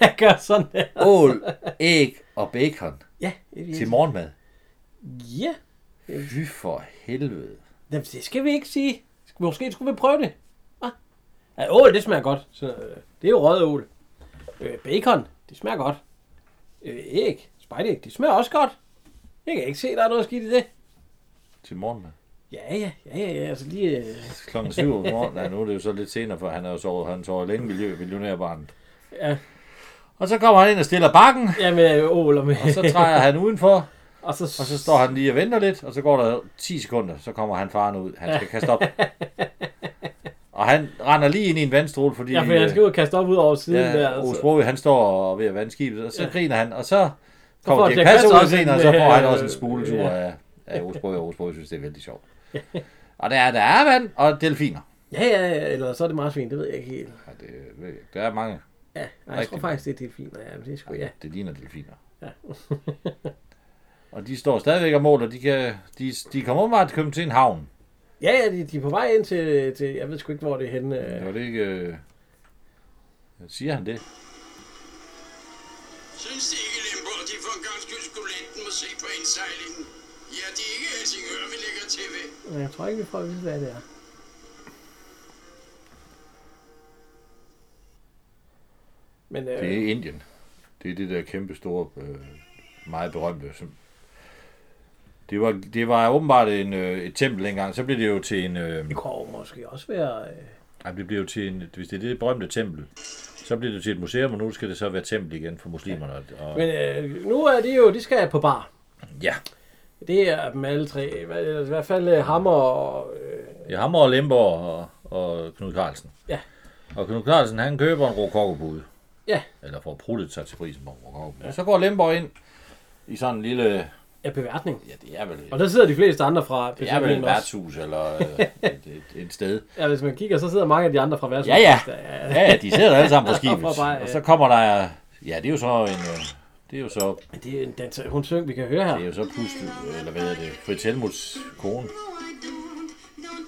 S1: kan gøre sådan der.
S2: Ål, æg og bacon
S1: Ja, et lille-
S2: til morgenmad.
S1: Ja,
S2: Fy for helvede.
S1: Jamen, det skal vi ikke sige. Måske skulle vi prøve det. Hva? Ja, ål, det smager godt. Så, øh, det er jo røget ål. Øh, bacon, det smager godt. Øh, æg, spejlæg, det smager også godt. Jeg kan ikke se, der er noget skidt i det.
S2: Til morgenmad.
S1: Ja, ja, ja, ja, ja, altså lige... Øh,
S2: Klokken 7 om morgenen. Nej, nu er det jo så lidt senere, for han har jo sovet, han sover længe miljø, millionærbarnet.
S1: ja,
S2: Og så kommer han ind og stiller bakken,
S1: ja, med ål og med...
S2: og så træder han udenfor,
S1: og så,
S2: og så står han lige og venter lidt, og så går der 10 sekunder, så kommer han faren ud. Han skal kaste op. Og han render lige ind i en vandstråle, fordi... øh,
S1: Ja, for han skal ud og kaste op ud over siden ja, der.
S2: Ja,
S1: Altså.
S2: Osbro, han står og er ved at vande skibet, og så ja. griner han, og så
S1: får
S2: kommer Dirk
S1: Dirch
S2: Passer
S1: Passer
S2: ud
S1: også
S2: senere, og
S1: en,
S2: så får han
S1: øh,
S2: også en spuletur
S1: ja.
S2: af, af Osbro, og Osbro synes, det er vældig sjovt. Og der er, der er vand og delfiner.
S1: Ja, ja, ja, eller så er det marsvin, det ved jeg ikke helt.
S2: Ja, det, ved jeg ikke. der er mange.
S1: Ja, nej, jeg tror
S2: Rigtig.
S1: faktisk, det er delfiner. Ja, men det er sgu, ja.
S2: Det ligner delfiner.
S1: Ja.
S2: og de står stadigvæk og måler. De, kan, de, de kommer åbenbart komme til en havn.
S1: Ja, ja, de, de er på vej ind til, til... Jeg ved sgu ikke, hvor det er henne.
S2: Ja.
S1: øh.
S2: Var det ikke... Øh... Siger han det?
S5: Synes de ikke, Lemborg, de for en gang skyld skulle lade den må se på indsejlingen? Ja, det er ikke Helsingør, vi lægger til ved.
S1: Men Jeg tror ikke, vi får at vide, hvad det er. Men øh,
S2: Det er Indien. Det er det der kæmpe store, øh, meget berømte. Som... Det, var, det var åbenbart en, øh, et tempel engang. Så blev det jo til en... Øh...
S1: det kunne jo måske også være... Øh,
S2: Ej, det blev jo til en... Hvis det er det berømte tempel, så blev det jo til et museum, og nu skal det så være tempel igen for muslimerne. Og...
S1: men øh, nu er de jo... De skal på bar.
S2: Ja.
S1: Det er dem alle tre. Hva- eller I hvert fald øh, Hammer og... Øh,
S2: Ja, Hammer og Lemborg og, og Knud Carlsen.
S1: Ja.
S2: Og Knud Carlsen, han køber en rokokobude.
S1: Ja.
S2: Eller får pruttet sig til prisen på en rokokobude. Ja. Så går Lemborg ind i sådan en lille...
S1: er beværtning.
S2: Ja, det er vel,
S1: Og der sidder de fleste andre fra
S2: det er vel et
S1: også.
S2: værtshus eller øh, et, et, et, sted.
S1: Ja, hvis man kigger, så sidder mange af de andre fra værtshuset.
S2: Ja, ja.
S1: Der, ja.
S2: Ja, ja, de sidder alle sammen på skibet.
S1: Og bare, ja.
S2: Og så kommer der... Ja, det er jo så en... øh, Det er jo så,
S1: Men Det er en dans, hun synger, vi kan høre her.
S2: det er jo så pludselig, eller hvad hedder det, Fritz Helmuts kone,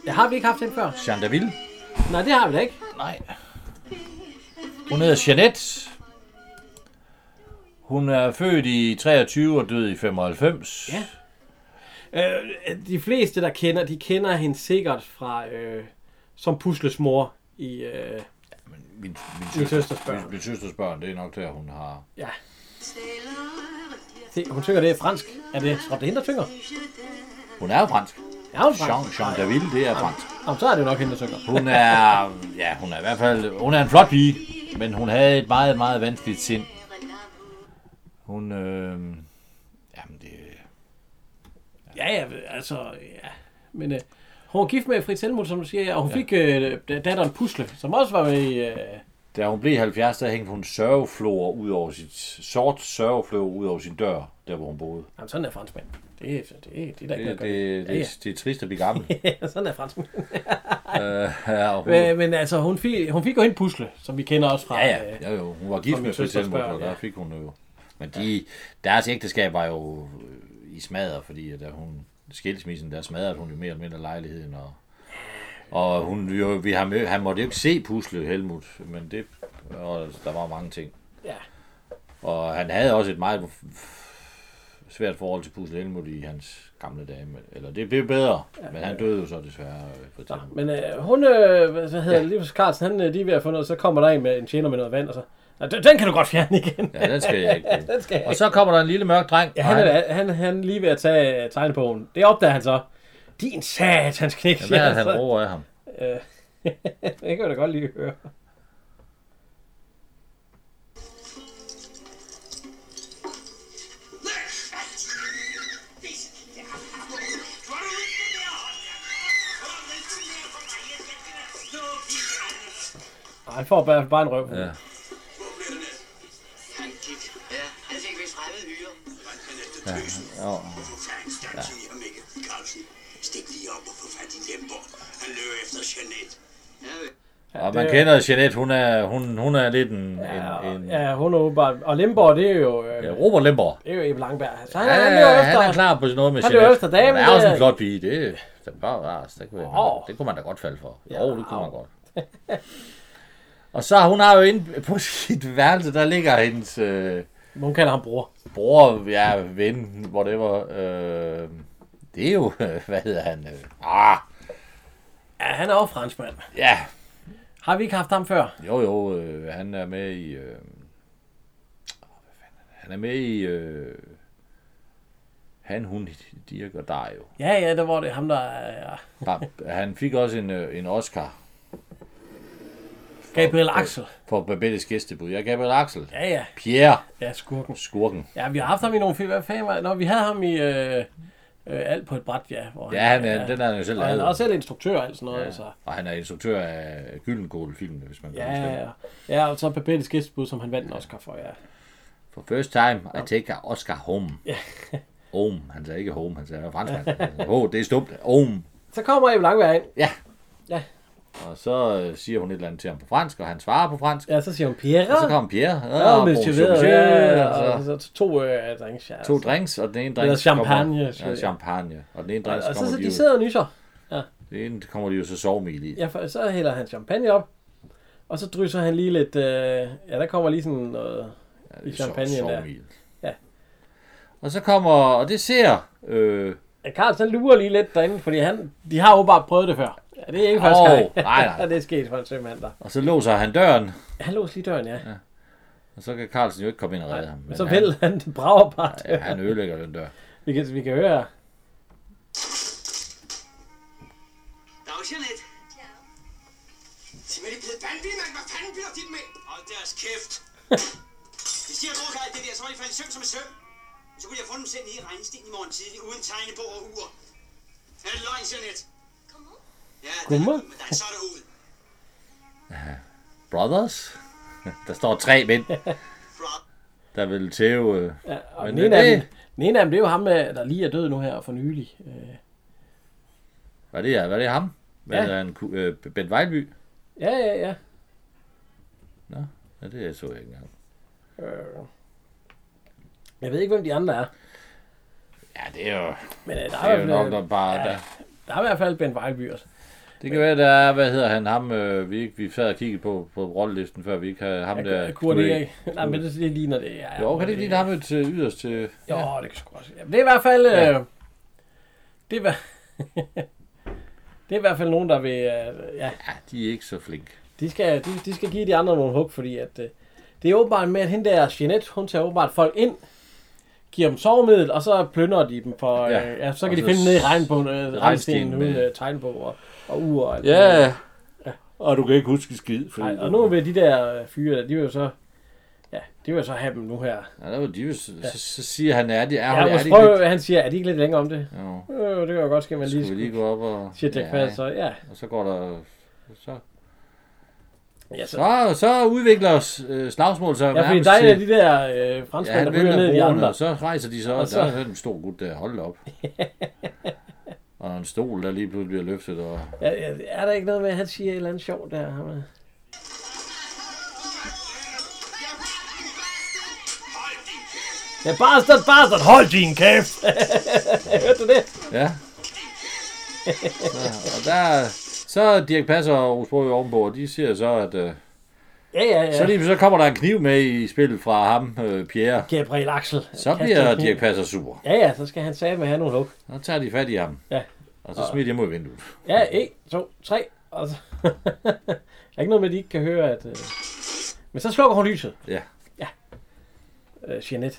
S1: Ja, har vi ikke haft den før?
S2: Jean Daville.
S1: Nej, det har vi da ikke.
S2: Nej. Hun hedder Jeanette. Hun er født i 23 og død i 95.
S1: Ja. Øh, de fleste, der kender, de kender hende sikkert fra... Øh, som Pusles mor i... Øh,
S2: Min, min,
S1: Min
S2: søster,
S1: søsters børn.
S2: Min, min søsters børn, det er nok der, hun har...
S1: ja. Se, hun synger det er fransk. Er det Rob hende, der synger?
S2: Hun er jo fransk.
S1: Ja, hun er
S2: Jean,
S1: fransk.
S2: Jean Daville, det er fransk.
S1: Jamen, så er det jo nok hende, der synger.
S2: Hun er... Ja, hun er i hvert fald... Hun er en flot pige, men hun havde et meget, meget vanskeligt sind. Hun... Øh, jamen, det...
S1: Ja, ja, altså, ja. Men øh, hun var gift med Fritz Helmut, som du siger, ja, og hun ja. fik øh, datteren Pusle, som også var med i... Øh,
S2: Da hun blev 70, der hængte hun sørgeflor ud over sit... Sort sørgeflor ud over sin dør, der hvor hun boede.
S1: jamen, sådan er franskmænd. Det, er- det, det, det er der ikke noget at
S2: Det, det, det,
S1: Ja,
S2: det, det er trist at blive gammel.
S1: gøre. Ja, sådan er franskmænd.
S2: øh, ja, og hun, ja,
S1: Men, men altså, hun fik, hun fik jo hende Pusle, som vi kender også fra...
S2: ja,
S1: øh,
S2: ja, jo, hun var gift
S1: min
S2: med Fritz
S1: søsters
S2: Helmut,
S1: børn,
S2: og der
S1: ja.
S2: fik hun jo. Men de, deres ægteskab var jo øh, i smadret, fordi at da hun skilsmissen, der smadrede hun jo mere eller mindre lejligheden. Og, og hun, jo, vi har mø, han måtte jo ikke se puslet Helmut, men det, og der var mange ting.
S1: ja.
S2: Og han havde også et meget f- f- svært forhold til Pusle Helmut i hans gamle dage. men- Eller det blev bedre, men han døde jo så desværre. øh, Fritz Helmuth.
S1: Men øh, hun, øh, hvad hvad hedder ja. Livs Carlsen, han øh, de er ved at få noget, så kommer der en med en tjener med noget vand, og så, "Nå, den den kan du godt fjerne igen.
S2: Ja, den skal jeg ikke. bruge.
S1: den skal jeg
S2: Og så kommer der en lille mørk dreng.
S1: Ja,
S2: og
S1: han, er, han, han er lige ved at tage øh, tegnebogen. Det opdager han så. Din satans knæk,
S2: Hvad er det, han
S1: så.
S2: roer af ham?
S1: Øh, det kan jeg da godt lige høre. Ej, han får bare, bare en røv.
S2: Ja.
S1: Ja.
S6: Han gik. Ja, han fik vist fremmed hyre.
S2: Ja.
S5: Ja. Siger Mikkel Carlsen. Stik lige op og få fat i Lemborg. Han løber efter Jeanette.
S6: Ja,
S2: Og man
S1: det-
S2: kender Jeanette, hun er, hun, hun er lidt en...
S1: Ja,
S2: en, en ja.
S1: ja, hun er åbenbart. Og Limborg, det er jo... Øh,
S2: Robert Lemborg.
S1: Det er jo Ebbe Langberg. Så han,
S2: Ja,
S1: han, han,
S2: ja, han er
S1: han,
S2: klar på noget med
S1: Han løber
S2: Jeanette.
S1: efter damen,
S2: Hun er også
S1: det-
S2: en flot pige. Det, det er bare rart. Det kunne,
S1: Åh.
S2: oh. det kunne man da godt falde for. Jo, det kunne man godt. Og så hun har jo inde på sit værelse, der ligger hendes øh,
S1: Hun kalder ham bror.
S2: bror, ja, ven, whatever. Øh, det er jo, øh, hvad hedder han? Øh, ah,
S1: Ja, han er også franskmand.
S2: ja,
S1: Har vi ikke haft ham før?
S2: jo jo, øh, han er med i... Øh, åh, hvad fanden er det? han er med i... Øh, han, hun, Dirk og der jo.
S1: Ja, ja, der var det ham, der... øh, Ja.
S2: Der- Han fik også en, øh, en Oscar
S1: Gabriel Axel.
S2: for Babettes gæstebud. Ja, Gabriel Axel.
S1: Ja, ja.
S2: Pierre,
S1: Ja, skurken.
S2: skurken.
S1: Ja, vi har haft ham i nogle film. Hvad fanden var det? Nå, vi havde ham i... Øh, øh, alt på et bræt, ja. Hvor
S2: Ja, han, er, den er han jo selv
S1: Og han er
S2: lavet.
S1: også selv instruktør og alt sådan noget. Ja. Altså.
S2: Og han er instruktør af Gyldenkål-filmene, hvis man kan
S1: Ja,
S2: huske
S1: ja,
S2: det.
S1: ja. ja, og så Babettes gæstebud, som han vandt en Oscar for, ja.
S2: For first time, I take Oscar home. Home. Han sagde ikke home, han sagde franskmand. Åh, det er stumt. Home.
S1: Så kommer Ebbe Langberg ind.
S2: Ja.
S1: Ja.
S2: Og så øh, siger hun et eller andet til ham på fransk, og han svarer på fransk.
S1: Ja, så siger hun
S2: Og så
S1: Pierre.
S2: kommer Pierre.
S1: Ja,
S2: "Ah,
S1: med
S2: bonjour,
S1: chiveret,
S2: monsieur."
S1: ja,
S2: Og
S1: og
S2: så
S1: så to øh, drinks, ja.
S2: To drinks, og den ene drink...
S1: Eller champagne,
S2: Kommer,
S1: siger
S2: ja,
S1: jeg.
S2: champagne. Og den ene
S1: Og,
S2: drink, så
S1: og så,
S2: kommer
S1: så
S2: de,
S1: de
S2: jo,
S1: sidder og nyser.
S2: den ene kommer de jo så sovemil i.
S1: Ja, for, så hælder han champagne op. Og så drysser han lige lidt... Øh, ja, der kommer lige sådan noget ja, i
S2: Så-
S1: champagne der.
S2: sovemil.
S1: Ja.
S2: Og så kommer... Og det ser... Øh,
S1: Ja, Carl, så lurer lige lidt derinde, fordi han, de har åbenbart prøvet det før. Ja, det er ikke første
S2: Åh,
S1: gang.
S2: nej, nej.
S1: Ja, det er sket for en sømand der.
S2: og så låser han døren,
S1: Han låser lige døren, ja. ja
S2: og så kan Carlsen jo ikke komme ind og redde ham.
S1: men så
S2: han,
S1: vælger han den braver bare
S2: ja, han ødelægger den dør.
S1: vi, kan, vi kan høre her.
S5: Dag, Jeanette. Simpelthen blevet vanvittig, mand. Hvad fanden bliver dit med? Hold deres kæft.
S6: Hvis de har drukket alt det der, så var de faldet i søvn som en søvn. Så kunne jeg få dem sendt i regnsten i morgen tidlig, uden tegnebog og ur. Er det løgn, Jeanette? Ja, det
S1: Godmorgen.
S6: er, men der er så derud.
S2: Brothers? Der står tre mænd, der vil tæve... øh,
S1: Ja, og
S2: Men
S1: den ene,
S2: det-
S1: af dem, den ene af dem, det er jo ham, øh, der lige er død nu her for nylig. Øh,
S2: Hvad det er, hvad det er ham? Hvad
S1: Ja.
S2: ja. er han? Ku- Øh, Bent Vejlby?
S1: Ja, ja, ja.
S2: Ja, det så jeg ikke engang.
S1: Øh. Jeg ved ikke, hvem de andre er.
S2: Ja, det er jo,
S1: Men øh, der,
S2: det
S1: er,
S2: er
S1: i
S2: jo
S1: hvert fald-
S2: nok der bare...
S1: ja.
S2: Ja. Der.
S1: der er i hvert fald Ben Vejlby også.
S2: Det kan være, der er, hvad hedder han, ham, øh, vi, ikke, vi sad og kiggede på, på rollelisten, før vi ikke havde ham der...
S1: Jeg kunne det
S2: Knudrik.
S1: ikke. Nej, men det, det ligner det. Ja,
S2: Jo, kan det ikke lide ham et til yderst til...
S1: Jo, det kan sgu også. Ja, men det er i hvert fald...
S2: Ja.
S1: Øh, det, er, hver- det er i hvert fald nogen, der vil... Øh, ja,
S2: Ja, de er ikke så flink.
S1: de skal, de, de skal give de andre nogle hug, fordi at, øh, det er åbenbart med, at hende der Jeanette, hun tager åbenbart folk ind, giver dem sovemiddel, og så plønder de dem for... Øh, ja.
S2: Ja.
S1: ja, så
S2: Og
S1: kan de
S2: så
S1: finde dem ned i
S2: s-
S1: regnbogen, øh, regnstenen
S2: regnstenen
S1: uden
S2: med-
S1: øh, tegnbog og, og ur og alt muligt.
S2: Ja, og du kan ikke huske skid, fordi...
S1: Nej, og nu vil de der øh, fyre, der, de vil jo så... Ja, de vil jo så have dem nu her.
S2: Ja, der var de, jo- så, så, så siger han, er de, er,
S1: Ja,
S2: ja, er
S1: ja
S2: de
S1: prøv,
S2: lidt...
S1: han siger, er de ikke lidt længere om det?
S2: Jo,
S1: Øh, det kan jo godt ske, man lige
S2: skulle vi lige
S1: skulle...
S2: gå op og...
S1: Siger Jack ja. så ja.
S2: Og så går der... Så,
S1: Ja, så,
S2: så, så udvikler s- øh, slagsmål sig
S1: ja fordi
S2: nærmest
S1: der er en af
S2: til-
S1: de der øh, franskmænd,
S2: Ja,
S1: der
S2: han
S1: ryger ned
S2: vælter
S1: i de
S2: brugerne,
S1: andre.
S2: og så rejser de så, og
S1: Og
S2: der er en stor gut der, hold da op. og en stol, der lige pludselig bliver løftet, og
S1: Ja, ja, er der ikke noget med, at han siger et eller andet sjovt der? ham her?
S5: Hold din kæft.
S1: Ja, bastard, bastard, hold din kæft! Hørte du det?
S2: ja. ja og der, så er Dirk Passer og Osbro ovenpå, og de siger så, at øh,
S1: Ja, ja, ja.
S2: så, lige, så kommer der en kniv med i spillet fra ham, øh, Pierre.
S1: Gabriel Axel.
S2: Så bliver Dirk Passer sur.
S1: Ja, ja, så skal han sige med have nogle hug.
S2: Så tager de fat i ham.
S1: Ja.
S2: Og så smider de ham ud af vinduet.
S1: Ja, 1, 2, 3, og så... der er ikke noget med, at de ikke kan høre, at... Øh... Men så slukker hun lyset.
S2: Ja.
S1: Ja. Øh, Jeanette.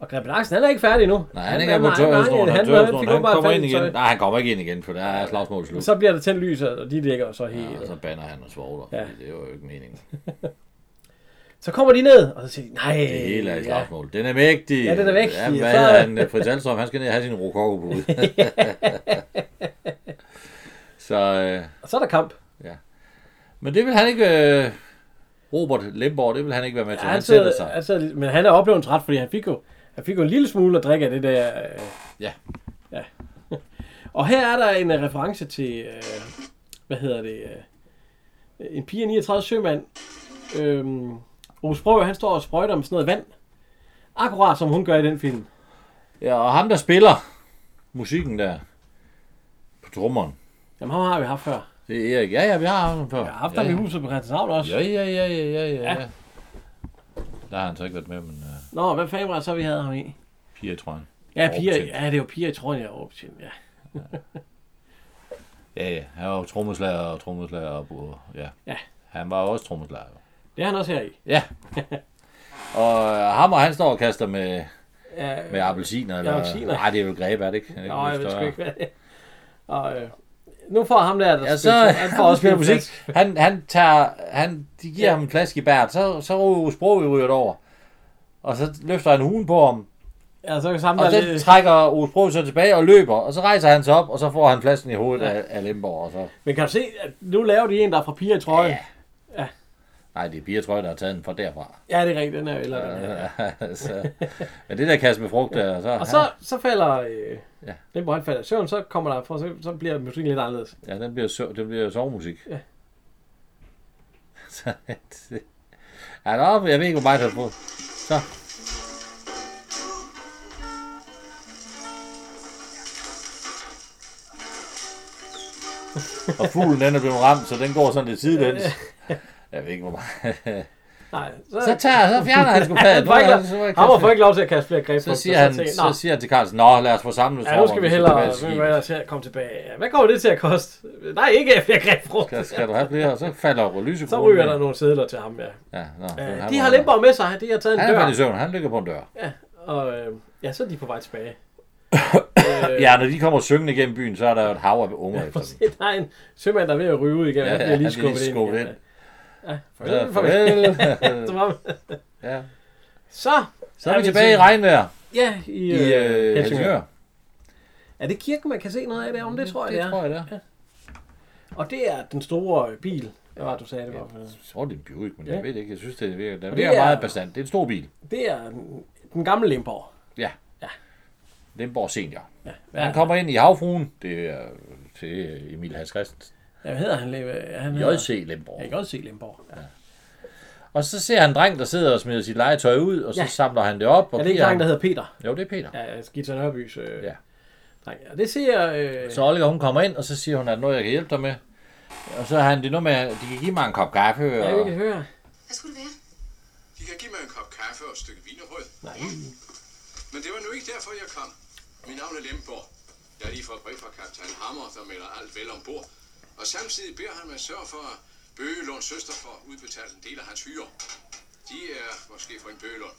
S1: Og Gabriel Axel, han er ikke færdig endnu.
S2: Nej, han er ikke på
S1: han,
S2: tøjhøjsnoren.
S1: han,
S2: Han,
S1: han,
S2: tørrer
S1: han,
S2: snoren.
S1: fik
S2: han,
S1: åbenbart
S2: kommer
S1: fat
S2: ind
S1: i
S2: igen.
S1: tøjet.
S2: Nej, han kommer ikke ind igen, for der er slagsmålet slut.
S1: Så bliver der tændt lys, og de ligger så helt...
S2: Ja, og så banner han og svogler.
S1: Ja.
S2: Ja. Det er jo ikke meningen.
S1: Så kommer de ned, og så siger de, nej,
S2: Det hele er i
S1: Øh, ja.
S2: slagsmål. Den er vægtig.
S1: Ja, den er vægtig.
S2: Ja, hvad
S1: Så-
S2: hedder han? Fritz Alstrøm, han skal ned og have sin rokoko på ud. så, øh,
S1: Og så er der kamp.
S2: men det vil han ikke... Øh, Robert Lemborg, det vil han ikke være med
S1: Ja,
S2: til.
S1: han
S2: han sætter
S1: sidder,
S2: sig.
S1: han sidder, lidt- men han er oplevet ret, fordi han fik jo, han fik jo en lille smule at drikke af det der... Øh,
S2: Ja.
S1: ja. og her er der en øh, reference til, øh, hvad hedder det, øh, en pige af 39 sømand. Øhm, Rose Brøger, han står og sprøjter med sådan noget vand. Akkurat som hun gør i den film.
S2: Ja, og ham, der spiller musikken der på trommeren,
S1: Jamen, ham har vi haft før.
S2: Det er Erik. Ja, ja, vi har haft ham før.
S1: Jeg har haft ham i huset på Christianshavn også.
S2: Ja, ja, ja, ja, ja, ja,
S1: Ja.
S2: ja. Der har han så ikke været med, men uh,
S1: Nå, hvad fanden var det så, vi havde ham i?
S2: Pia, tror jeg.
S1: Ja, piger,
S2: Overbetjent.
S1: ja det var piger, jeg tror, jeg er overbetjent, ja.
S2: Ja, ja. Han var jo trommeslager og trommeslager og bur. Ja.
S1: Ja.
S2: Han var jo også trommeslager. jo.
S1: Det er han også her i.
S2: Ja. og øh, ham og han står og kaster med,
S1: Ja,
S2: med appelsiner. Eller,
S1: appelsiner.
S2: Nej, det er jo greb, er det ikke? Er det ikke
S1: Nå, jeg
S2: lidt
S1: ved sgu
S2: større?
S1: ikke, hvad det er. Og, øh, nu får ham der, der
S2: Ja, så
S1: spiller-
S2: han får også spillet musik.
S1: plads.
S2: Han, han tager, han, de giver
S1: Ja.
S2: ja. ham en flaske i bært, så, så ryger sproget ryger det over. Og så løfter han hugen på ham,
S1: Ja, så kan samme
S2: og
S1: der
S2: den
S1: lidt...
S2: trækker Osbro så tilbage og løber, og så rejser han sig op, og så får han pladsen i hovedet af, af Lemborg, og så...
S1: Men kan du se, at nu laver de en, der er fra piger, tror jeg.
S2: Nej, det er Pia Trøj, der har taget den fra derfra.
S1: Ja. ja, det er rigtigt, den er eller den her.
S2: så, men det der kasse med frugt der, så...
S1: Og så, så falder... Øh, ja.
S2: Ja.
S1: Den, hvor han falder i søvn, så kommer der... For, så, så bliver musikken lidt anderledes.
S2: Ja, den bliver, søv, den bliver sovemusik.
S1: Ja.
S2: så... det- Ja, nå, jeg ved ikke, hvor meget han har fået. Så. Og fuglen den er blevet ramt, så den går sådan lidt sidelæns. Jeg ved ikke, hvor meget.
S1: Nej, så...
S2: Så tager så fjerner han sgu fadet.
S1: han får ikke, lov, Hammer får ikke lov til at kaste flere greb på
S2: så
S1: den,
S2: siger han,
S1: tænker jeg,
S2: så
S1: "Nå,
S2: siger han til Carlsen, Nå, lad os få samlet
S1: Ja, nu skal
S2: trommerne,
S1: vi
S2: skal
S1: hellere nu
S2: tilbage til
S1: skal vi
S2: skibet."
S1: hellere til at komme tilbage. Hvad kommer det til at koste? Nej, ikke flere greb frugt.
S2: Skal, skal du have flere, og så falder lysekronen.
S1: Så ryger
S2: ned.
S1: der nogle sædler til ham, ja.
S2: Ja, nå,
S1: Øh,
S2: han
S1: de
S2: var-
S1: har Lemborg med sig, de har taget en
S2: Han er faldet i
S1: dør.
S2: søvn, han ligger på en dør.
S1: Og øh, ja, så er de på vej tilbage.
S2: Ja, når de kommer syngende igennem byen, så er der jo et hav af unger efter
S1: Prøv at
S2: dem.
S1: se, der er en sømand, der er ved at ryge ud igen.
S2: Ja,
S1: Ja, bliver
S2: han
S1: lige
S2: bliver
S1: skubbet
S2: lige
S1: ind.
S2: skubbet
S1: igen.
S2: ind.
S1: Ja,
S2: Ja,
S1: farvel. farvel.
S2: farvel.
S1: Som om-
S2: ja.
S1: så,
S2: Så er vi tilbage i regnvejr
S1: Ja, i,
S2: i øh, Helsingør. Mm,
S1: Er det kirken, man kan se noget af det om? Det tror jeg, det
S2: Det tror
S1: er.
S2: jeg, det er.
S1: Og det er den store bil. Hvad var det, du sagde, det var?
S2: Jeg tror, det er en Buick, men
S1: Ja.
S2: jeg ved det ikke. Jeg synes, det virker, den
S1: det
S2: virker
S1: er-
S2: meget bestand. Det er en stor bil.
S1: Det er den- den gamle Lemborg.
S2: Ja.
S1: Ja.
S2: Lemborg Senior.
S1: Ja,
S2: Han kommer ind i havfruen. Det er øh, til Emil Hans Christensen.
S1: Ja, hvad hedder han? Le- han hedder-
S2: J.C. Lemborg.
S1: Jeg kan godt se Lemborg. Ja.
S2: Og så ser han en dreng, der sidder og smider sit legetøj ud, og så
S1: Ja.
S2: ja. samler han det op. Og
S1: Er det ikke
S2: giver
S1: drengen, der
S2: ham-
S1: hedder Peter?
S2: Jo, det er Peter. Ja.
S1: Ja, Skitser Nørbys øh, ja.
S2: Ja.
S1: dreng. Ja, det ser... Øh,
S2: Så Olga, hun kommer ind, og så siger hun, at der er noget, jeg kan hjælpe dig med. Og så har han det noget med, at de kan give mig en kop kaffe.
S1: ja, vi
S2: Og...
S1: kan høre.
S4: Hvad skulle det være?
S5: De kan give mig en kop kaffe og et stykke vinerbrød. Nej. Men det var nu ikke derfor, jeg kom. Mit navn er Lemborg. Jeg har lige fået brev fra kaptajn Hammer, der melder alt vel ombord. Og samtidig beder han mig sørge for, at Bøgelunds søster får udbetalt en del af hans hyre. De er måske for en Bøgelund.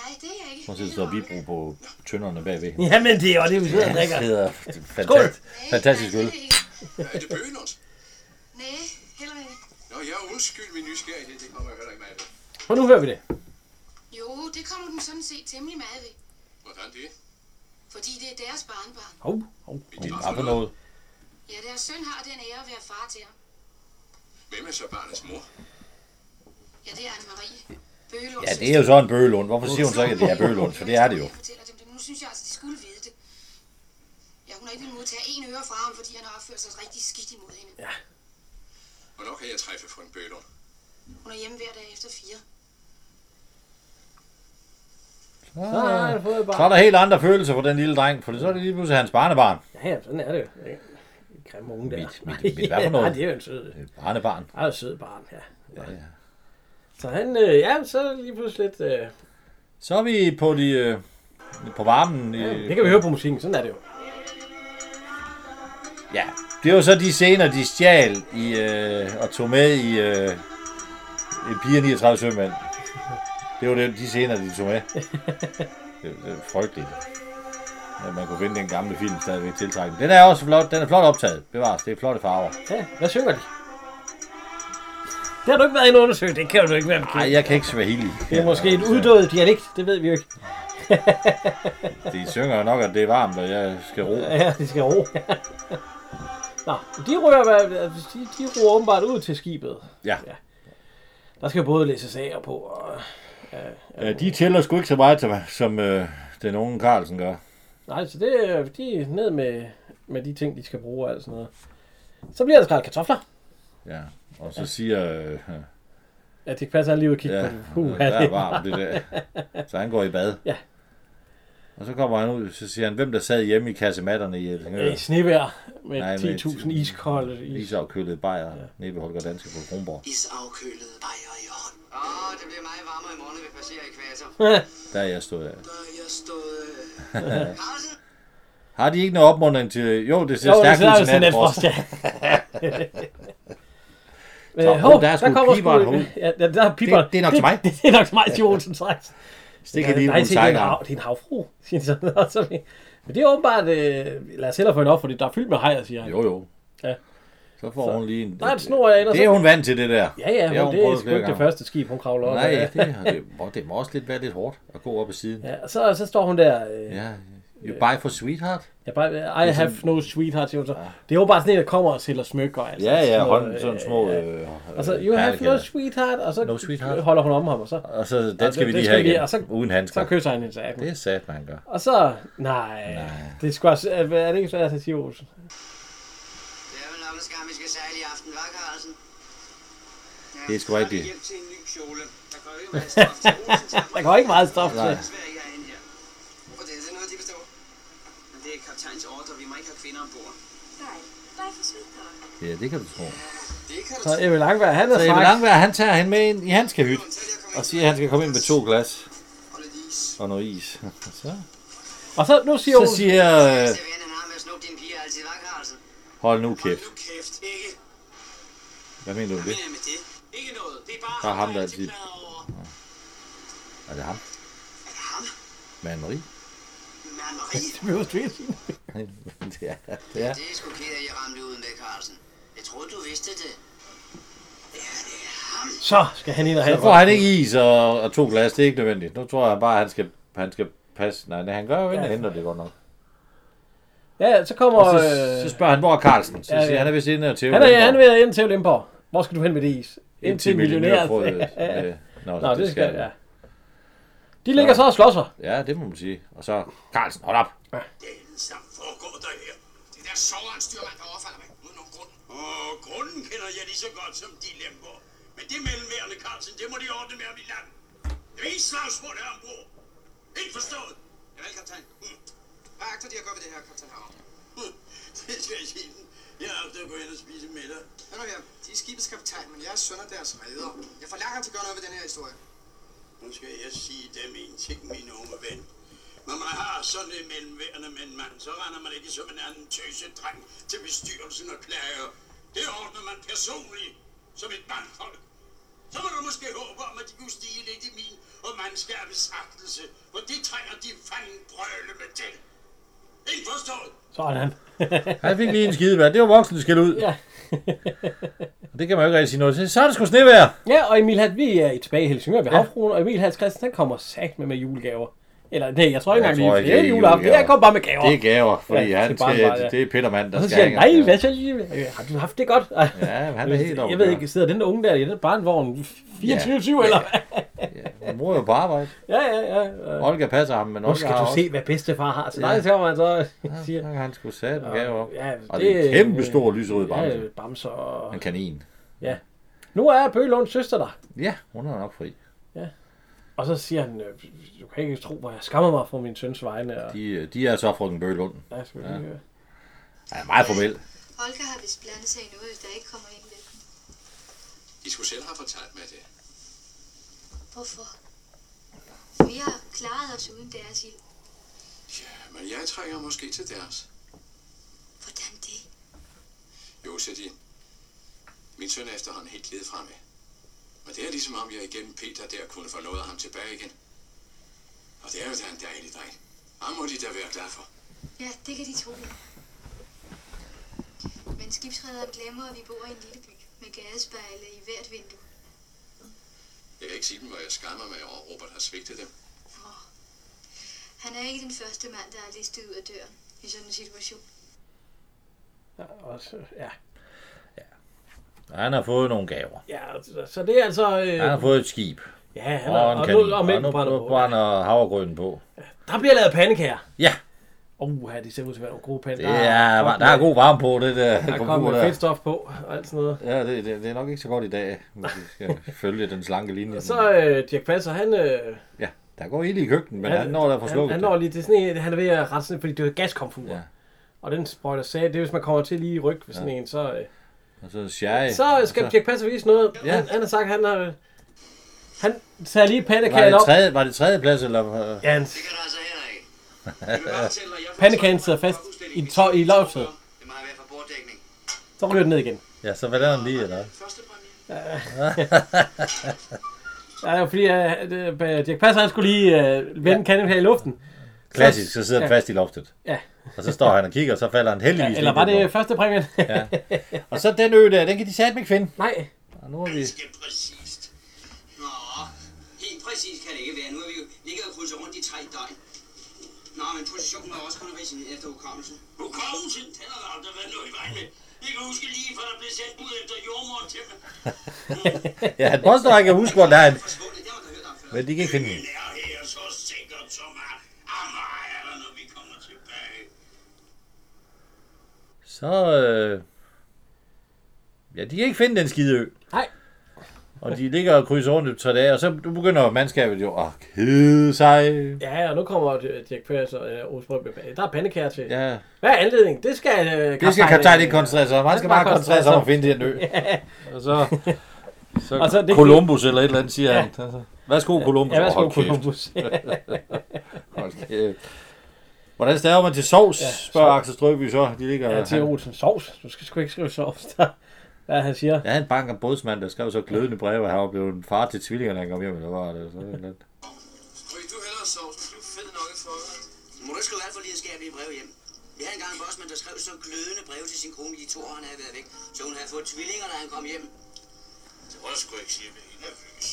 S4: Nej, det er jeg ikke.
S2: Hun sidder så vi bruger på tønderne bagved.
S1: Jamen, det er jo det, vi sidder og drikker.
S2: Det hedder fantastisk, fantastisk øl.
S5: Er det Bøgelunds?
S4: Nej, heller ikke.
S5: Nå, jeg er undskyld min nysgerrighed. Det kommer jeg heller ikke med af.
S1: Og nu hører vi det.
S4: Jo, det kommer den sådan set temmelig meget ved.
S5: Hvordan det?
S4: Fordi det er deres barnbarn.
S1: Hov, hov.
S2: Det er bare for noget.
S4: Ja, deres søn har den ære at være far til ham.
S5: Hvem er så barnets mor?
S4: Ja, det er Anne-Marie. Bøgelund.
S2: Ja, det er jo så en bøgelund. Hvorfor siger hun så ikke, at det er bøgelund? For det er det jo.
S4: Jeg fortæller dem det. Nu synes jeg altså, de skulle vide det. Ja, hun har ikke villet modtage en øre fra ham, fordi han har opført sig rigtig skidt imod hende.
S5: Hvornår kan jeg træffe for en Bøgelund?
S4: Hun er hjemme hver dag efter fire.
S1: Så har han fået
S2: Så
S1: bare...
S2: er der helt andre følelser for den lille dreng, for så er det lige pludselig hans barnebarn.
S1: Ja, ja, sådan er det jo. Ja, Grimme unge der.
S2: Mit- mit- mit hvad for noget?
S1: Ja, det er jo en sød.
S2: Et Øh, Barnebarn.
S1: Han er jo et sød barn, ja.
S2: Ja, ja.
S1: Så han, øh, ja, så er det lige pludselig lidt... Øh,
S2: Så er vi på de... øh, På varmen. I,
S1: det kan vi høre på musikken, sådan er det jo.
S2: Ja, det var så de scener, de stjal i, øh, og tog med i, øh, i Piger 39 Sømænd. Det var det, de scener, de tog med. Det, det er frygteligt. Ja, man kunne finde den gamle film stadigvæk tiltrækkende. Den er også flot, den er flot optaget. Bevares, det er flotte farver.
S1: Ja, hvad synger de? Det har du ikke været inde og undersøgt, det kan du ikke være
S2: Nej,
S1: bekendt.
S2: jeg kan ikke svahili.
S1: Det er måske et uddød dialekt, det ved vi jo ikke.
S2: De synger jo nok, at det er varmt, og jeg skal ro.
S1: Ja, de skal ro. Nå, de rører, hvad- altså, de, de ror åbenbart ud til skibet.
S2: Ja.
S1: Der skal både læse sager på, og...
S2: ja de tæller sgu ikke så meget, som, som øh, den unge Carlsen gør.
S1: Nej, så det, øh, de er ned med, med de ting, de skal bruge og alt sådan noget. Så bliver der skrælt kartofler.
S2: Ja. Og så siger... Øh, øh,
S1: Ja, det passer han lige ud og kigge
S2: ja, øh,
S1: på. den. Uh,
S2: der er
S1: det.
S2: varmt, det der. Så han går i bad. Og så kommer han ud, så siger han, hvem der sad hjemme i kassematterne i Helsingør.
S1: Øh, snevejr med
S2: Nej, men-
S1: 10.000 iskolde is.
S2: Isafkølet bajer ja. nede ved Holger Danske på Kronborg.
S5: Isafkølede bajer i hånden.
S6: Åh, det bliver meget varmere i morgen, når vi passerer ekvator.
S2: Der er jeg stået af.
S5: Der er jeg stået... øh,
S6: Carlsen,
S2: Har de ikke noget opmuntring til... Jo, det ser
S1: Jo, det
S2: stærkt
S1: ser
S2: ud
S1: jo
S2: til
S1: sådan lidt frost,
S2: natfrost.
S1: ja. Øh,
S2: Så,
S1: hov,
S2: hov, der er sgu piberen
S1: sgu-
S2: herude.
S1: Ja, der, der er piberen.
S2: Det- det er nok til mig.
S1: Det, det er nok til mig, siger Olsen 16.
S2: Det kan lige
S1: nej,
S2: nogle
S1: siger, det, er en hav,
S2: sejler.
S1: det er en havfru, siger han sådan. Og så- Men det er åbenbart, øh, lad os hellere få hende op, fordi der er fyldt med hajer, siger han.
S2: Jo, jo.
S1: Ja.
S2: Så får hun lige en...
S1: Der er en snor af, og
S2: Det
S1: så...
S2: er hun vant til, det der.
S1: Ja, ja,
S2: har
S1: men
S2: hun
S1: det er
S2: prøvet
S1: sgu
S2: flere
S1: ikke det
S2: gange.
S1: første skib, hun kravler op.
S2: Nej,
S1: af.
S2: det, har- det, må, det må også lidt være lidt hårdt at gå op ad siden.
S1: Ja, og så, så står hun der. Øh, ja.
S2: Ja. You buy for sweetheart?
S1: jeg bare, I have no sweetheart, siger hun så. Det er jo bare sådan en, der kommer og sælger smykker. og alt
S2: Ja,
S1: sådan
S2: ja,
S1: noget,
S2: hånden
S1: øh,
S2: sådan små...
S1: ja.
S2: Øh,
S1: Og så,
S2: øh,
S1: you have no
S2: perlekæder.
S1: sweetheart, og så
S2: No sweetheart.
S1: holder hun om ham, og så,
S2: Og så den
S1: Ja,
S2: skal vi
S1: det-
S2: lige
S1: det
S2: have
S1: skal vi-
S2: igen,
S1: og så-
S2: uden handsker.
S1: så kysser han hendes af
S2: Det er sat, man gør.
S1: Og så, nej, det er sgu også, er er det ikke svært at sige Olsen?
S6: det er vel nok en skam, vi skal sejle i aften, hva' Carlsen?
S2: Det er sgu rigtigt.
S5: Hjem til en ny kjole.
S6: Der går jo ikke meget stof til Olsen, så
S1: Der går ikke meget stof til.
S2: Nej.
S6: svært jeg er inde her. Og det er sådan noget, de forstår. Men det er kaptajns ordre, vi må ikke have kvinder ombord.
S4: Nej, bare for sweetheart.
S2: Ja, det kan du tro.
S6: Det kan du
S1: Så Emil Langberg, han er
S2: Så Ebbe
S1: straks.
S2: Langberg, han tager han med ind i hans kahyt
S6: fortælle, jeg kommer
S2: og siger, at han skal komme ind med to glas
S6: Og lidt is.
S2: og noget is. Så,
S1: Og så, nu siger
S2: så
S1: Olsen,
S2: siger øh,
S6: Det er vand, han har med at snuppe din pige altid, hva' Carlsen?
S2: hold nu kæft.
S5: Nu kæft, ikke?
S2: Hvad mener du med det?
S6: Hvad med det?
S5: Ikke noget. Det er bare
S2: Der er ham, der
S5: jeg
S2: altid-
S5: klager over.
S2: Er det ham?
S6: Er det ham?
S2: Mand Marie?
S6: Mand Marie?
S1: det behøver du ikke sige.
S2: det er, det er.
S6: Det er sgu ked af, at jeg ramte ud med, Carlsen. Jeg troede, du vidste det. Ja, det er ham.
S1: Så skal han ind og have
S2: Så får han ikke is og, og to glas, det er ikke nødvendigt. Nu tror jeg bare, at han skal, han skal passe. Nej, nej, han gør jo ikke,
S1: Ja.
S2: han henter det godt nok.
S1: Ja, så kommer,
S2: Og så,
S1: øh,
S2: så spørger han, hvor er Carlsen? Så
S1: Ja, ja.
S2: siger han, han er vist inde og tæve.
S1: han er,
S2: Lemborg.
S1: han er ved at ind til Limborg. Hvor skal du hen med det is? Ind til
S2: millionærfrøet.
S1: millionæret. Ja, ja.
S2: Øh, Nå,
S1: Nå, det skal, ja. De ligger så og slår sig.
S2: Ja, det må man sige. Og så, Carlsen, hold op.
S5: Den samme foregår der her. Det der sover en styrmand, der overfalder mig, uden nogen grund. Åh, grunden kender jeg lige så godt som de lemper. Men det mellemværende, Carlsen, det må de ordne med om i land. Det er en slagsmål her ombord. Helt forstået.
S6: Javel, kaptajn. Mm. Hvad agter de at gøre ved det her, kaptajn Havn?
S5: det skal jeg sige den. Jeg er aften at gå hen og spise middag.
S6: Hør nu her, de er skibets kaptajn, men jeg er søn af deres redder. Jeg forlanger til at gøre noget ved den her historie.
S5: Nu skal jeg sige dem en ting, min unge ven. Når man har sådan en mellemværende med en mand, så render man ikke som en anden tøsedreng til bestyrelsen og klager. Det ordner man personligt, som et mandfolk. Så må du måske håbe om, at de kunne stige lidt i min og mandskabets agtelse, for det trænger de fanden brøle med til. Ikke forstået?
S1: Sådan.
S2: Han fik lige en skidebær. Det var voksen, skal ud.
S1: Ja.
S2: Og det kan man jo ikke rigtig sige noget til. Så er det sgu snevejr.
S1: Ja, og Emil Hatt, vi er i tilbage i Helsingør ved ja. Havfruen, og Emil Hatt Christensen, han kommer sagt med med julegaver. Eller nej, jeg tror ikke
S2: Jeg
S1: engang
S2: tror
S1: lige,
S2: ikke,
S1: det er
S2: det er
S1: juleaften.
S2: julegaver.
S1: Jeg kommer bare med gaver.
S2: Det er gaver, fordi
S1: Ja,
S2: ja,
S1: til
S2: han skal,
S1: barnbarn, ja.
S2: det er Petermand, der
S1: Og så
S2: skal
S1: siger han,
S2: hænge op
S1: nej,
S2: der.
S1: hvad så? Øh, Har du haft det godt?
S2: Ja, men han er helt oppe
S1: Jeg
S2: at
S1: ved
S2: køre.
S1: ikke, sidder den der unge der i den barnvogn 24-7 eller hvad?
S2: Min mor er jo på arbejde.
S1: Ja, ja, ja. Øh,
S2: Olga passer ham, men
S1: Nu
S2: Olga
S1: skal
S2: har
S1: du
S2: også-
S1: se, hvad bedstefar har til
S2: Ja.
S1: dig, så man så
S2: Ja,
S1: siger.
S2: så kan han skulle sætte en gave op.
S1: Ja,
S2: Og det er en
S1: det-
S2: kæmpe stor lyserød bamse.
S1: Ja, bamser. og-
S2: En kanin.
S1: Nu er Bølunds søster der.
S2: Ja, hun er nok fri.
S1: Og så siger han, øh, du kan ikke tro, hvor jeg skammer mig for min søns vegne. Og,
S2: De, øh, de er så fra den bølund.
S1: ja, skal vi lige høre.
S2: Han er meget formel.
S4: Holger har vist blandet sig i noget, der ikke kommer ind ved dem.
S5: I skulle selv have fortalt mig det.
S4: Hvorfor? Vi har klaret os uden deres ild.
S5: Ja, men jeg trænger måske til deres.
S4: Hvordan det?
S5: Jo, siger de. Min søn er efterhånden helt givet fremme. Og det er ligesom om, jeg igennem Peter der kunne få lovet ham tilbage igen. Og det er jo da en dejlig dreng. Ham må de da være glad for.
S4: Ja, det kan de tro. Men skibsrederen glemmer, at vi bor i en lille by med gadespejle i hvert vindue.
S5: Jeg kan ikke sige dem, hvor jeg skammer mig over, at Robert har svigtet dem.
S4: Han er ikke den første mand, der er listet ud af døren i sådan en situation.
S1: Ja, og så, ja.
S2: Han har fået nogle gaver.
S1: ja, så- så det er altså... Øh,
S2: Han har fået et skib.
S1: ja, han
S2: Og
S1: er,
S2: en
S1: og,
S2: kanin.
S1: nu, og,
S2: Og
S1: mælken
S2: nu
S1: brænder
S2: nu
S1: på.
S2: brænder havregrøden på.
S1: Der bliver lavet pandekager.
S2: Ja,
S1: Åh, her, det ser ud til at være nogle gode pande.
S2: det er, der er god varme på det der.
S1: Der
S2: komfur
S1: kommer
S2: der.
S1: fedtstof på og alt sådan noget.
S2: Ja, det, det, det er nok ikke så godt i dag, men vi skal følge den slanke linje.
S1: Så øh, Dirk Passer, han, øh,
S2: Ja. Der går ild i køkkenet, men han, han når der for
S1: han,
S2: slukket.
S1: han, når lige, det er sådan en, han er ved at rense ned, fordi det er jo gaskomfur.
S2: Ja.
S1: Ja. Og den sprøjter sag, det er, hvis man kommer til lige i ryg ved sådan ja. en, så, øh,
S2: Og så sherry.
S1: så skal Jack Passer vise noget.
S2: Ja.
S1: Ja. Han, han, har sagt, han har... øh, Han tager lige
S2: var
S1: pandekagen
S2: det,
S1: op.
S2: tredje, var det tredje plads, eller? hvad?
S1: Ja, han,
S5: Det kan der altså heller ikke. Jeg vil bare fortælle dig, jeg får
S1: Pandekagen
S5: travlt,
S1: sidder
S5: jeg
S1: fast
S5: får fuldstændig
S1: i
S5: ikke
S1: tøj- i
S5: tid.
S1: lavsædet.
S5: Det må jeg være for borddækning.
S1: så ryger den ned igen.
S2: Ja, så hvad laver han lige, eller? hvad?
S5: Første premiere.
S1: Ja, det var fordi, at, øh, at Jack Passer, han skulle lige øh, vende ja. kanden her i luften.
S2: Klassisk, så sidder han
S1: Ja.
S2: fast i loftet.
S1: Ja.
S2: Og så står han og kigger, og så falder han heldigvis
S1: Eller
S2: lige
S1: var det
S2: ned.
S1: første præmien?
S2: Ja. Og så den ø der, den kan de satme ikke finde.
S1: Nej.
S2: Og nu er vi...
S5: Ganske præcist.
S6: Nå, helt præcis kan det ikke være. Nu har vi jo ligget og krydset rundt i tre døgn. Nå, men positionen er også kun resineret efter hukommelsen.
S5: Hukommelsen, den har der aldrig været noget i vejen med. Jeg kan huske lige, for der blev sendt ud efter jordmoren til mig.
S2: Ja, han påstår, at han kan huske, hvor der er en...
S6: Forsvundet, det har man da hørt om før.
S2: Men de kan ikke finde den.
S5: Den er her så sikkert som er Amager, når vi kommer tilbage.
S2: Så... Øh... Ja, de kan ikke finde den skide ø.
S1: Nej.
S2: Og de ligger og krydser rundt i tre dage, og så begynder mandskabet jo at kede sig.
S1: Ja, og nu kommer øh, Jack Passer og øh, Osbrøm. med- Der er pandekager til. Ja.
S2: Ja,
S1: Hvad er anledningen? Det skal øh,
S2: det skal
S1: kaptajnen-
S2: kaptajnen ikke koncentrere sig om. Han skal bare koncentrere sig om at finde den ø. Og så... Så,
S1: Og så det-
S2: Columbus eller et eller andet, siger ja. han. Altså, Værsgo, Columbus.
S1: Ja, hvad skal
S2: Åh, hold kæft.
S1: Columbus?
S2: Hold kæft. Hvordan stager man til sovs, ja,
S1: Ja,
S2: spørger Axel Strøby så. De ligger,
S1: Ja, til
S2: han,
S1: Olsen Sovs. Du skal sgu ikke skrive sovs der. Hvad han siger.
S2: ja, han banker en bådsmand, der skrev så glødende breve, og han var blevet en far til tvillingerne, han kom hjem, eller var det? Så er det lidt.
S5: Må du hellere sovsen? Du er fed nok i forhold.
S6: Må du skrive alt for lidenskabelige brev hjem? Vi havde engang en bossmand, der skrev så glødende brev til sin kone i de to år, han havde været væk, så hun havde fået tvillinger, da han kom hjem.
S5: Det var sgu ikke sige, at jeg er nervøs.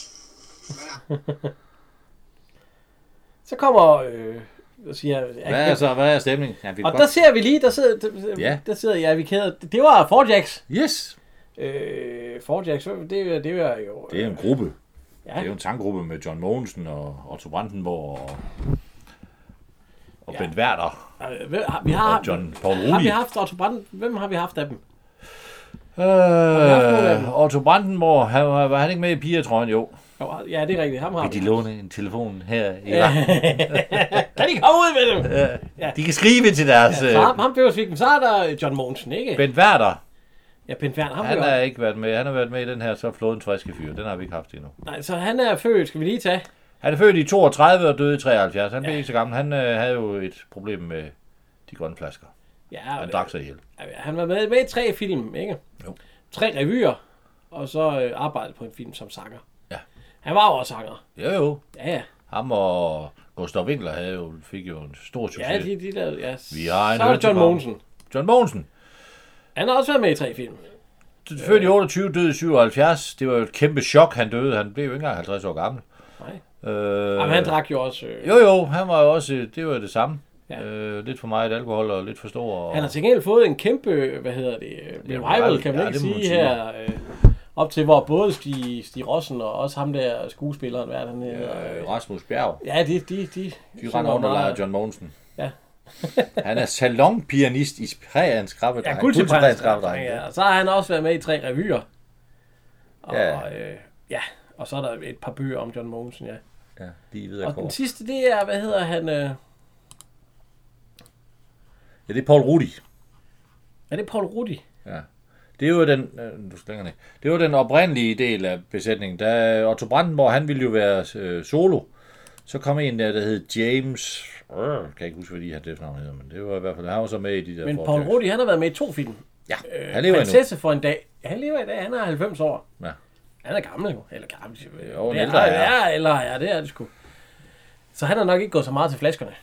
S1: Så kommer øh, og siger...
S2: Hvad er, så, hvad er stemningen? Ja, vi
S1: Og
S2: kan
S1: der
S2: godt...
S1: ser vi lige, der sidder, der,
S2: Ja.
S1: ja. der sidder jeg vi kæder. Det var Forjax.
S2: Yes!
S1: Øh, Forjax, det, er- det var jo...
S2: Det er en gruppe. Ja.
S1: Ja.
S2: Det er jo en tanggruppe med John Mogensen og Otto Brandenborg og, og ja. Bent Werther
S1: Øh, hvem, har, vi
S2: og
S1: har,
S2: John Paul Rudi.
S1: har vi haft Otto Brand? Hvem har vi haft af dem? haft nogen af dem?
S2: Øh, Otto Brandenborg, han, var var han ikke med i pigetrøjen? Jo.
S1: Jo, Ja, det er rigtigt. Ham har
S2: Vil de
S1: vi.
S2: låne en telefon her i
S1: Ja.
S2: ja.
S1: kan de komme ud med dem?
S2: De kan skrive til deres...
S1: Så
S2: Ja,
S1: ham, ham blev svigen. Så er der øh, John Mogensen, ikke?
S2: Bent Werther,
S1: ja, Ben Fern, ham
S2: han
S1: blev
S2: har ikke været med. Han har været med i den her så flåden friske fyr. Den har vi ikke haft endnu.
S1: Nej, så han er født, skal vi lige tage.
S2: Han er født i 32 og døde i 73. Han blev ikke så gammel. Han øh, havde jo et problem med de grønne flasker.
S1: Ja,
S2: Han
S1: øh,
S2: drak sig ihjel.
S1: han var med, med i tre film, ikke?
S2: Jo.
S1: Tre revyer, og så øh, arbejdede på en film som sanger.
S2: Ja.
S1: Han var jo også sanger.
S2: Jo jo.
S1: Ja, ja.
S2: Ham og Gustav Winkler havde jo, fik jo en stor succes.
S1: Ja, de, de lavede, ja.
S2: Vi har en
S1: så er det John
S2: høretilbage.
S1: Mogensen.
S2: John Mogensen.
S1: Han har også været med i tre film.
S2: Født i 28, døde i 77. Det var jo et kæmpe chok, han døde. Han blev jo ikke engang 50 år gammel.
S1: Nej.
S2: Øh,
S1: Jamen, han drak jo også. Øh,
S2: Jo, jo, han var jo også, det var det samme. Ja.
S1: Ja.
S2: Øh, lidt for meget alkohol og lidt for stor. Og...
S1: Han har til gengæld fået en kæmpe, hvad hedder det, øh,
S2: revival.
S1: revival, kan man
S2: Ja,
S1: ja, ikke
S2: det må man
S1: sige
S2: sige.
S1: her. Øh, op til, hvor både Stig, Stig Rossen og også ham der skuespilleren, hvad er det, han hedder?
S2: øh, Rasmus Bjerg.
S1: Ja, de, de, de,
S2: De render under lejer John Mogensen.
S1: Ja.
S2: han er salonpianist i Præans Krabbedreng.
S1: Ja, guld til
S2: Præans
S1: Prins. Ja, og så har han også været med i tre revyer. Og,
S2: Ja.
S1: ja. Øh, ja, og så er der et par bøger om John Mogensen, ja.
S2: ja, lige ved
S1: Og
S2: jeg
S1: den sidste, det er, hvad hedder han? Øh,
S2: Ja, det er Paul Rudi.
S1: er det Paul Rudi?
S2: Det er jo den, øh, du skal længere ned. det var den oprindelige del af besætningen. Da Otto Brandenborg, han ville jo være øh, solo, så kom en der, der hed James, øh, kan jeg ikke huske, hvad de her navn hedder, men det var i hvert fald, han var så med i de der
S1: Men
S2: Fort
S1: Paul
S2: Jackson.
S1: Rudi, han har været med i to film.
S2: Ja,
S1: Øh,
S2: han lever endnu.
S1: Prinsesse for en dag. Ja, han lever i dag, han er 90 år.
S2: Ja.
S1: Han er gammel jo. Eller gammel.
S2: Jo, en
S1: det
S2: ældre
S1: er,
S2: herre.
S1: ja, eller ja, det er det sgu. Så han har nok ikke gået så meget til flaskerne.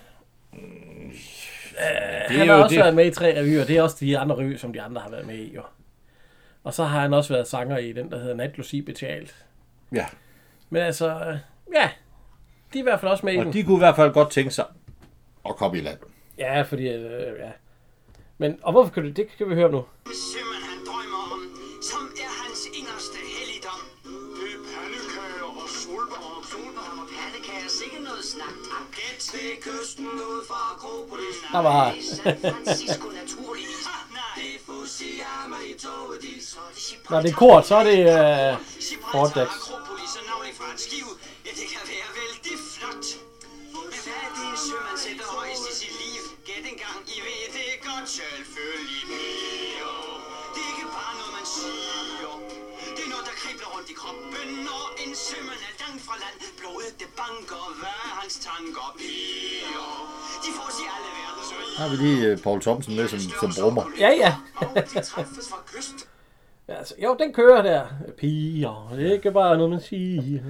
S1: Øh,
S2: Det
S1: han
S2: er
S1: har
S2: jo
S1: også
S2: Mm. det.
S1: været med i tre revyer, det er også de andre revyer, som de andre har været med i, jo. Og så har han også været sanger i den, der hedder Natlusi Betalt.
S2: Ja.
S1: Men altså, øh, ja, de er i hvert fald også med i den.
S2: Og de kunne i hvert fald godt tænke sig at komme i land.
S1: Ja, fordi, øh, ja. Men, og hvorfor kan du, det kan vi høre nu.
S6: Sømand han drømmer om, som er hans inderste helligdom.
S5: Det er pandekager og solbær.
S6: Solvarm og pandekager, sikkert noget snak. Gæt til kysten ud fra Akropolis.
S1: Der var-
S6: I San Francisco naturligvis. Ah, Nej, det er Fusiyama i toget dit. Så er det Gibraltar.
S1: Når det er kort, så er det øh,
S6: Gibraltar,
S1: Fordax.
S6: Akropolis og navn i fransk skive. Ja, det kan være vældig flot.
S5: godt selvfølgelig mere. Det er ikke bare noget, man siger. Det er noget, der kribler rundt i kroppen, når en sømand er langt fra land. Blodet det banker, hvad hans tanker piger. De får sig alle verdens
S2: Har vi lige øh, Paul Thomsen med som, som brummer.
S1: Ja, ja.
S5: Og de træffes fra kyst.
S1: Altså, jo, den kører der. Piger, det er ikke bare noget, man siger.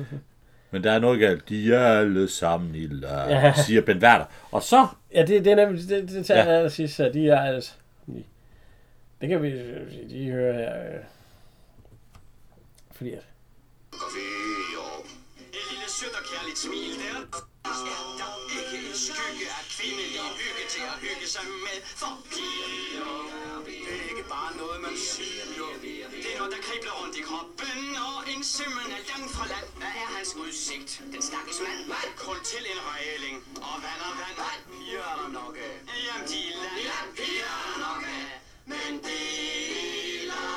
S2: Men der er noget galt. De er alle sammen i lag,
S1: Ja.
S2: siger Ben Werther. Og så,
S1: Ja, det, det er nemlig, det, det tager
S2: Ja.
S1: ja. jeg sidst, så de er altså... De, det kan vi lige høre her. øh. Fordi at...
S5: Et lille sødt og kærligt smil der. Er der ikke en skygge af kvindelig hygge til at hygge sig med for piger? Det er ikke bare noget, man siger. Det er noget, der kribler rundt i kroppen, og en sømmen er langt fra land. Hvad er hans udsigt? Den stakkels mand. Hvad? Kul til en rejling. Og vand og vand. Hvad? Piger er der nok af. Jamen, de er land. Ja, piger er der nok af. Men de er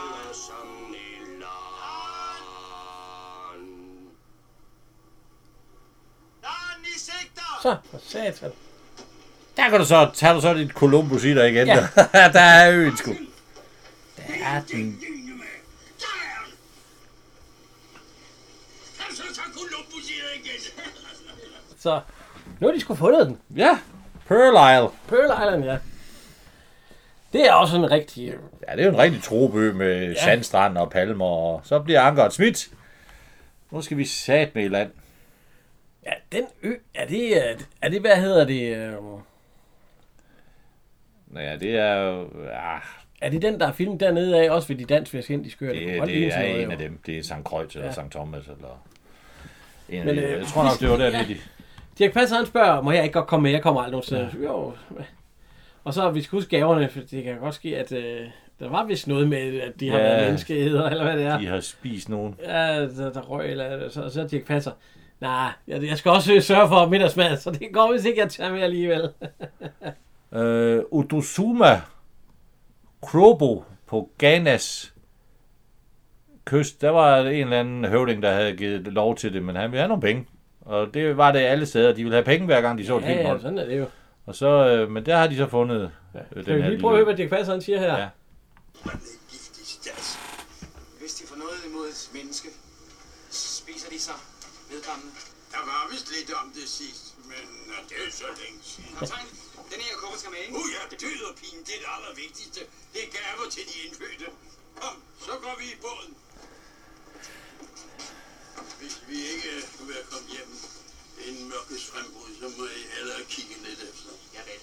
S5: alle sammen i land. Land i sigter!
S1: Så, for satan.
S2: der kan du så, tager du så dit Columbus i dig igen.
S1: Ja.
S2: Ja. der er øen sgu. Der er den.
S1: Så, nu har de sgu fundet den.
S2: Ja, Pearl Isle.
S1: Pearl Island, ja. Det er også en rigtig... øh,
S2: Ja, det er jo en rigtig trobø med ja. sandstrand og palmer, og så bliver ankeret smidt. Nu skal vi sat med i land.
S1: Ja, den ø... Er det... øh, Er det hvad hedder det... øh,
S2: Ja, det er jo... Ah,
S1: Er det den, der er filmet dernede af, også ved de dansk indiske øer? kunne
S2: det,
S1: godt ligne
S2: det er
S1: sådan noget,
S2: en
S1: jo.
S2: af dem. Det er St. Croix eller ja. St. Thomas eller... En Men,
S1: Men,
S2: de,
S1: øh,
S2: jeg tror nok, det var der, ja. de...
S1: Dirk Passer han spørger, må jeg ikke godt komme med? Jeg kommer aldrig nogensinde. Ja. Jo. Og så vi skal huske gaverne, for det kan godt ske, at øh, der var vist noget med, at de har
S2: Ja.
S1: været menneskeheder, eller hvad det er.
S2: De har spist nogen.
S1: Ja, der, der røg, eller så, så er Dirk Passer. Nej, jeg, jeg skal også sørge for middagsmad, så det går, hvis ikke jeg tager med alligevel.
S2: Øh, Odosuma Krobo på Ghanas kyst, der var en eller anden høvding, der havde givet lov til det, men han ville have nogle penge. Og det var det alle steder. De ville have penge, hver gang de så et
S1: Ja,
S2: ja,
S1: ja,
S2: ja.
S1: sådan er det jo.
S2: Og så, øh, men der har de så fundet ja. øh,
S1: Kan vi
S2: den her
S1: lige prøve at høre,
S2: lille...
S1: hvad Dirk Passer han siger her?
S2: Ja.
S1: Ja.
S5: Hvis de får noget imod et menneske, spiser de sig vedkommende.
S3: Der var vist lidt om det sidst, men øh, det er så længe siden.
S5: Kaptajn, den her kuffert skal med, ikke?
S3: Uh, ja, død og pin, det er det allervigtigste. Det er gaver til de indfødte. Kom, så går vi i båden. Hvis vi ikke skulle være kommet hjem inden mørkets frembrud, så må I hellere kigge lidt efter.
S5: Ja, vel.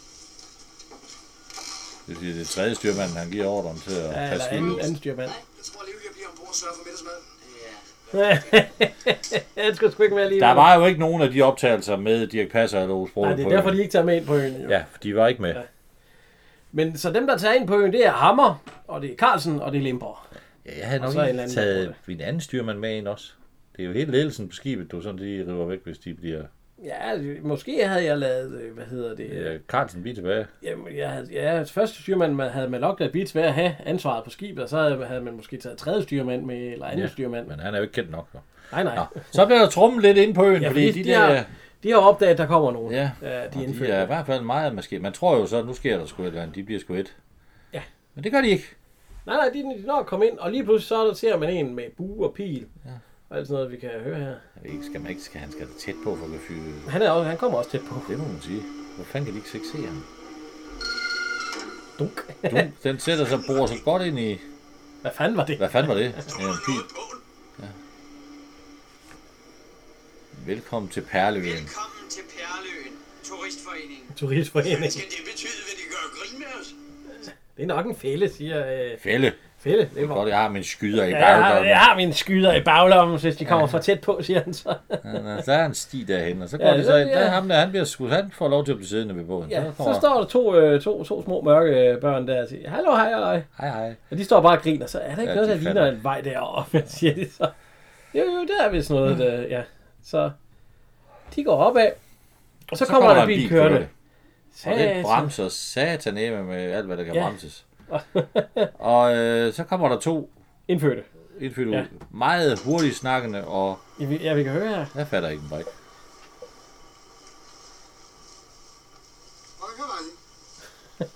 S2: Det er det tredje styrmand, han giver ordren til at
S1: Ja, eller
S2: passe
S1: anden, anden
S2: skibet.
S1: styrmand.
S5: Jeg tror alligevel, jeg bliver ombord og sørger for middagsmad. Ja.
S1: Han skal sgu ikke med alligevel.
S2: Der var jo ikke nogen af de optagelser med Dirk Passer eller Osbro.
S1: Nej, det er derfor, de ikke tager med ind på øen. Jo.
S2: Ja, de var ikke med.
S1: Men så dem, der tager ind på øen, det er Hammer, og det er Carlsen, og det er Limborg.
S2: Ja, jeg havde
S1: Og
S2: nok
S1: så en
S2: ikke
S1: eller anden, der
S2: taget
S1: bruger
S2: min anden styrmand med ind også. Det er jo hele ledelsen på skibet, du sådan lige river væk, hvis de bliver...
S1: Ja, altså, måske havde jeg lavet, øh, hvad hedder det?
S2: Ja,
S1: Yeah.
S2: Carlsen, vi er tilbage.
S1: Jamen, jeg havde, ja, første styrmand man havde man nok lavet bits ved at have ansvaret på skibet, og så havde, havde man måske taget tredje styrmand med, eller anden
S2: Ja,
S1: yeah. styrmand.
S2: Men han er jo ikke kendt nok. Jo.
S1: Nej, nej.
S2: Nå, så bliver der trummen lidt ind på øen,
S1: Ja,
S2: ja, fordi de, der...
S1: har, de har opdaget, at der kommer nogen.
S2: Ja,
S1: ja de,
S2: og
S1: de
S2: de er i hvert fald meget måske. Man tror jo så, at nu sker der sgu et eller andet. De bliver sgu et.
S1: Ja.
S2: Men det gør de ikke.
S1: Nej, nej, de, de når at komme ind, og lige pludselig så ser man en med bue og pil. Ja. Og alt sådan noget, vi kan høre her.
S2: Ikke skal man ikke skal, han skal da tæt på for at fyre.
S1: Han, er også, han kommer også tæt på.
S2: Det må man sige. Hvor fanden kan de ikke se ham?
S1: Dunk.
S2: Du, den sætter sig borer så godt ind i...
S1: Hvad fanden var det?
S2: Hvad fanden var det? Ja, en pil.
S3: Noget på den.
S2: Velkommen til Perleøen.
S5: Velkommen til Perleøen, turistforeningen.
S1: Turistforening.
S3: Skal det betyde, at de gør grin med os?
S1: Det er nok en fælde, siger øh,
S2: Fælde.
S1: Fælde. Det var
S2: Godt, jeg har min skyder i
S1: Ja, jeg har,
S2: bagdommen.
S1: jeg har mine skyder i baglommen, hvis de kommer for tæt på, siger han så.
S2: Men, øh, Der er en sti derhen, og så går
S1: Ja,
S2: ja, de så
S1: det-
S2: ind. Der er
S1: ja.
S2: ham der, han bliver skudt. Han får lov til at blive siddende ved båden.
S1: Ja,
S2: kommer,
S1: så står der to, øh, to, to små mørke øh, børn der og siger, hallo, hej, hej.
S2: Hej, hej.
S1: Og de står bare og griner, så er der ikke ja,
S2: Ja,
S1: noget,
S2: de
S1: der ligner
S2: fatter.
S1: en vej deroppe, siger de så. Jo, jo, der er vist noget, der, ja. Så de går opad, og så, så kommer der en bil kørende.
S2: Og den
S1: Satan.
S2: bremser sataneme med alt, hvad der kan
S1: Ja.
S2: ja. bremses. og øh, så kommer der to
S1: Indfødte.
S2: indfødte
S1: Ja.
S2: ja. ud. Meget hurtigt snakkende, og
S1: Ja, vi- Ja, vi kan høre her.
S2: jeg fatter ikke en brik.
S3: Hvor kan man?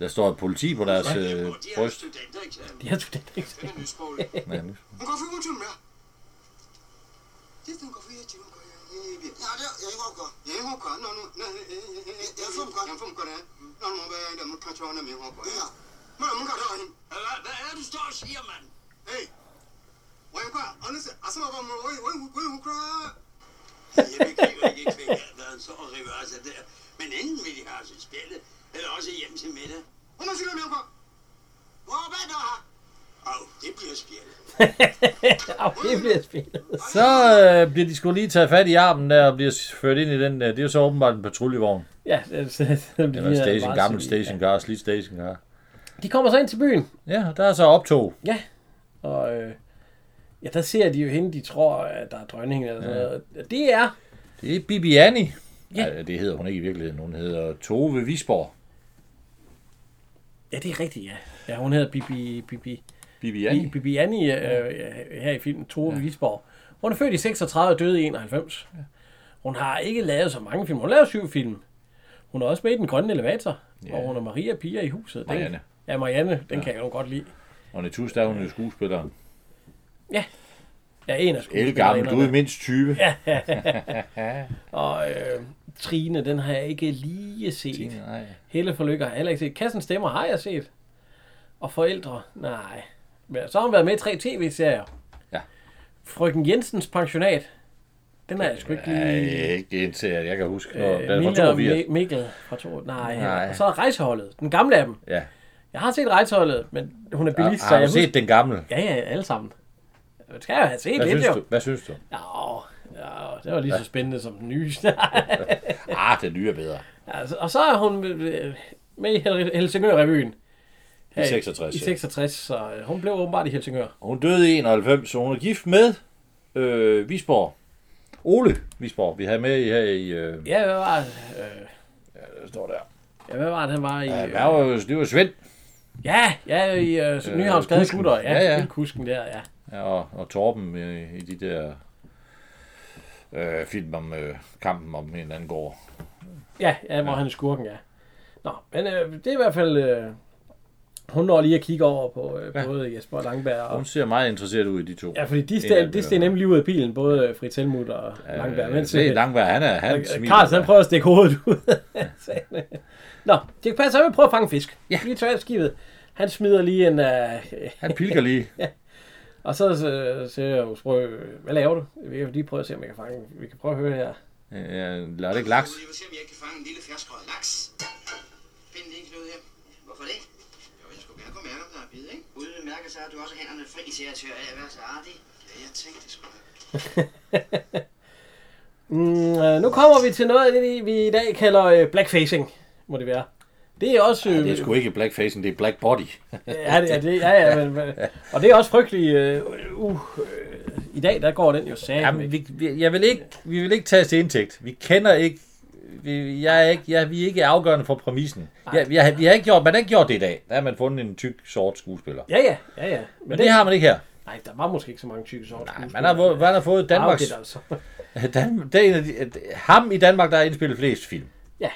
S2: Der står et politi på deres øh,
S5: de har
S2: bryst.
S5: studentereksamen.
S1: De har studentereksamen.
S5: Den er nysproglig.
S2: Ja,
S5: Hun går for 21 mere. Det er den går for 21 går jeg. Ja, det er jeg går godt. Jeg går godt. Nå, nu. Jeg får godt. Jeg får godt. Nå, nu må jeg der må kan tjene med hun godt. Ja. Men hun går der hen. Hvad er det du står og siger, mand? Hey. Hvor jeg går. Anders, altså hvor må oi oi oi hun går. Jeg begriber ikke, ikke, hvad han så og river af sig der. Men enten vil de have sit spille, eller også hjem til middag. Hvor må siger du, Mjørgaard? Hvor er der her? Au, det bliver spjældet.
S1: Au, det bliver spillet.
S2: Så øh, bliver de skulle lige taget fat i armen der og bliver ført ind i den der. Det er jo så åbenbart en patruljevogn.
S1: Ja, det, det, det, det
S2: Eller en station, gammel stationcar, slidt stationcar.
S1: De kommer så ind til byen.
S2: Ja, og der er så optog.
S1: Ja. Og øh, ja, der ser de jo hende, de tror, at der er dronningen eller sådan ja. noget. Og Det er...
S2: Det er Bibiani.
S1: Ja.
S2: Ja. Ej, det hedder hun ikke i virkeligheden. Hun hedder Tove Visborg.
S1: Ja, det er rigtigt, ja. Ja, hun hedder Bibi... Bibi...
S2: Bibiani?
S1: Bibi, Bibi Annie øh, ja, her i filmen Tore ja. Visborg. Hun er født i 36 og døde i 91. Hun har ikke lavet så mange film. Hun har lavet syv film. Hun er også med i Den Grønne Elevator, ja. og hun er Maria Pia i huset. Den,
S2: Marianne.
S1: Ja, Marianne. Den ja. kan jeg jo godt lide.
S2: Og Natus, der er hun jo skuespilleren.
S1: Ja, en af
S2: El gammel, du er mindst 20. Ja.
S1: Og øh, Trine, den har jeg ikke lige set. Trine.
S2: Nej.
S1: Helle for lykke har jeg heller ikke set. Kassen stemmer har jeg set. Og forældre, nej. Men så har hun været med i tre tv-serier.
S2: Ja.
S1: Frøken Jensens pensionat. Den har jeg sgu ikke
S2: Nej,
S1: lige...
S2: ikke indtil, at jeg kan huske. Nå,
S1: Øh,
S2: den er fra
S1: Mille og
S2: 82.
S1: Mi- Mikkel fra to. Nej,
S2: Nej.
S1: Nej. Og så er rejseholdet. Den gamle af dem.
S2: Ja.
S1: Jeg har set rejseholdet, men hun er bilist, så
S2: Har
S1: jeg
S2: du
S1: husker...
S2: set den gamle?
S1: Ja, ja, alle sammen. Det skal jeg jo have set
S2: Hvad
S1: lidt,
S2: synes
S1: jo.
S2: du? Hvad synes du?
S1: Nå, ja, det var lige så spændende som den nye.
S2: Ah, den nye er bedre.
S1: altså, og så er hun øh, med i Hel- Helsingør-revyen. Her
S2: 66,
S1: I
S2: ja.
S1: 66, så øh, hun blev åbenbart i Helsingør.
S2: Hun døde i 91, så hun er gift med øh, Visborg. Ole Visborg, vi havde med i her i... Øh,
S1: Ja, hvad var, øh,
S2: der står der.
S1: ja, hvad var det, han var i?
S2: Ja,
S1: øh,
S2: der var, jo- det var Svend
S1: ja, ja, i øh,
S2: Øh,
S1: Nyhavns Gade
S2: Kusken.
S1: Gutter. Ja,
S2: Ja,
S1: ja,
S2: ja.
S1: ja. Kusken der, ja.
S2: ja, og, og Torben øh, i de der øh, film om øh, kampen om en eller anden gård.
S1: Ja, ja hvor ja. han er skurken, ja. Nå, men øh, det er i hvert fald... Øh, hun når lige at kigge over på øh,
S2: Ja.
S1: ja. både Jesper Langberg og...
S2: Hun ser meget interesseret ud i de to.
S1: Ja, fordi de
S2: En af
S1: steg,
S2: dem
S1: de
S2: gør
S1: steg
S2: det.
S1: nemlig lige ud af bilen, både øh, Fritz Helmut og
S2: Øh,
S1: Langberg. Mens,
S2: det er
S1: øh,
S2: Langberg, han er han
S1: øh,
S2: smiler.
S1: Carlsen han prøver at stikke hovedet ud. Så, øh, Nå, det passer, at vi prøver at fange fisk.
S2: Ja.
S1: Lige tør skibet. Han smider lige en... Øh,
S2: Han pilker lige.
S1: og så øh, siger jeg jo, "Prøv, øh, hvad laver du? Vi kan lige prøve at se, om jeg kan fange den. Vi kan prøve at høre her.
S2: Øh, lader det ikke laks.
S6: Jeg vil se, om jeg kan fange en lille ferskåret laks. Find det ikke noget her. Hvorfor det? Jo, jeg skulle gerne kunne mærke, om der er bid, ikke? Uden at mærke, så har du også hænderne fri til at tørre af, hvad så er det? Ja, jeg tænkte det skulle
S1: Mm, øh, nu kommer vi til noget af det, vi i dag kalder øh, blackfacing, må det være. Det er også... Øh,
S2: Det er sgu ikke blackfacen, det er black body.
S1: Ja, det, ja, det, ja, ja, men, men- og det er også frygteligt. Øh, uh, øh, I dag, der går den jo sag.
S2: Jamen, vi, vi, jeg vil ikke, vi vil ikke tage til indtægt. Vi kender ikke, vi, jeg er ikke, jeg, vi er ikke afgørende for præmissen. Jeg, jeg, vi har ikke gjort, man har ikke gjort det i dag. Der har man fundet en tyk, sort skuespiller.
S1: Ja, ja, ja, ja. Men,
S2: Men det har man ikke her.
S1: Nej, der var måske ikke så mange tykke sår.
S2: Nej, man har, fået- man har fået Danmarks...
S1: altså.
S2: Dan, det er en af de, ham i Danmark, der har indspillet flest film.
S1: Ja,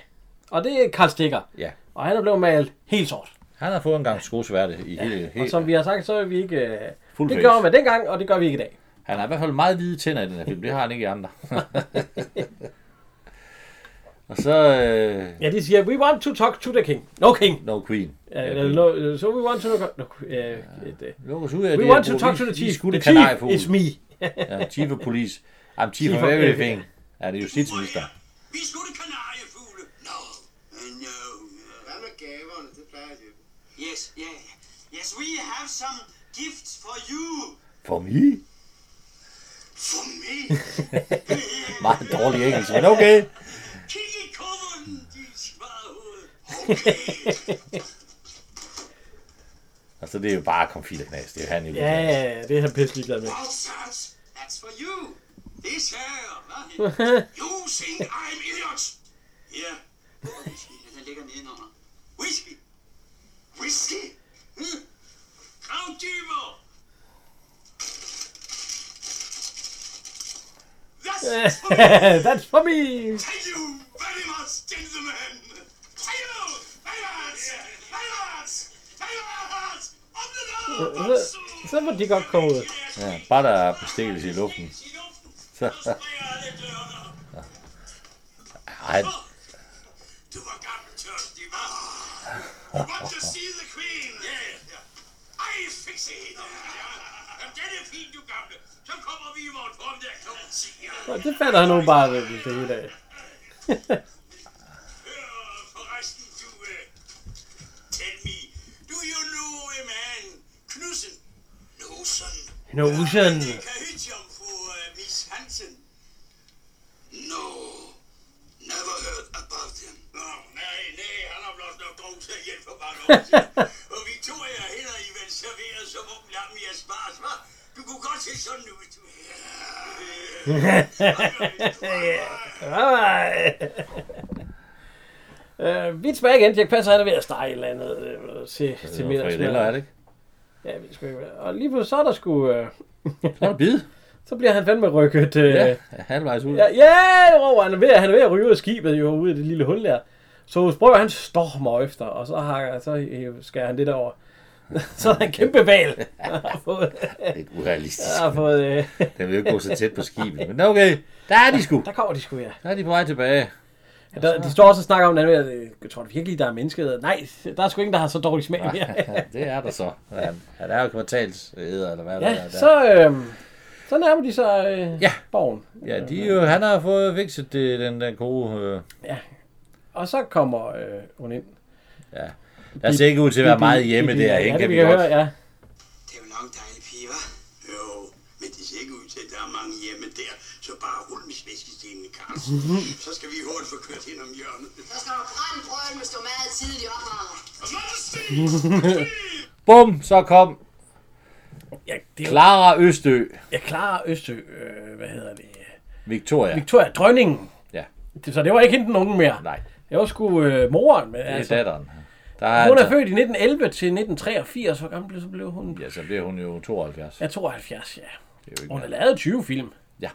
S1: og det er Karl Stikker.
S2: Ja.
S1: Og han er blevet malet helt sort.
S2: Han har fået en gang skosværte i hele...
S1: Og
S2: hele.
S1: som vi har sagt, så er vi ikke... Øh,
S2: Full
S1: det
S2: face.
S1: gør man dengang, og det gør vi ikke i dag.
S2: Han har i hvert fald meget hvide tænder i den her film. Det har han ikke i andre. Og så... Øh,
S1: Ja, de siger, we want to talk to the king. No king.
S2: no Queen.
S1: Uh, no, uh, so we want to... No, uh, et, uh,
S2: Lukkes ud af
S1: we
S2: det
S1: want
S2: her,
S1: to
S2: hvor
S1: talk
S2: vi-
S1: to the
S2: vi
S1: chief.
S2: skudte
S1: The chief
S2: kanariefuglen.
S1: is me.
S2: Ja, chief of police. I'm chief,
S1: Chief
S2: of
S1: of
S2: everything.
S1: everything.
S2: Ja, det er justitsminister.
S5: Vi skulle kanariefugle. No. No.
S7: Hvad med gaverne? Det plejer jeg at
S6: Yes, yeah. Yes, we have some gifts for you.
S2: For mig?
S5: For me.
S2: Meget dårlig engelsk, men okay.
S5: Kig i kummeren, de svarede hoved. Okay.
S2: Altså, det er jo bare konfiterknas. Det er jo han i
S1: Ja,
S2: virkeligheden.
S1: ja, det er han pisse ligeglad med.
S5: Outsats.
S6: That's for you.
S5: This her, hva'? You think I'm idiot? Yeah.
S6: Den ligger nedenunder.
S5: Whisky. Whisky? Hmm. Kravdyber. That's for
S1: That's for me.
S5: Thank you very much, gentlemen. Thank you. Pirates! Pirates! Pirates! Op med
S1: Så, så må de godt komme ud.
S2: Ja, bare der er bestikkelse i luften. Så, ej,
S5: Du var gammel tørstig, hva'? Want to see the queen? Ja, ja. Ej, fikse hende. Ja. Jamen, den er fin, du gamle. Så kommer vi i morgen formiddag kl. 10.
S1: Nå, Det fatter han nu bare ved det hele af.
S5: Øh, Forresten, du... øh, Tell me, do you know a man? Knudsen? Knudsen?
S1: Nå, usen.
S5: Det kan hygge om fru øh, Miss Hansen. No, never heard about him. Nå, nej, nej, han har blot nok drukket sig ihjel for mange år siden. Og Victoria hælder i vel serveret som ung lam i Aspars, hva? Du kunne godt se sådan ud, du. Ja.
S1: Øh, vi er tilbage igen. Jack Passer han er ved at stege et eller andet øh, til, til
S2: det var frikadeller, er det ikke?
S1: Ja, jeg ved sgu ikke. hvad. Og lige pludselig så er der sgu... Øh,
S2: Så er det bid.
S1: så bliver han fandme rykket... Øh,
S2: Ja,
S1: ja.
S2: halvvejs ud.
S1: Ja, ja, jo, han er ved, han er ved at ryge ud af skibet jo, ude i det lille hul der. Så Sprøger, han stormer efter, og så, har, så øh, skærer han det der over. så er der en kæmpe val. Han har fået,
S2: Lidt urealistisk.
S1: han har fået øh,
S2: Den vil jo ikke gå så tæt på skibet. Men okay, der er de sgu.
S1: der kommer de sgu, ja.
S2: Der er de på vej tilbage.
S1: Ja, Der, de står også og snakker om, at øh, jeg tror det virkelig, der er menneskeæder. Nej, der er sgu ingen, der har så dårlig smag mere.
S2: Ja, det er der så. Ja, ja der er jo kvartalsæder, eller hvad der
S1: ja,
S2: er. Der.
S1: så, øh, så nærmer de sig øh,
S2: Ja.
S1: borgen.
S2: Ja, de er jo, han har fået fikset det, den der gode... Øh,
S1: Og så kommer øh, hun ind.
S2: der ser ikke ud til at være meget hjemme
S1: Bibi-
S2: der,
S1: ja,
S2: ikke?
S1: det
S2: Kan vi
S1: kan
S2: godt.
S1: høre, ja.
S5: Det er jo nok dejlige piger, Jo, men det ser ikke ud til, at der er mange hjemme der, så bare rul med svæskestenen, Carlsen. så skal vi hurtigt få kørt hen om hjørnet.
S4: Så skal du brænde brøden, hvis du er meget tidligt op, Arne.
S2: Bum, så kom
S1: Ja, det er jo,
S2: Clara Østø.
S1: jeg klarer Østø, øh, hvad hedder det?
S2: Victoria.
S1: Victoria, dronningen.
S2: Ja.
S1: Det- Så det var ikke hende den unge mere.
S2: Nej,
S1: Det var sgu øh, moren. Men,
S2: det er
S1: altså,
S2: datteren. Der er
S1: hun er
S2: altså,
S1: født i 1911 til 1983. Hvor gammel blev, så blev hun?
S2: Ja, så bliver hun jo 72.
S1: Ja, 72, ja.
S2: Det er jo ikke
S1: Hun har
S2: noget.
S1: lavet 20 film.
S2: Ja.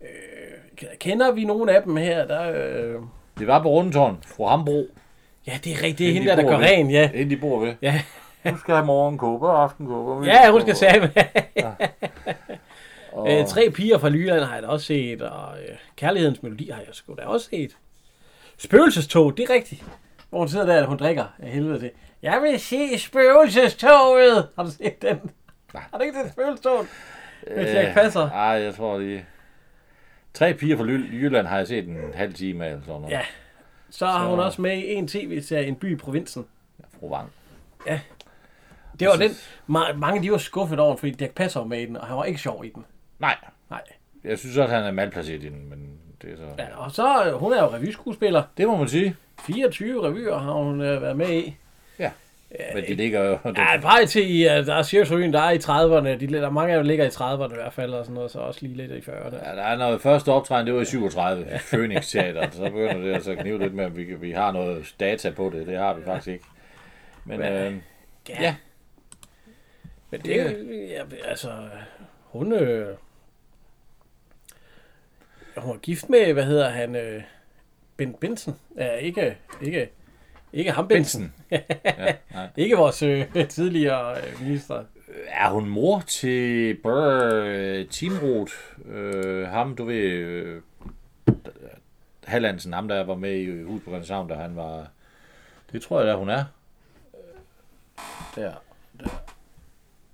S1: Øh, kender vi nogen af dem her? Der, øh...
S2: Det var på Rundetårn. Fru Hambro.
S1: Ja, det er rigtigt. Det er hende,
S2: de
S1: der, der
S2: bor
S1: går
S2: ved.
S1: ren, ja.
S2: Inden de bor ved.
S1: Ja.
S2: Hun skal have morgenkåbe og aftenkåbe.
S1: Ja, hun skal sige med. Øh, Tre piger fra Lyland har jeg da også set, og øh, Kærlighedens Melodi har jeg sgu da også set. Spøgelsestog, det er rigtigt. Hvor hun sidder der, og hun drikker af helvede det. Jeg vil se spøgelsestoget. Har du set den? Nej. Øh, Har du ikke set spøgelsestoget? Hvis jeg ikke passer.
S2: Nej, jeg tror det Tre piger fra Ly- Jylland har jeg set en halv time eller sådan noget.
S1: Ja. Så har hun også med i en tv-serie, En by i provinsen.
S2: Fru Wang.
S1: Det var den, ma- mange de var skuffet over, fordi Dirk Passer var med i den, og han var ikke sjov i den.
S2: Nej,
S1: Nej.
S2: jeg synes også, han er malplaceret i den, men det er så...
S1: Ja, og så, øh, hun er jo revyskuespiller.
S2: Det må man sige.
S1: 24 revyer har hun øh, været med i.
S2: Men det ligger jo... Det,
S1: Ja, bare til i, øh, der er Sjævsrevyen, der er i 30'erne. De, der er mange af dem ligger i 30'erne i hvert fald, og sådan noget, så også lige lidt i 40'erne.
S2: ja, der er noget første optræden, det var i 37, ja. Phoenix Teater. Så begynder det altså at knive lidt med, at vi, vi har noget data på det. Det har vi faktisk ikke. Men øh, ja.
S1: Men det er jo, ja, altså, hun, øh, hun er gift med, hvad hedder han, øh, Ben Benson. Ja, ikke, ikke, ikke ham Benson.
S2: Benson.
S1: Ikke vores øh, tidligere øh, minister.
S2: Er hun mor til Brr, Timrod? Øh, ham, du ved... Øh, Hallandsen, ham der var med i Hus på Grønneshavn, da han var... Det tror jeg, der hun er. Der. der.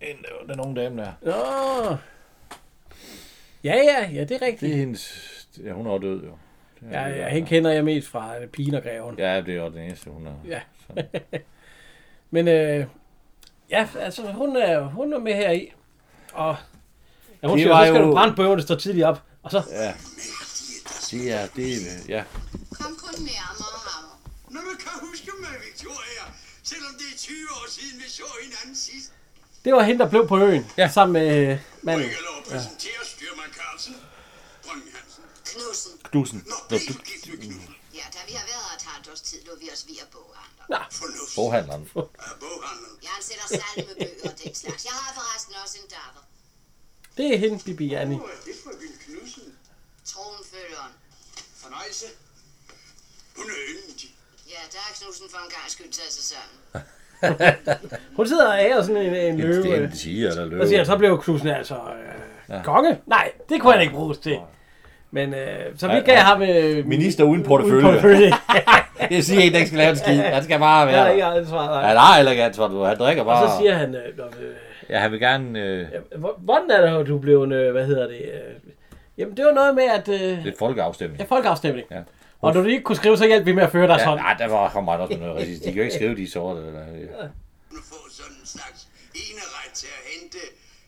S2: En, den unge dame der.
S1: Nå. Ja, ja, ja, det er rigtigt.
S2: Det er hendes... Ja, hun er også død, jo. Det
S1: Ja,
S2: er-
S1: ja, hende kender jeg mest fra øh, Pigen og Greven.
S2: Ja, det er jo den eneste, hun er.
S1: Ja.
S2: Så.
S1: Men øh, ja, altså hun er, hun er med her i. Og ja, hun
S2: Det
S1: siger,
S2: var
S1: så skal
S2: jo-
S1: du brænde bøgerne, står tidligt op. Og så, ja.
S2: Det er, det er, ja.
S4: Kom kun nærmere, Arne.
S5: Når du kan huske mig, Victoria, selvom det er 20 år siden, vi så hinanden sidst.
S1: det var hende, der blev på øen. Ja.
S2: Ja.
S1: Sammen med øh,
S5: Må
S1: manden.
S5: jeg lov at præsentere styrmand Carlsen? Brønding Hansen.
S4: Knudsen.
S2: Knudsen.
S5: Nå, det er gift med Knud.
S4: Ja, da vi har været her et halvt års tid, lå vi os ved at boge, Arne.
S5: Fornuft.
S2: Boghandleren.
S5: Er boghandleren.
S4: Jeg ansætter salmebøger og den slags. Jeg har forresten også en datter.
S1: Det er hende, Bibi Anni.
S5: Hvor er det for Vil Knudsen?
S4: Tronfølgeren.
S5: Fornøjelse. Hun er yndig.
S4: Ja, der har Knudsen for en gang skyld taget sig altså, sammen.
S1: Hun sidder her og sådan en, en løve. øh,
S2: Det er en tiger, der løber.
S1: Og siger, jeg, så blev Knudsen altså øh, ja. konge. Nej, det kunne han ikke bruges til. Men øh, så vi
S2: Nej,
S1: gav
S2: nej.
S1: ham... Øh,
S2: Minister uden
S1: uden
S2: portefølje.
S1: portefølje.
S2: Jeg siger ikke, der ikke skal lave en skid. Han skal bare
S1: Han har ikke
S2: være.
S1: ansvar. nej.
S2: Han har heller ikke ansvar, du. Han drikker
S1: Og
S2: bare.
S1: så siger han, øh, nå, øh,
S2: Ja, han vil gerne... Øh,
S1: hvor- hvordan er det, du blev en, øh, hvad hedder det? Øh, jamen, det var noget med, at... Øh,
S2: det er folkeafstemning.
S1: ja, folkeafstemning.
S2: Ja.
S1: Og når du ikke kunne skrive, så hjalp vi med at føre dig
S2: Ja,
S1: sådan.
S2: nej, der var kommer der også med noget racist. øh, De kan jo ikke skrive de er sorte. Eller, ja.
S5: kunne få sådan en slags eneret til at hente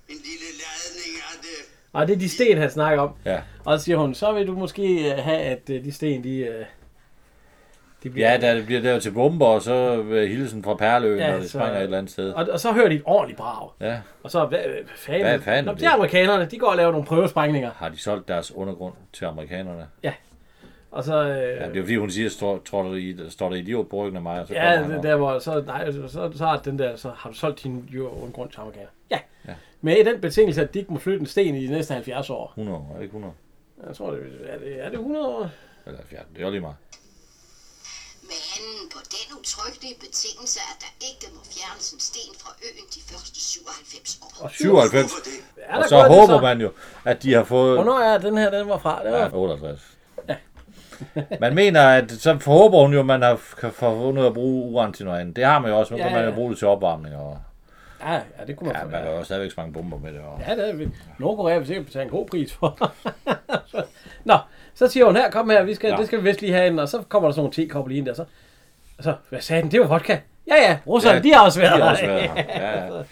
S5: en lille ladning af det.
S1: Og det er de sten, han snakker om.
S2: ja.
S1: Og så siger hun, så vil du måske øh, have, at øh, de sten, de... Øh, de
S2: ja, da det bliver der til bomber, og så øh, hilsen fra Perløen,
S1: Ja,
S2: ja, når det
S1: så-
S2: springer et eller andet sted.
S1: Og, og så hører de et ordentligt brag.
S2: Ja.
S1: Og så, hvad, øh, hvad fanden?
S2: Hvad fanden
S1: Nå,
S2: er
S1: de
S2: det?
S1: amerikanerne, de går og laver nogle prøvesprængninger.
S2: Har de solgt deres undergrund til amerikanerne?
S1: Og så, øh,
S2: Ja, det er jo fordi, hun siger, står, tror du, I, står der idiot på ryggen af mig, og så
S1: ja,
S2: kommer han
S1: det,
S2: op.
S1: der hvor, så, nej, så, så, så har den der, så har du solgt din jord uden grund til amerikanerne. Ja. ja. Med i den betingelse, at de ikke må flytte en sten i de næste 70 år.
S2: 100, er det ikke 100?
S1: Jeg tror, det er, det, er det 100 år?
S2: Eller 14, det er jo lige meget.
S4: Men på den utrygtelige betingelse, at der ikke må fjernes en sten fra øen de første 97 år.
S1: Og
S2: 97.
S5: Hvorfor det?
S1: Er
S2: Og
S1: der
S2: så
S1: gået det
S2: håber man jo, at de har fået...
S1: Hvornår er den her, den var fra? Det var,
S2: Ja, 68. Man mener, at så håber hun jo, at man har f- kan forvundet at bruge uran til noget andet. Det har man jo også, men
S1: Ja,
S2: ja, ja. man
S1: ja.
S2: jo bruge det til opvarmning. Og,
S1: ja, ja, det kunne
S2: ja,
S1: man
S2: man
S1: ja,
S2: kan jo stadigvæk mange bomber med det. Og,
S1: ja, det er vi. Nordkorea vil sikkert betale en god pris for. Så- Nå, så siger hun her, kom her, vi skal,
S2: Nå.
S1: det skal vi vist lige have ind, og så kommer der sådan nogle tekopper lige ind der, så, og så, hvad sagde den, det var vodka. Ja, ja, russerne, ja,
S2: Ja,
S1: de har også været
S2: de
S1: der.
S2: har også været her. Ja, ja.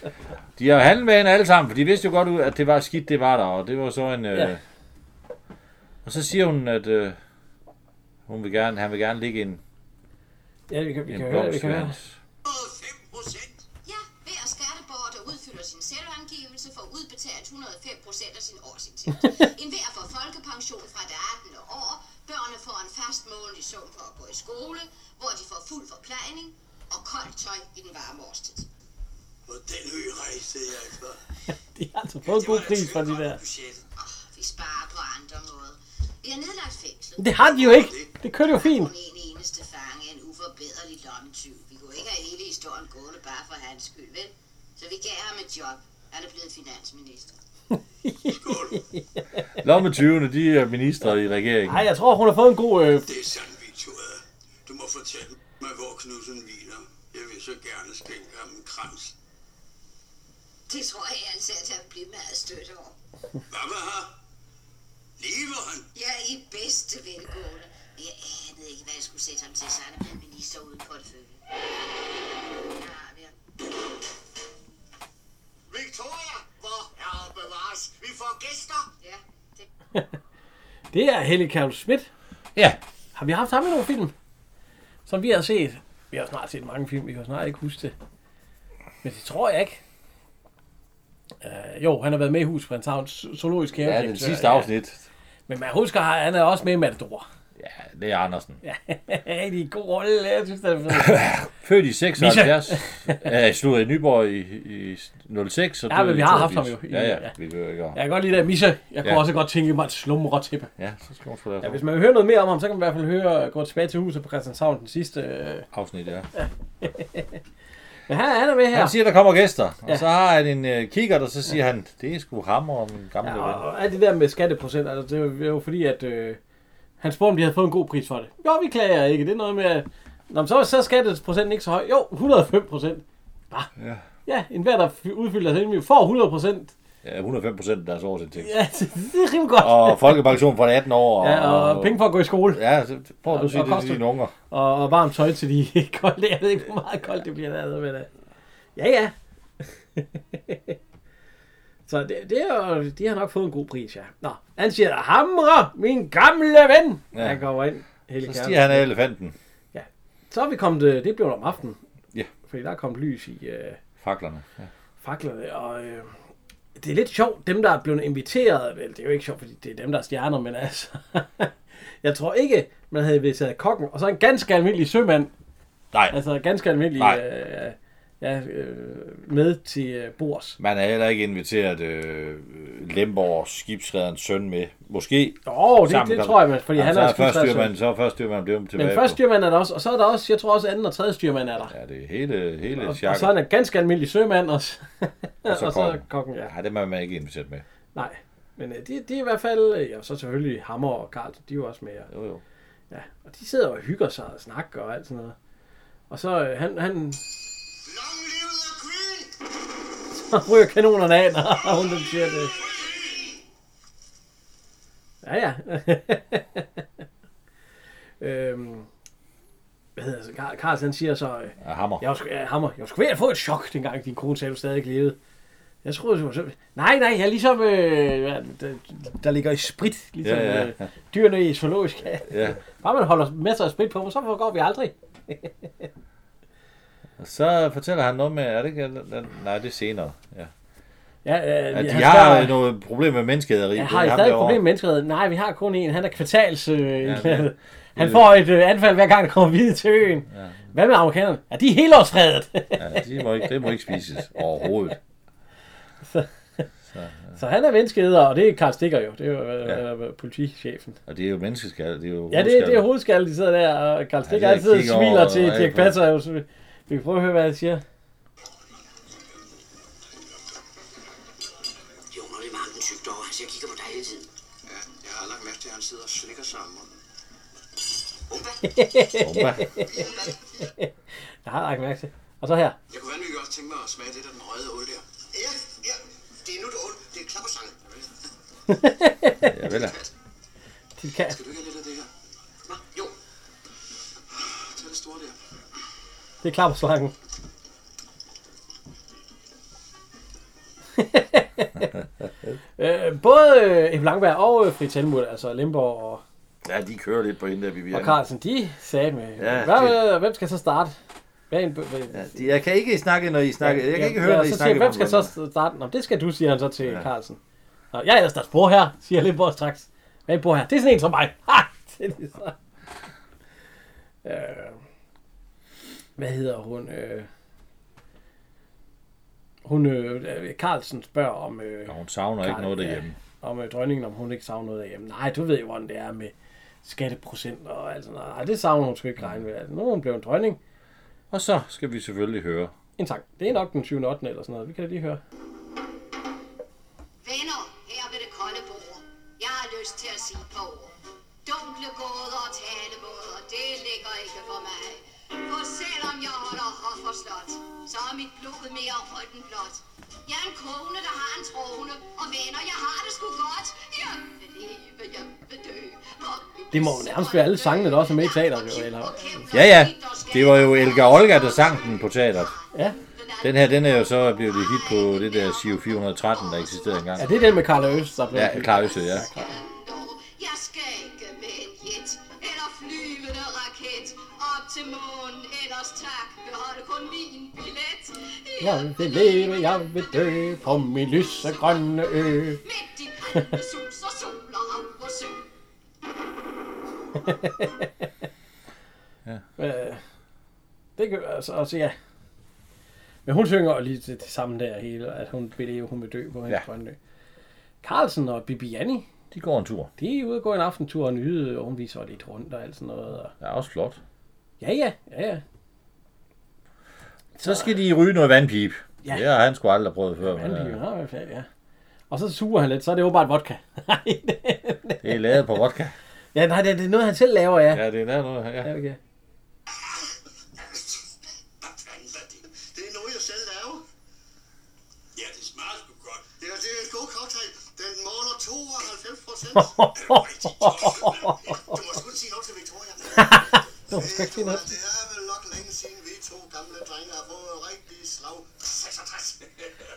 S2: De har jo handlet med hende alle sammen, for de vidste jo godt ud, at det var skidt, det var der. Og det var så en... Øh,
S1: Ja.
S2: Og så siger hun, at øh, hun vil gerne, han vil gerne ligge en,
S1: Ja, vi kan, vi
S2: en
S1: kan høre det, vi
S2: blomst
S1: kan
S2: ved
S1: høre det.
S2: hans.
S5: 5 procent.
S4: Ja, hver skatteborger, der udfylder sin selvangivelse, får udbetalt 105 procent af sin årsindtægt. En hver får folkepension fra det 18. år. Børnene får en fast månedlig sum for at gå i skole, hvor de får fuld forplejning og koldt tøj i den varme årstid.
S5: På den ø rejste jeg for.
S1: De har altså fået en god pris for de der.
S4: Åh, vi sparer på andre måder. Vi har nedlagt fængslet.
S1: Det har de jo ikke. Det kørte jo fint.
S4: Kun en eneste fange, en uforbederlig lommetyv. Vi kunne ikke have hele historien gående bare for hans skyld, vel? Så vi gav ham et job. Han er blevet finansminister.
S2: Lommetyvene, de er ministre i regeringen.
S1: Nej, jeg tror, hun har fået en god... Øh,
S5: Det er sandt, Victoria. Du må fortælle mig, hvor Knudsen hviler. Jeg vil så gerne skænke ham en krans.
S4: Det tror jeg altså, at han bliver meget stødt over.
S5: Hvad var her? Lever han?
S4: Jeg er i bedste velgående. Men jeg anede ikke, hvad jeg skulle sætte ham til, så han er blevet minister uden portefølje. Her har vi ham.
S5: Victoria, hvor herre bevares. Vi får gæster.
S4: Ja, det
S1: det er Helle Karl Schmidt.
S2: Ja,
S1: Har vi haft ham i nogle film? Som vi har set. Vi har snart set mange film, vi kan snart ikke huske det. Men det tror jeg ikke. Uh, jo, han har været med i Hus Prins Havns zoologisk have.
S2: ja den sidste afsnit.
S1: Men man husker, at han er også med i Matador.
S2: Ja, det er Andersen.
S1: Ja, det er en god rolle. Jeg synes, det er fedt.
S2: Født i 76. ja, sluttede i Nyborg i, i 06. Og
S1: Ja, men
S2: døde i
S1: vi har haft
S2: 82.
S1: ham jo.
S2: Ja,
S1: Ja.
S2: ja, vi behøver ikke at...
S1: Jeg kan godt lide det, Misha. Jeg kunne
S2: Ja.
S1: også godt tænke mig et slumre tæppe.
S2: Ja, så skal man få det
S1: Ja, hvis
S2: her
S1: man vil høre noget mere om ham, så kan man i hvert fald høre, gå tilbage til huset på Christianshavn den sidste. Øh.
S2: afsnit, ja.
S1: Men han, han er med her.
S2: Han siger, der kommer gæster, og så har han en øh, kigger, og så siger han, det er sgu ham og min gamle
S1: Ja,
S2: ja,
S1: og,
S2: ven.
S1: og alt det der med skatteprocent, altså, det var jo fordi, at øh, han spurgte, om de havde fået en god pris for det. Jo, vi klager ikke. Det er noget med, at Nå, men så, så er skatteprocenten ikke så høj. Jo, 105 procent.
S2: Ja.
S1: Ja, enhver, der f- udfylder sig indmiddel, får 100 procent.
S2: Ja, 105 procent af deres årsindtægt.
S1: Ja, det, det er rimelig godt. Og,
S2: Og folkepension fra 18 år. Og,
S1: ja, og penge for at gå i skole.
S2: Ja, så prøv at
S1: Og-
S2: du sige
S1: og
S2: det
S1: koster-
S2: til dine unger.
S1: Og, og varmt tøj til de kolde. Jeg ved ikke, hvor meget koldt det bliver dernede, men øh, ja, ja. Så det, det er jo, de har nok fået en god pris, ja. Nå, han siger, hamre, min gamle ven. Ja.
S2: Ja.
S1: Han kommer ind. Hele
S2: Så
S1: kernen.
S2: stiger han af elefanten,
S1: Så er vi kommet, øh, det blev om aftenen.
S2: Ja.
S1: Fordi der er kommet lys i øh,
S2: faklerne. Ja.
S1: faklerne, og øh, det er lidt sjovt, dem der er blevet inviteret, vel, det er jo ikke sjovt, fordi det er dem, der er stjerner, men altså, jeg tror ikke, man havde inviteret kokken, og så en Altså, ganske almindelig sømand,
S2: Nej,
S1: altså ganske almindelig,
S2: Nej.
S1: øh, ja, øh, med til øh, bords.
S2: Man er heller ikke inviteret øh, Lemborg skibsredderens søn med. Måske.
S1: Åh, det,
S2: Sammen
S1: det
S2: med-
S1: tror jeg, man, fordi han
S2: så
S1: er
S2: først
S1: skibsredder.
S2: styrmand, så er først styrmand det er om tilbage.
S1: Men først
S2: på.
S1: styrmand er der også, og så er der også, jeg tror også anden og tredje styrmand er der.
S2: Ja, det er hele, hele
S1: Og,
S2: og,
S1: og så er han en ganske almindelig sømand også. og så, og så er
S2: kongen.
S1: kokken, ja.
S2: Ja, det er man ikke inviteret med.
S1: Nej, men øh, det, det er i hvert fald, øh, ja, så selvfølgelig Hammer og Karl, de er jo også med. Og,
S2: Jo, jo.
S1: ja, og de sidder og hygger sig og snakker og alt sådan noget. Og så øh, han, han
S5: Long live the queen!
S1: ryger kanonerne af, når hun den siger det. Ja, ja. øhm, hvad hedder det? Karl, Karls, han siger så, øh,
S2: Ja, hammer.
S1: Jeg var, sgu- ja, hammer. Jeg var sgu ved at få et chok, dengang din kone sagde, du stadig levede. Jeg troede, du var så... Nej, nej, jeg er ligesom... Øh, hvad er det, der, der ligger i sprit, ligesom
S2: Ja,
S1: ja,
S2: ja.
S1: ja. Øh, dyrene i zoologisk.
S2: Ja.
S1: Bare man holder masser af sprit på mig, så forgår vi aldrig.
S2: Og så fortæller han noget med, er det ikke, eller- nej, det er senere. Ja.
S1: Ja, øh,
S2: At de
S1: han
S2: har
S1: spørger,
S2: noget problem med menneskeæderi.
S1: "Ja,
S2: Det er
S1: har I
S2: ham
S1: stadig et
S2: derovre.
S1: problem med menneskeheden? Nej, vi har kun en. Han er kvartals... Øh, ja,
S2: det-
S1: han
S2: det-
S1: får et øh, anfald, hver gang der kommer hvide til øen. Ja. Hvad med amerikanerne? Er de helårsfredet?
S2: Ja, de må ikke, det må ikke spises overhovedet.
S1: så han er menneskeheder, og det er Karl Stikker jo. Det er jo øh,
S2: Ja.
S1: øh, politichefen.
S2: Og det er jo menneskeskalle, det er jo
S1: Ja, det, det er
S2: hovedskalle.
S1: hovedskallen, de sidder der, og Karl Stik
S2: det er
S1: altid
S2: kigger
S1: smiler
S2: over
S1: til
S2: og
S1: Dirk
S2: af på.
S1: Passer. jo, så Vi vi kan prøve at høre, hvad han siger.
S8: Det er underligt, Marken tygt over. Altså, jeg kigger på dig hele tiden.
S5: Ja, jeg har lagt mærke til, at han sidder og slikker sig om munden.
S2: Bomba.
S1: Jeg har ikke mærke til. Og så her.
S5: Jeg kunne vanvittigt godt tænke mig at smage det der den røde ål der.
S8: Ja, ja. Det er nu det ondt. Det er klappersange.
S2: Ja, vel. da.
S1: Dit kat.
S5: Skal du ikke have lidt af det her?
S8: Nå, jo.
S5: Tag det store der.
S1: Det er klar på slangen. øh, både øh, Ebbe Langberg og øh, Fritz Helmut, altså Lemborg og,
S2: Ja, de kører lidt på hende, der Vivian.
S1: og Carlsen, de sagde med,
S2: Ja,
S1: hvad, hvem skal så starte? Hvad er en, hvad,
S2: Ja, de, jeg kan ikke snakke, når I snakker. Jeg kan ikke høre, når I
S1: så
S2: snakker.
S1: siger, hvem skal
S2: på den
S1: så
S2: måde.
S1: starte? Nå, det skal du, siger han så til ja. Carlsen. Nå, jeg er ellers der bor her, siger Limborg straks. Hvad bor her? Det er sådan en som mig. Ha! Det er det så. Øh, hvad hedder hun? Øh, hun, øh, Carlsen spørger om... Øh,
S2: Ja, hun savner ikke noget derhjemme.
S1: Ja, om øh, dronningen, om hun ikke savner noget derhjemme. Nej, du ved jo, hvordan det er med skatteprocent og alt sådan noget. Nej, det savner hun sgu ikke regne med. Altså, nu er hun blevet en dronning.
S2: Og så skal vi selvfølgelig høre.
S1: En sang. Det er nok den 20. 8. eller sådan noget. Vi kan da lige høre.
S3: Venner, her ved det kolde bord. Jeg har lyst til at sige på ord. Dunkle gåder og talemåder, det ligger ikke for mig. For selvom jeg holder hof og slot, så er mit blod mere rødt end blåt. Jeg er en kone, der har en trone, og venner, jeg har det sgu godt. Jeg vil leve, jeg vil dø. Hvor vil
S1: Det må jo nærmest være alle sangene, der også er med i teateret, jo, eller-
S2: Ja, ja. Det var jo Elga Olga, der sang den på teateret.
S1: Ja.
S2: Den her, den er jo så blevet et hit på det der Sio 413, der eksisterede engang.
S1: Ja, det er den med Carla Øst, der blev...
S2: Ja, Clara Østed, ja.
S3: Jeg skal ikke med en jet eller flyvende raket op til månen. Ellers tak, behold kun min billet.
S1: Jeg vil leve, jeg vil dø på min lysegrønne ø.
S3: Midt i kalde sus og sol og hav og sø.
S1: Øh, det kan altså, altså, ja. Men hun synger jo lige det, det samme der hele, at hun vil leve, hun vil dø på hendes
S2: Ja.
S1: ja. grønne ø. Carlsen og Bibiani,
S2: De går en tur.
S1: de er ude og gå en aftentur og nyde, og hun viser lidt rundt og alt sådan noget. Og...
S2: Det er også flot.
S1: Ja, ja, ja, ja.
S2: Så skal de ryge noget vandpip.
S1: Ja.
S2: Ja. Det har han sgu aldrig prøvet før. Men,
S1: Han ja.
S2: øh,
S1: ja, i hvert fald, ja. Og så suger han lidt, så er det åbenbart vodka. Nej, det-
S2: det er lavet på vodka.
S1: ja, nej, det det er noget, han selv laver, ja. ja.
S2: Ja, det er lavet noget. Ja.
S1: ja okay.
S6: Hvad fanden var det?
S5: Det er noget, jeg selv laver.
S6: Ja, det smager sgu godt.
S5: Det er, det er en god cocktail. Den måler 92 procent.
S6: Er du rigtig tosset, mand?
S5: Du må sgu sige noget til Victoria.
S1: Det var sgu ikke fint, at-
S5: det er vel nok længe siden vi to gamle drenge har fået rigtig slag.
S6: 66.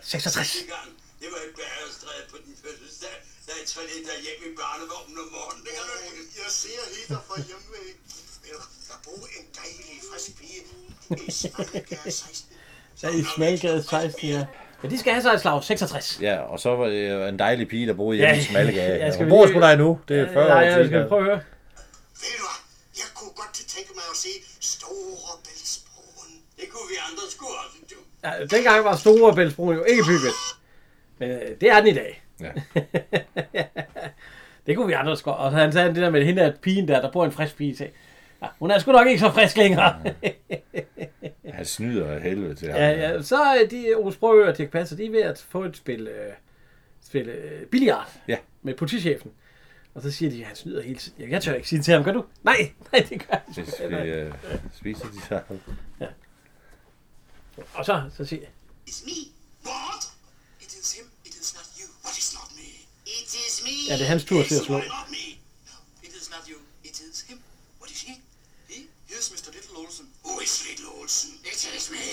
S1: 66.
S6: Sidste gang, det var et bagerstræde på din fødselsdag, der er toilet derhjemme i barnevognen om morgenen. Det kan du ikke.
S5: Jeg ser hitter fra hjemme. Der bor en dejlig frisk pige i Svanegade 16.
S1: Ja, i Smalgade 16, ja. Ja, de skal have sig et slag 66.
S2: Ja, og så var det en dejlig pige, der boede hjemme
S1: Ja.
S2: i Smalgade.
S1: Ja,
S2: Ja,
S1: skal
S2: Hun
S1: vi
S2: bor
S1: lige-
S2: sgu der endnu. Det er 40
S1: Nej,
S2: år
S1: jeg skal
S2: siden.
S1: prøve at høre.
S5: Ved du hvad? Jeg kunne godt tænke mig at se store bæltsbroen. Det kunne vi andre sgu også, du.
S1: Ja, dengang var store Bælsbroen jo ikke bygget. Men øh, det er den i dag.
S2: Ja.
S1: det kunne vi andre også godt. Og han sagde det der med hende, at pigen der, der bor en frisk pige, sagde, ja, hun er sgu nok ikke så frisk længere.
S2: Han snyder af helvede til ham.
S1: ja, ja, så er de Osprøø og Dirk Passer, de er ved at få et spil, øh, spil øh, billiard
S2: Ja.
S1: med politichefen. Og så siger de, at han snyder hele tiden. Jeg, jeg tør ikke sige det til ham, gør du? Nej, nej, det gør jeg
S2: Det
S1: sgu
S2: skal,
S1: heller ikke.
S2: øh, spiser de sammen.
S1: Og så, så siger
S4: It's me.
S5: What? It is him, it is not you. What is not me?
S4: It is me.
S1: ja, det er hans tur til at slå.
S5: Why not me? No, it is not you. It is him. What is he? He? He is Mr. Little Olsen. Who is Little Olsen? It is me.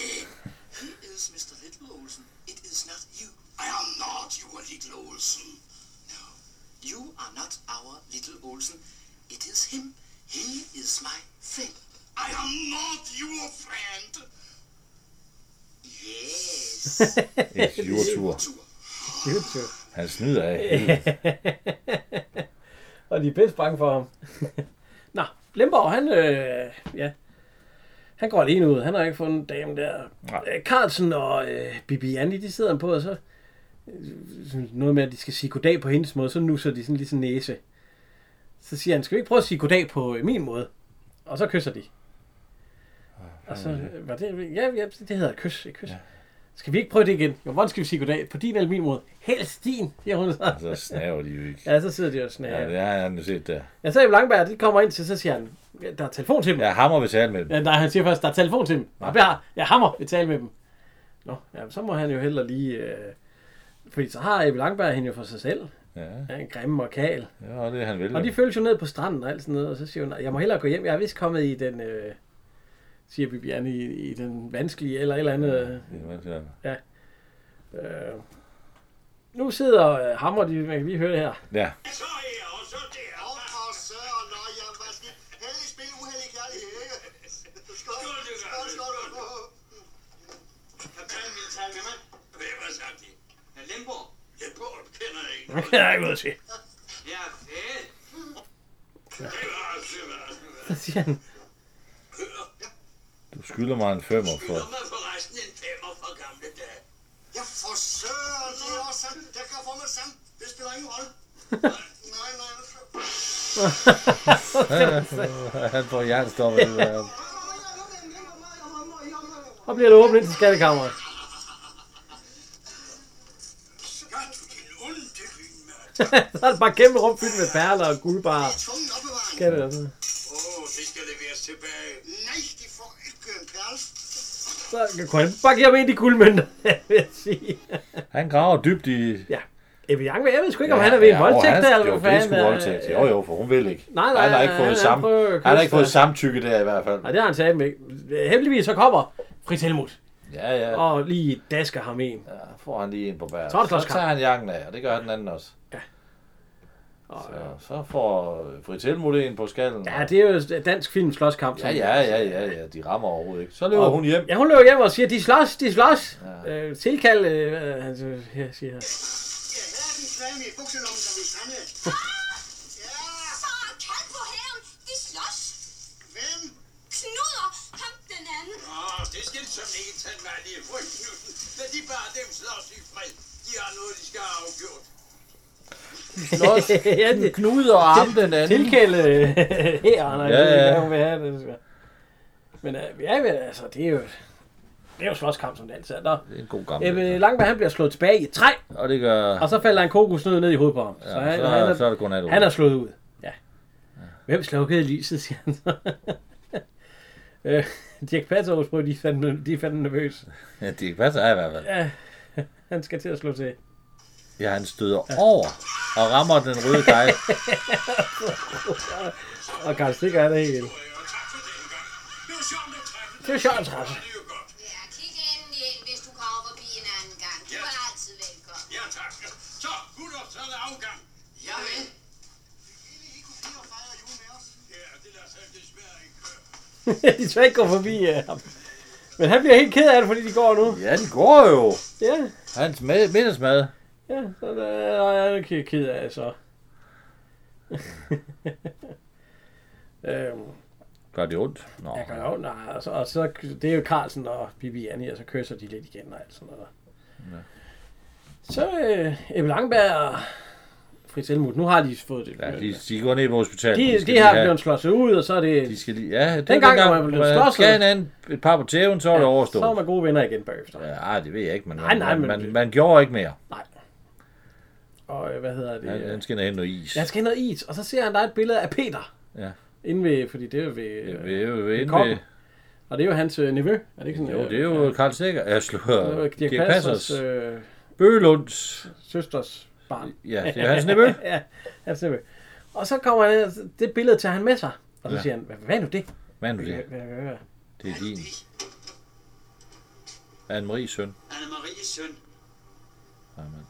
S5: He is Mr. Little Olsen. It is not you. I am not your Little Olsen. No, you are not our Little Olsen. It is him. He is my friend. I am not your friend. Yes.
S2: Et jordtur. Han snyder af helvede.
S1: og de er pisse bange for ham. Nå, Lemborg, han, øh, ja, han går alene ud. Han har ikke fundet damen der.
S2: Nej.
S1: Øh, Carlsen og øh, Bibi Anni, de sidder han på, og så øh, sådan noget med, at de skal sige goddag på hendes måde, så nusser de sådan lige sådan næse. Så siger han, skal vi ikke prøve at sige goddag på øh, min måde? Og så kysser de. Og så øh, var det, ja, ja det hedder et kys, et kys. Ja. Skal vi ikke prøve det igen? Jo, hvordan skal vi sige goddag? På din eller min måde? Helst din, siger hun så.
S2: Så snaver de jo ikke.
S1: Ja, så sidder de og snakker.
S2: Altså. Ja, det har han jo set der.
S1: Ja, så er Langberg, det kommer ind til, så siger han, ja, der er telefon til dem.
S2: Ja,
S1: Ja.
S2: hammer vil tale med dem.
S1: ja nej, han siger først, der er telefon til dem. Ja. Jeg, jeg hammer, vil tale med dem. Nå, ja, så må han jo heller lige... Øh, fordi så har Ebbe Langberg hende jo for sig selv.
S2: Ja,
S1: Ja, en grimme og kal.
S2: ja og det er han vil.
S1: Og de følges jo ned på stranden og alt sådan noget, og så siger hun, jeg må hellere gå hjem, jeg er vist kommet i den... Øh, siger Bibiane i, i den vanskelige eller et eller andet... Øh,
S2: Det er meget sjovt.
S1: øh. Nu sidder øh, Hammer, de, man kan lige høre det her.
S2: Ja,
S5: Så er og så der.
S3: Og for søren, nej, jeg var sådan... Heldig spil, uheldig kærlighed, ikke? Skål, skål, skål.
S5: Kaptajn vil tale med mig. Hvem har sagt det?
S6: Herr Lemborg.
S5: Lemborg kender jeg ikke.
S1: Nu kan jeg ikke ud og se.
S6: Ja, fedt.
S5: Det var det var
S1: Så siger han,
S2: du skylder mig en femmer for.
S5: Skylder mig forresten en femmer fra gamle dage.
S3: Ja, for søren, det er også sandt. Jeg kan få mig sammen. Det spiller ingen rolle. Nej, nej, nej.
S2: han får jernstopper. Det der.
S1: og bliver det åbent ind til skattekammeret.
S5: Skat, du din onde lynmørd.
S1: så er det bare kæmpe rum fyldt med perler og guldbarer.
S3: Tvungen opbevaring.
S1: Skatte og sådan noget.
S5: Åh, det skal leveres tilbage.
S3: Nej, de får ikke en perle.
S1: Så kunne han bare give ham en af de guldmønter, vil jeg sige.
S2: Han graver dybt i...
S1: Ebbe Jang, jeg ved sgu ikke, om han er ved en voldtægt der,
S2: der,
S1: eller
S2: jo,
S1: hvad
S2: det er
S1: fanden.
S2: sgu voldtægt. Jo, jo, for hun vil ikke.
S1: Nej, nej,
S2: han har ikke
S1: han-
S2: fået,
S1: han
S2: sam...
S1: prøver at
S2: han har ikke
S1: kysse
S2: fået
S1: dig.
S2: samtykke der i hvert fald.
S1: Nej, det har han sagt ikke. Heldigvis så kommer Fritz Helmut
S2: Ja, ja.
S1: og lige dasker ham en.
S2: Ja, får han lige en på bæret.
S1: Så er det
S2: Så
S1: slåskamp.
S2: tager han jakken af, og det gør den anden også.
S1: Ja. øh,
S2: Så, så får øh, Fritz Helmut en på skallen.
S1: Ja, det er jo dansk film slåskamp.
S2: Ja,
S1: som-
S2: ja, ja, ja, ja, de rammer overhovedet ikke. Så løber hun hjem.
S1: Ja, hun løber hjem og siger, de slås, de slås. Ja. Øh, tilkald, øh, han siger- her, siger han.
S3: Ja, her er den slemme i bukselommen, som vi strandede.
S4: Så kald på herren. De slås.
S3: Hvem?
S4: Knuder ham den anden.
S5: Åh, det skal så ikke tage mig lige på knuden. Lad de bare dem slås i fred. De har noget, de skal have afgjort.
S1: ja, det,
S2: Knude og arme den anden.
S1: tilkælde her, når
S2: Ja,
S1: ja,
S2: ja.
S1: ja. Ikke, hun vil have det. så. Men øh, ja, men, altså, det er jo, det er jo slåskamp, som det altid er. Nå,
S2: Det er en god gammel.
S1: Ebbe Langberg, han bliver slået tilbage i et træ,
S2: Og det gør...
S1: og så falder en kokosnød ned i hovedet på ham.
S2: Ja,
S1: så, han,
S2: så,
S1: han, er,
S2: så er det kun alt
S1: han er slået ud. Ja. Hvem slukkede lyset, siger han så. Øh, Dirk Patzovs bror, de er fandme, de er fandme nervøs.
S2: Ja, det passer af i hvert fald.
S1: Han skal til at slå til.
S2: Ja, han støder over og rammer den røde dej.
S1: Og Karl Stikker er der helt.
S5: Og tak for den gang. Det var sjovt
S1: Det er
S5: at træffe dig.
S1: sjovt at træffe.
S5: Det er jo godt.
S4: Ja, kig endelig ind, hvis du kommer forbi en anden gang. Du er altid velkommen.
S5: Ja, tak. Så, gutter, så er der afgang.
S3: Ja, vel. Ville I kunne blive og fejre jul med os?
S5: Ja, det lader sig desværre ikke gøre.
S1: de tør ikke gå forbi øh, ham. Men han bliver helt ked af det, fordi de går nu.
S2: Ja, det går jo.
S1: Ja.
S2: Hans med- middagsmad.
S1: Ja, så der er jeg ikke ked af, så. øhm,
S2: Gør det ondt? Nå.
S1: Jeg gør jo, nej, og så, og så, det er jo Carlsen og Bibi Annie, og så kysser de lidt igen og alt sådan noget. Så øh, Ebbe Langberg og Fritz Helmut, nu har de fået det.
S2: Ja, de, de går ned på hospitalet.
S1: de,
S2: skal
S1: de
S2: lige
S1: har
S2: have-
S1: blevet slået sig ud, og så er det...
S2: De skal lige... Ja, det
S1: Dengang, når man
S2: man
S1: blev
S2: blev
S1: slåsset.
S2: slået. en anden et par på tæven, så var det overstået.
S1: så er man gode venner igen bagefter.
S2: Ja, ej, det ved jeg ikke, men
S1: Nej, nej, men-
S2: man, man, man, gjorde ikke mere.
S1: Nej. Og øh, hvad hedder det?
S2: Han, han skal ned og hente noget is.
S1: Jeg skal have noget is, og så ser han der et billede af Peter.
S2: Ja.
S1: Inde ved, fordi det er jo ved...
S2: Ved-
S1: Øh,
S2: ved- ved-
S1: kokken. og det er jo hans øh, nevø, er det ikke sådan?
S2: Jo,
S1: øh,
S2: det er jo Karl Sikker. Jeg
S1: det var
S2: slår
S1: Dirk, Dirk Passers øh,
S2: Bølunds.
S1: søsters barn.
S2: Ja, det er hans nevø.
S1: ja, hans nevø. Og så kommer han, ned, det billede tager han med sig. Og så
S2: Ja.
S1: siger han, hvad, hvad er nu det?
S2: Hvad er nu
S1: Hvad,
S2: det?
S1: hvad, hvad, hvad?
S2: Det er din. Anne-Maries søn.
S5: Anne-Maries søn.
S2: Amen.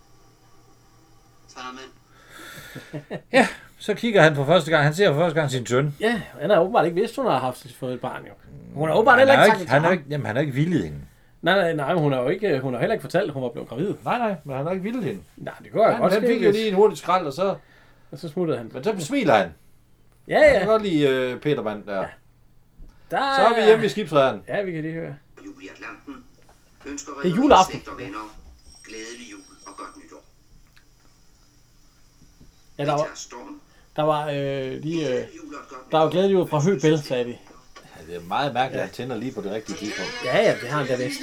S5: Farmand.
S2: Så kigger han for første gang. Han ser for første gang sin søn.
S1: Ja, han har åbenbart ikke vidst, hun har haft fået et barn jo. Hun har åbenbart
S2: Han
S1: heller
S2: har
S1: ikke
S2: jo
S1: sagt
S2: ikke,
S1: det
S2: han
S1: til
S2: har
S1: ham.
S2: jo ikke, jamen, han har ikke vildt hende.
S1: Nej, nej, nej, men hun har jo ikke, hun har heller ikke fortalt, at hun var blevet gravid.
S2: Nej, nej, men han har ikke vildt hende.
S1: Nej, det går jo godt ske, hvis-
S2: en hurtig skrald, og så,
S1: Og så smuttede han.
S2: men så besviler han.
S1: Ja, ja.
S2: godt lide øh, Petermann der.
S1: Der...
S2: i skibsrædderen.
S1: Ja, vi kan lige høre.
S6: Jul i Atlanten. Ønsker
S1: Det er juleaften.
S6: redder, slægt og venner. Glædelig jul og godt nytår.
S1: Ja, der var,
S6: Tager storm.
S1: der var øh, lige... Øh,
S6: Jul og et godt
S1: der var glædelig ud fra Høbel, sagde de.
S2: Ja, det er meget mærkeligt, at han tænder lige på det rigtige tidspunkt.
S1: Ja, ja, det har han da vist.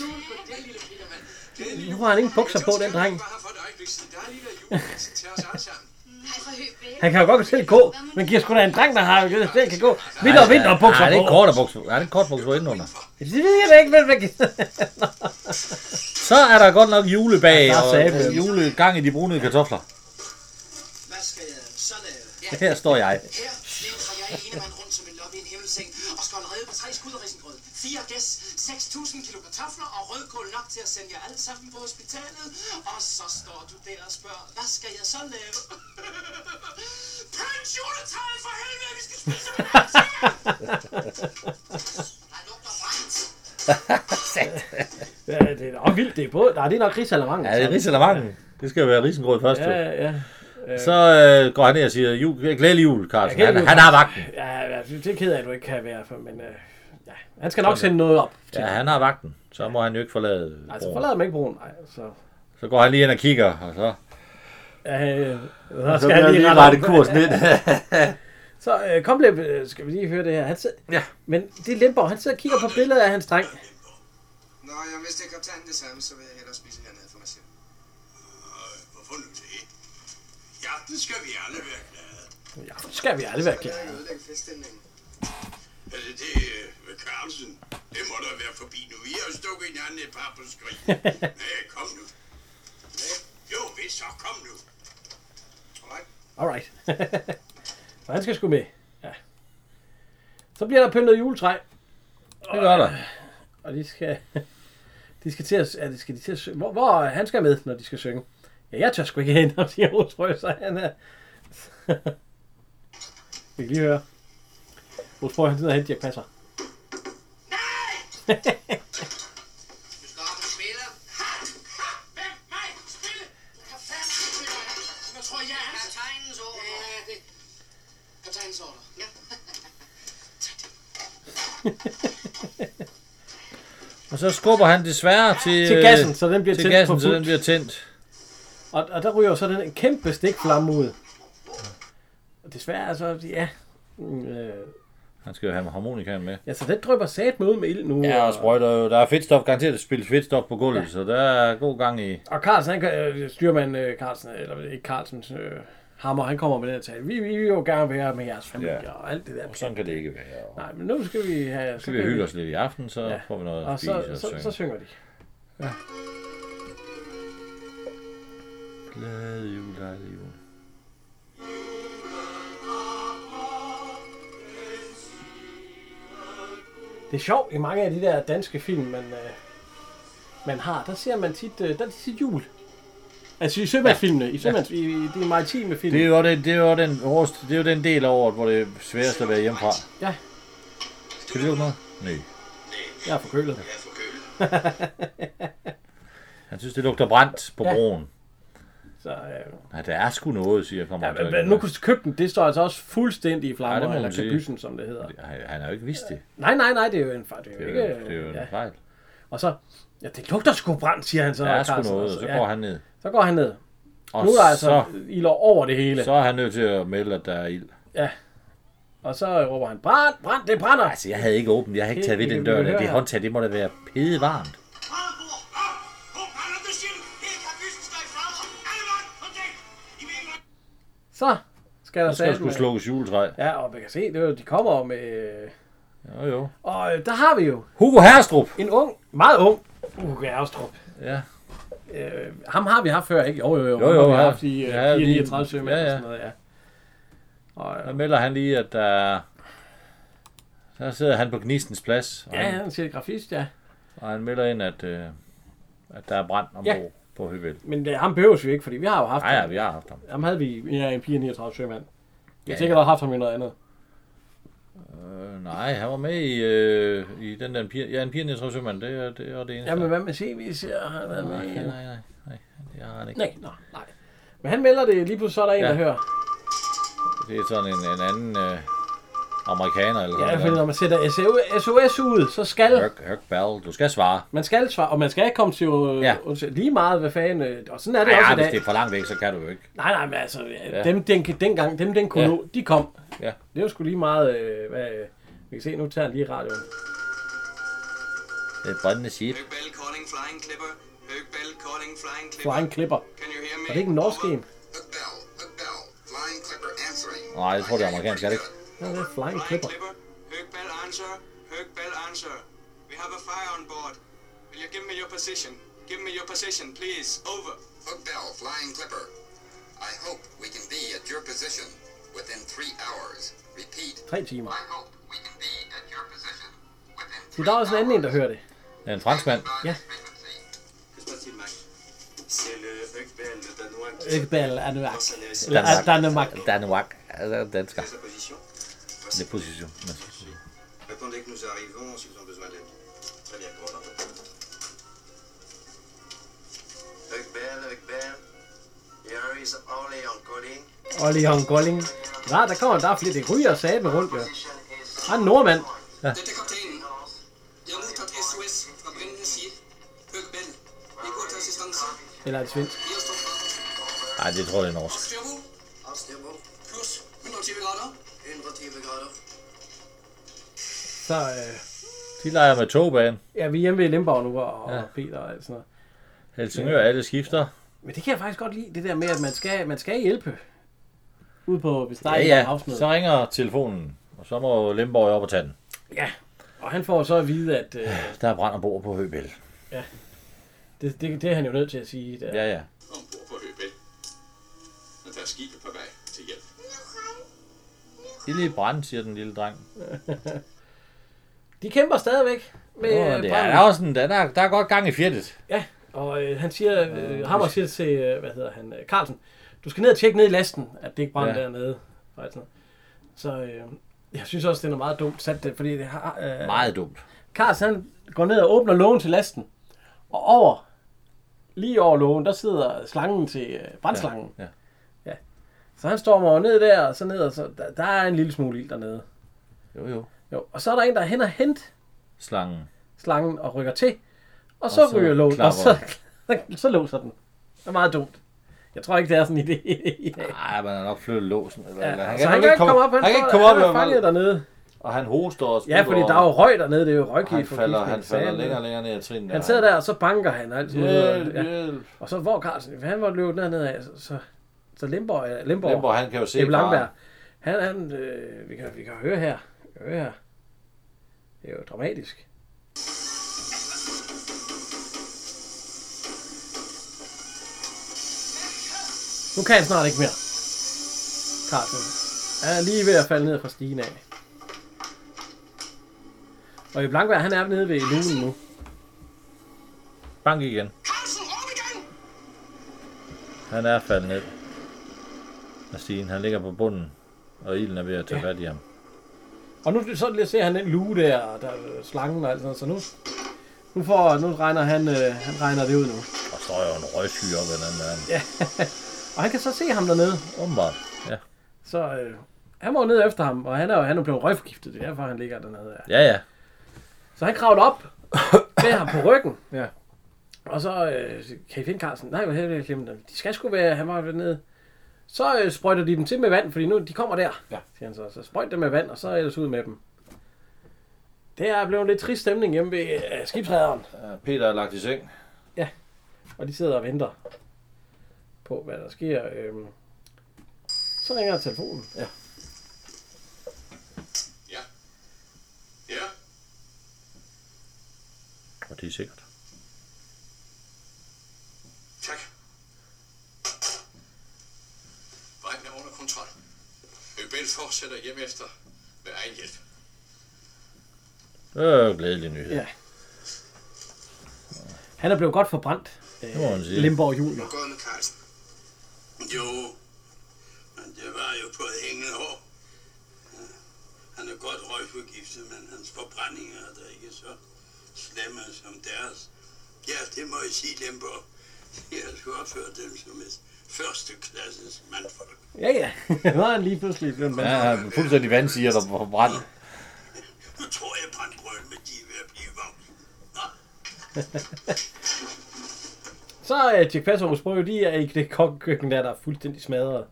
S1: Nu har han ingen bukser på, den dreng.
S5: Bare for et øjeblik siden. Der har lige været jul, så tager os alle sammen.
S4: Hej for høbel.
S1: Han kan jo godt selv gå, men giver sgu da en dreng, der har jo selv kan gå. Vidt og vinter og bukser
S2: Nej, det er
S1: på.
S2: korte bukser. Nej, det er kort bukser indenunder.
S1: Det ved jeg da ikke, men hvad gider
S2: Så er der godt nok julebag
S1: Der
S2: og
S1: sagde man.
S2: julegang i de brune kartofler.
S6: Hvad skal jeg så lave?
S2: Her står jeg.
S6: Her lever jeg ene mand rundt som en lop i en himmelseng og skal redde på tre skud af risengrød, fire gæs, 6.000 kilo kartofler og rødkål nok til at sende jer alle sammen på hospitalet. Og så står du der og spørger, hvad skal jeg så lave? Pynt juletræet for helvede, vi skal spise med
S4: Der lugter brændt.
S1: Ja, det er da også vildt, det er både... Nej, det er nok risalamang.
S2: Ja, det er risalamangen. Det skal jo være risengrød først.
S1: Ja,
S2: Ja.
S1: ja.
S2: Så øh, går han ned og siger, jul, glædelig jul, Carlsen.
S1: Ja, glædelig
S2: Han,
S1: jul,
S2: han har vagten.
S1: Ja, ja, det er ked af, at du ikke kan være for, men... Øh, ja. Han skal nok sende noget op. Til.
S2: Ja, han har vagten. Så må han jo ikke forlade
S1: Nej, så
S2: broen.
S1: forlader man ikke broen. Nej, så...
S2: Så går han lige ind og kigger, og så,
S1: Ja, øh, så
S2: så
S1: skal jeg lige rette
S2: rette
S1: op.
S2: kursen ind.
S1: Så øh, kom lidt, øh, skal vi lige høre det her. Han sidder,
S2: Ja.
S1: Men det er Lemborg, han sidder og kigger på billedet af hans dreng.
S5: Nå, jeg vidste ikke kaptajnen det samme, så vil jeg hellere spise hernede for mig selv. Øh, Hvorfor nu det? I aften skal vi alle være glade.
S1: Ja, så skal vi alle være klar.
S5: ødelægge feststemningen. Altså, det øh, med Carlsen, det må da være forbi nu. Vi har jo stukket hinanden et par på skrig. Nej, kom nu. Nej, Jo, vist så, kom nu. Alright.
S1: Alright. så han skal sgu med. Ja. Så bliver der pyntet juletræ,
S2: Det gør der.
S1: og de skal... De skal til at, ja, de skal de til at synge. Hvor, hvor øh, han skal med, når de skal synge. Ja, jeg tør sgu ikke hen, om de overtrøjer sig. Han er... Vi kan lige høre. Hvor tror han sidder hen, Dirk Passer.
S6: Du skal op og spille. Ha! Ha! Hvem? Mig? Spille? Hvad fanden spiller jeg? Hvad tror jeg er? Kaptajnens ordre. Ja, det. Kaptajnens ordre. Ja.
S2: Og så skubber han desværre til, øh,
S1: Til gassen, så den bliver
S2: til
S1: tændt
S2: gassen,
S1: på
S2: så den
S1: fuldt.
S2: bliver tændt.
S1: Og, og der ryger så den kæmpe stikflamme ud. Og desværre, altså, ja... mm, Øh,
S2: Han skal jo have harmonikaen med.
S1: ja, så den drøber sat med ud med ild nu.
S2: Ja, og sprøjter jo. Der er fedtstof, garanteret at spille fedtstof på gulvet, ja. så der er god gang i.
S1: Og Carlsen, han, kan- øh, styrmand øh, Carlsen, eller ikke Carlsen, øh, Hammer, han kommer med den her tale. Vi, vi vil jo gerne være med jeres familie
S2: Ja.
S1: ja. og alt det der.
S2: Og sådan kan det ikke være. Og
S1: Nej, men nu skal vi have...
S2: så kan vi hygge os lidt i aften, så
S1: Ja.
S2: ja. får vi noget at
S1: Og
S2: spise
S1: så,
S2: og
S1: så, så,
S2: synge.
S1: så synger de.
S2: Glad jul, dejlig jul.
S1: Det er sjovt i mange af de der danske film, man, øh, man har. Der ser man tit, øh, der er det tit jul. Altså i sømandsfilmene, i, sømands, i, i de maritime film.
S2: Det er jo den, det er jo den, hårdeste, det er jo den del af året, hvor det er sværest at være hjemmefra.
S1: Ja,
S2: Skal vi lukke noget? Nej.
S1: jeg er forkølet.
S5: Jeg er forkølet.
S2: Han synes, det lugter brændt på
S1: Ja.
S2: broen.
S1: Så, øh,
S2: Ja, der er sgu noget, siger kommer
S1: ja, men, men, nu kunne du købe den, det står altså også fuldstændig i
S2: Ja, det
S1: flammer,
S2: må
S1: ja,
S2: man
S1: eller
S2: sige.
S1: kabysen, som det hedder.
S2: Han, han har jo ikke vidst det.
S1: Nej, nej, nej, det er jo en fejl. Det er
S2: Det
S1: jo
S2: er
S1: ikke...
S2: jo, det er jo en
S1: ja.
S2: fejl.
S1: Og så, ja, det lugter sgu brændt, siger han så.
S2: Der er sgu
S1: Carlsen,
S2: noget,
S1: og
S2: og så
S1: ja,
S2: går han ned.
S1: så går han ned.
S2: Og
S1: Nu er der altså
S2: så,
S1: ild over det hele.
S2: så er han nødt til at melde, at der er ild.
S1: Og så råber han, brænd, brænd, det brænder.
S2: Altså, jeg havde ikke åbent. Jeg havde ikke taget ved
S1: Det-
S2: den
S1: det-
S2: dør.
S1: det-
S2: Der. Det
S1: det-
S2: håndtag, det må da være pede varmt.
S5: Brandbord! Op! Hvor brænder det til? Hele kabysen står i flammer! Alle mand på dæk! I mener,
S1: Så skal der
S2: Så skal der
S1: sætte
S2: sgu slukkes juletræ.
S1: Ja, og man kan se, det er, jo- de kommer med... øh,
S2: Jo, jo.
S1: Og øh, der har vi jo
S2: Hugo Herstrup!
S1: en ung, meget ung, Uge Erstrup.
S2: Ja.
S1: Øh, ham har vi haft før, ikke? Jo, jo, jo.
S2: Jo,
S1: ham
S2: jo,
S1: har vi
S2: ja.
S1: haft i øh,
S2: Ja, lige-
S1: 39 sømænd
S2: ja,
S1: og
S2: ja.
S1: sådan noget, ja. Og,
S2: Der
S1: øh,
S2: melder han lige, at der er... Der sidder han på Gnistens plads, og,
S1: ja,
S2: han,
S1: han siger grafist, ja.
S2: og han melder ind, at, øh, at der er brand ombord
S1: Ja.
S2: ja. på Høvel.
S1: Men øh, ham behøves vi ikke, fordi vi har jo haft
S2: Nej, ja,
S1: ham.
S2: vi har haft ham.
S1: Ham havde vi ja, en pige 39 sømand. Jeg
S2: Ja,
S1: ja, sikkert ja. haft ham i noget andet.
S2: Øh, nej, han var med i, øh, i den der... Pir, ja, en pir, jeg tror simpelthen, det er det, er det eneste.
S1: Ja, men hvad med CV siger, han har været
S2: nej,
S1: med.
S2: nej, nej, nej, det har han ikke.
S1: øh, Nej, nå, nej. Men han melder det, lige pludselig så er der en, ja.
S2: Ja.
S1: der hører.
S2: Det er sådan en, en anden øh, amerikaner eller
S1: Ja,
S2: sådan
S1: fordi når man sætter SOS ud, så skal
S2: Høg, høg bell. Du skal svare.
S1: man skal svare, og man skal komme til øh,
S2: Ja.
S1: undskyld, lige meget, hvad fanden, øh, og sådan er det
S2: Nej,
S1: også
S2: ja,
S1: i dag.
S2: hvis det er for langt væk, så kan du jo ikke.
S1: Nej, nej, men altså, ja. dem den, kan- dengang, dem den kunne
S2: Ja.
S1: nå, de kom.
S2: Ja.
S1: Det er jo sgu lige meget, øh, hvad, øh, vi kan se, nu tager han lige radioen.
S2: Det er et brændende ship.
S3: Høgbell calling flying clipper. Høgbell calling flying clipper.
S1: Flying Clipper.
S3: Can you hear me?
S1: Er det ikke en norsk en?
S7: Hookbell, Hookbell, Flying Clipper answering.
S2: Nej, jeg tror, det er amerikansk, er det ikke?
S1: Ja, det er Flying
S3: Flying
S1: Clipper.
S3: clipper. Høgbell answer. Høgbell answer. We have a fire on board. Will you give me your position? Give me your position, please. Over.
S7: Hookbell, Flying Clipper. I hope we can be at your position within three hours. Repeat.
S1: Tre timer.
S7: I hope we can be at your position within
S1: Så der er også en anden en, der hører det.
S2: Det er en franskmand.
S1: Ja.
S5: Qu'est-ce que c'est, Mac C'est le Huckbell de Danois qui
S1: Økbal er nu ak.
S5: pense aller
S1: Eller er Danmark.
S2: Danuak. Altså, dansker.
S5: sa position.
S2: Det er position. Men-
S5: Attendez que nous arrivons s'ils ont besoin d'aide. Très bien, commandant. Huckbell, Huckbell. Ben, Here is Orly on calling.
S1: Og Leon Golling. Ja, der kommer, der er flere, det ryger satme rundt, jo. Der er en nordmand.
S3: Dette er kapteinen. Jeg har modtaget SOS fra Brindens side. Høgbell. Vi går til assistance.
S1: Eller en svensk.
S3: Vi har stået klar.
S2: Nej, det tror jeg, det er norsk.
S3: Styr på. Plus 120 grader. 120 grader.
S1: Så, øh,
S2: De leger med togbanen.
S1: ja, vi er hjemme ved Limborg nu, og, og Peter og alt sådan noget.
S2: Helsingør, alle skifter.
S1: Men det kan jeg faktisk godt lide, det der med, at man skal, man skal hjælpe. Ude på, hvis der er
S2: Ja,
S1: en, der er
S2: ja.
S1: afsnød.
S2: Så ringer telefonen. Og så må Lemborg op og tage den.
S1: Ja, og han får så at vide, at øh,
S2: Der er brand ombord på Høbel.
S1: det, det, det er han jo nødt til at sige. Der.
S2: Ja, ja.
S5: Ombord på Høbel. Og der er skibet på vej til hjælp.
S2: Lille brand, siger den lille dreng.
S1: De kæmper stadigvæk med
S2: Åh,
S1: øh,
S2: det er,
S1: branden.
S2: der, er også en, der, der, der er godt gang i fjettet.
S1: Ja, og øh, han siger, øh, Hammer siger til, øh, hvad hedder han, øh, Carlsen, du skal ned og tjekke ned i lasten, at det ikke brænder ja.
S2: Ja.
S1: dernede. Og alt sådan noget. Så øh, jeg synes også, det er noget meget dumt sat det, fordi det har... Øh,
S2: Meget dumt.
S1: Carlsen han går ned og åbner lågen til lasten, og over, lige over lågen, der sidder slangen til øh, brændslangen.
S2: Ja, ja.
S1: ja. Så han stormer over ned der, og så ned, og så, der, der er en lille smule ild dernede.
S2: Jo, jo.
S1: Jo, og så er der en, der er hen og hente
S2: Slangen.
S1: slangen og rykker til, og så, og
S2: så
S1: så ryger låsen, og
S2: klapper
S1: så, så låser den. Det er meget dumt. Jeg tror ikke, det er sådan en idé i dag.
S2: Nej, man har nok flyttet låsen. Eller, eller.
S1: Ja, så han kan ikke komme op, han,
S2: altså, han kan ikke
S1: står-
S2: komme op,
S1: han
S2: i
S1: er
S2: hvert
S1: fanget
S2: fald.
S1: dernede.
S2: og han hoster og
S1: Ja, fordi der er jo røg dernede, det er jo røggift.
S2: han falder, han falder længere og længere ned ad trinene.
S1: Han sidder der, og så banker han og alt sådan noget.
S2: Hjælp,
S1: Ja.
S2: hjælp.
S1: Og så hvor Carlsen, han var løbet dernede af, så, så, så Limborg, ja, Limborg,
S2: Lemborg, han kan jo se
S1: Ebbe Langberg,
S2: faren.
S1: han, han øh, vi, kan, vi kan høre her, vi kan høre her. Det er jo dramatisk. Nu kan han snart ikke mere. Carlsen. Han er lige ved at falde ned fra stigen af. Og i Blankberg, han er nede ved lugen nu.
S2: Bank igen.
S5: Carlsen, råb igen!
S2: Han er faldet ned. Og stigen, han ligger på bunden. Og ilden er ved at tage fat i ham.
S1: Og nu så lige ser han den luge der, og der er slangen og alt sådan noget. Så nu, nu, får, nu regner han, øh, han regner det ud nu.
S2: Og står jo en røgsky op ad den anden.
S1: Og han kan så se ham dernede,
S2: Åbenbart. Ja.
S1: så øh, han var jo ned efter ham, og han er jo han er blevet røgforgiftet, det er derfor, han ligger dernede. Ja.
S2: Ja, ja.
S1: Så han kravler op med ham på ryggen. Ja. Og så øh, kan I finde Carlsen. Nej, hvad helvede, jeg glemte dem. De skal sgu være, han var nede. Så øh, sprøjter de dem til med vand, fordi nu de kommer der, ja. siger han så. Så sprøjt dem med vand, og så ellers ud med dem. Det er blevet en lidt trist stemning hjemme ved øh, skibsrederen,
S2: Øh, Peter er lagt i seng.
S1: og de sidder og venter på, hvad der sker. Øhm. Så ringer telefonen. Ja.
S5: Ja. Ja.
S2: Og det er sikkert.
S5: Tak. Vejen er under kontrol. Øbel fortsætter hjem efter med egen hjælp.
S2: Det er jo glædelig nyhed.
S1: ja. Han er blevet godt forbrændt. Øh,
S2: må man sige.
S1: Limborg Junior.
S5: Gået med Carlsen. Jo, men det var jo på et hængende hår. Han er godt røgforgiftet, men hans forbrændinger er da ikke så slemme som deres. Ja, det må jeg sige dem på. Jeg skulle opføre dem som et førsteklasses mandfolk.
S1: Ja, ja. Nu er han lige pludselig blevet en mand.
S2: Ja, han er fuldstændig vandsiger, der var brændt.
S5: Nu tror jeg, brandgrøn med de er ved at blive vågne. Nå,
S1: Så er Jack Passer hos Brøg, de er i det kokkøkken der, der er fuldstændig smadret.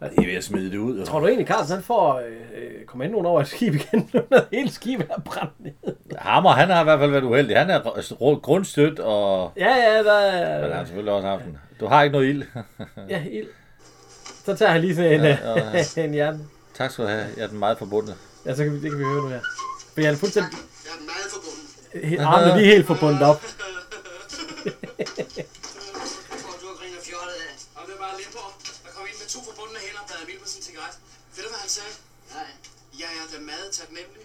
S2: Jeg er ved at smide det ud. Og...
S1: Tror du egentlig, Carlsen han får øh, øh, kommandoen over et skib igen, nu når hele skibet er brændt ned?
S2: Hammer, han har i hvert fald været uheldig. Han er r- r- grundstødt, og
S1: Ja, ja, der
S2: men han
S1: er
S2: har selvfølgelig også haft den. Du har ikke noget ild.
S1: ja, ild. Så tager han lige sådan en, ja,
S2: Ja, ja,
S1: en hjerne.
S2: tak skal du have. Jeg er den meget forbundet.
S1: Ja, så kan vi, det kan vi høre nu her. For han er fuldstændig
S7: Jeg er meget forbundet.
S1: he- armene lige helt forbundet op.
S6: Tror du, at griner fjollet af? Og det var lidt på. Der kom ind med to forbundne hænder og bladede mild på sin cigaret. Ved du, hvad han sagde? Nej. Jeg er da meget taknemmelig.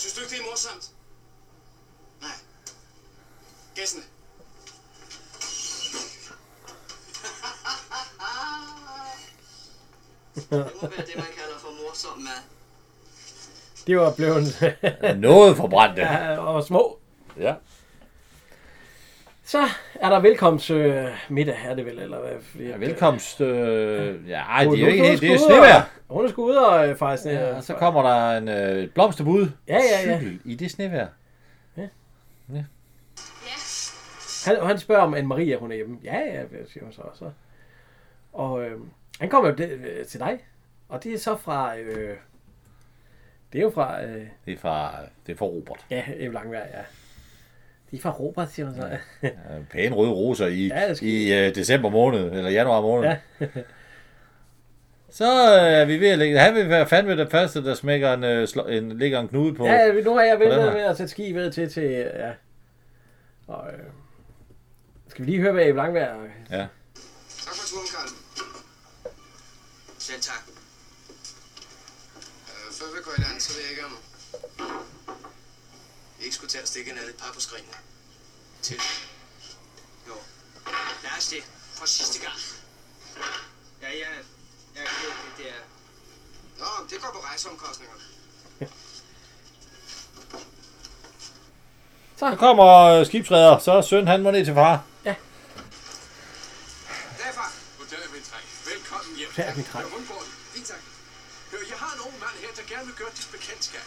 S6: Synes du ikke, det er morsomt? Nej. Gæstene. det må være det, man kalder for morsom mad.
S1: De var blevet
S2: Noget forbrændt. Ja.
S1: ja, og små.
S2: ja.
S1: Så er der velkomst øh, middag, er det vel, eller hvad? Fordi,
S2: Ja,
S1: at,
S2: Velkomst. Øh, ja, ej,
S1: øh,
S2: det er jo ikke
S1: hun
S2: helt. Det er
S1: skulle ud
S2: snevær.
S1: og- Hun er sgu ude og øh, faktisk...
S2: Ja,
S1: Ja,
S2: og så kommer der en øh, blomsterbud.
S1: Ja, ja, ja.
S2: Cykel I det snevær.
S4: Ja,
S1: Han, han spørger om Anne-Marie, er hun er hjemme. Ja, ja, siger hun så også. Og øh, han kommer jo det, øh, til dig. Og det er så fra... Øh, det er jo fra... Øh,
S2: Det er fra, det er fra Robert.
S1: ja, Eve Langberg, ja. Det er fra Robert, siger hun så. Ja.
S2: Ja, Pæne røde roser i,
S1: Ja, det skal-
S2: i øh, december måned, eller januar måned.
S1: Ja.
S2: Ja. så øh, er vi ved at lægge... Han vil være fandme den første, der smækker en, øh, slå, en, ligger en knude på.
S1: ja, nu har jeg
S2: Hvordan
S1: ventet
S2: er-
S1: med at sætte skibet til til... Ja. Og, øh, skal vi lige høre, hvad Eve Langberg...
S2: ja.
S6: Tak for turen, Karl. Selv tak. Øh, før vi går i land, så vil jeg ikke om... Vi ikke skulle tage at stikke en alle par på skrinet. Til. Jo. Lad os det. For sidste gang. Ja, ja. Jeg er ked af det, det er... Nå, det går på rejseomkostninger.
S2: Så kommer øh, skibsredder, så er søn han må ned til far.
S6: Derfra.
S5: Goddag, min dreng. Velkommen hjem.
S1: Goddag, min dreng.
S5: Jeg undgår det.
S6: Fint tak.
S5: Hør, jeg har en ung mand her, der gerne vil gøre dit bekendtskab.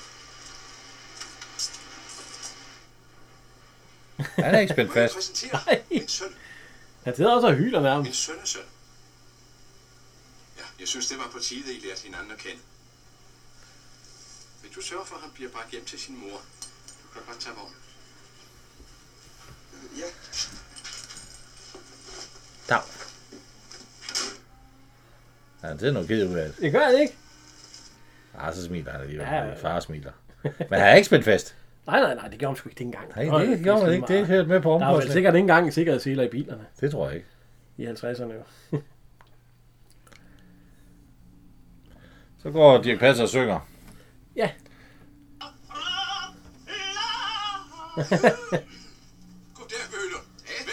S2: Han er ikke spændt
S5: Må jeg
S2: fast.
S5: præsentere
S1: Nej.
S5: min søn?
S1: Han sidder også og hyler
S5: Min
S1: nærmest.
S5: søn er søn. Ja, jeg synes, det var på tide, at I lærte hinanden at kende. Vil du sørge for, at han bliver bragt hjem til sin mor? Du kan godt tage vognen.
S6: Ja.
S2: Dag. Ja, det er nok ked ud af det.
S1: Det gør han ikke.
S2: Ah, så smiler han alligevel.
S1: Ja, ja, ja.
S2: Ja, Far smiler. Men han er ikke spændt fast.
S1: Nej, nej, nej, det gjorde han sgu ikke det engang.
S2: Nej,
S1: Nå,
S2: det gjorde han
S1: sgu
S2: ikke. Det er
S1: meget.
S2: hørt med på
S1: Der er vel
S2: omkostning.
S1: sikkert ikke engang sikkerhedsseler i bilerne
S2: Det tror jeg ikke.
S1: i 50'erne jo.
S2: Så går Dirk Passer og synger.
S1: Ja,
S5: Goddag, Møller.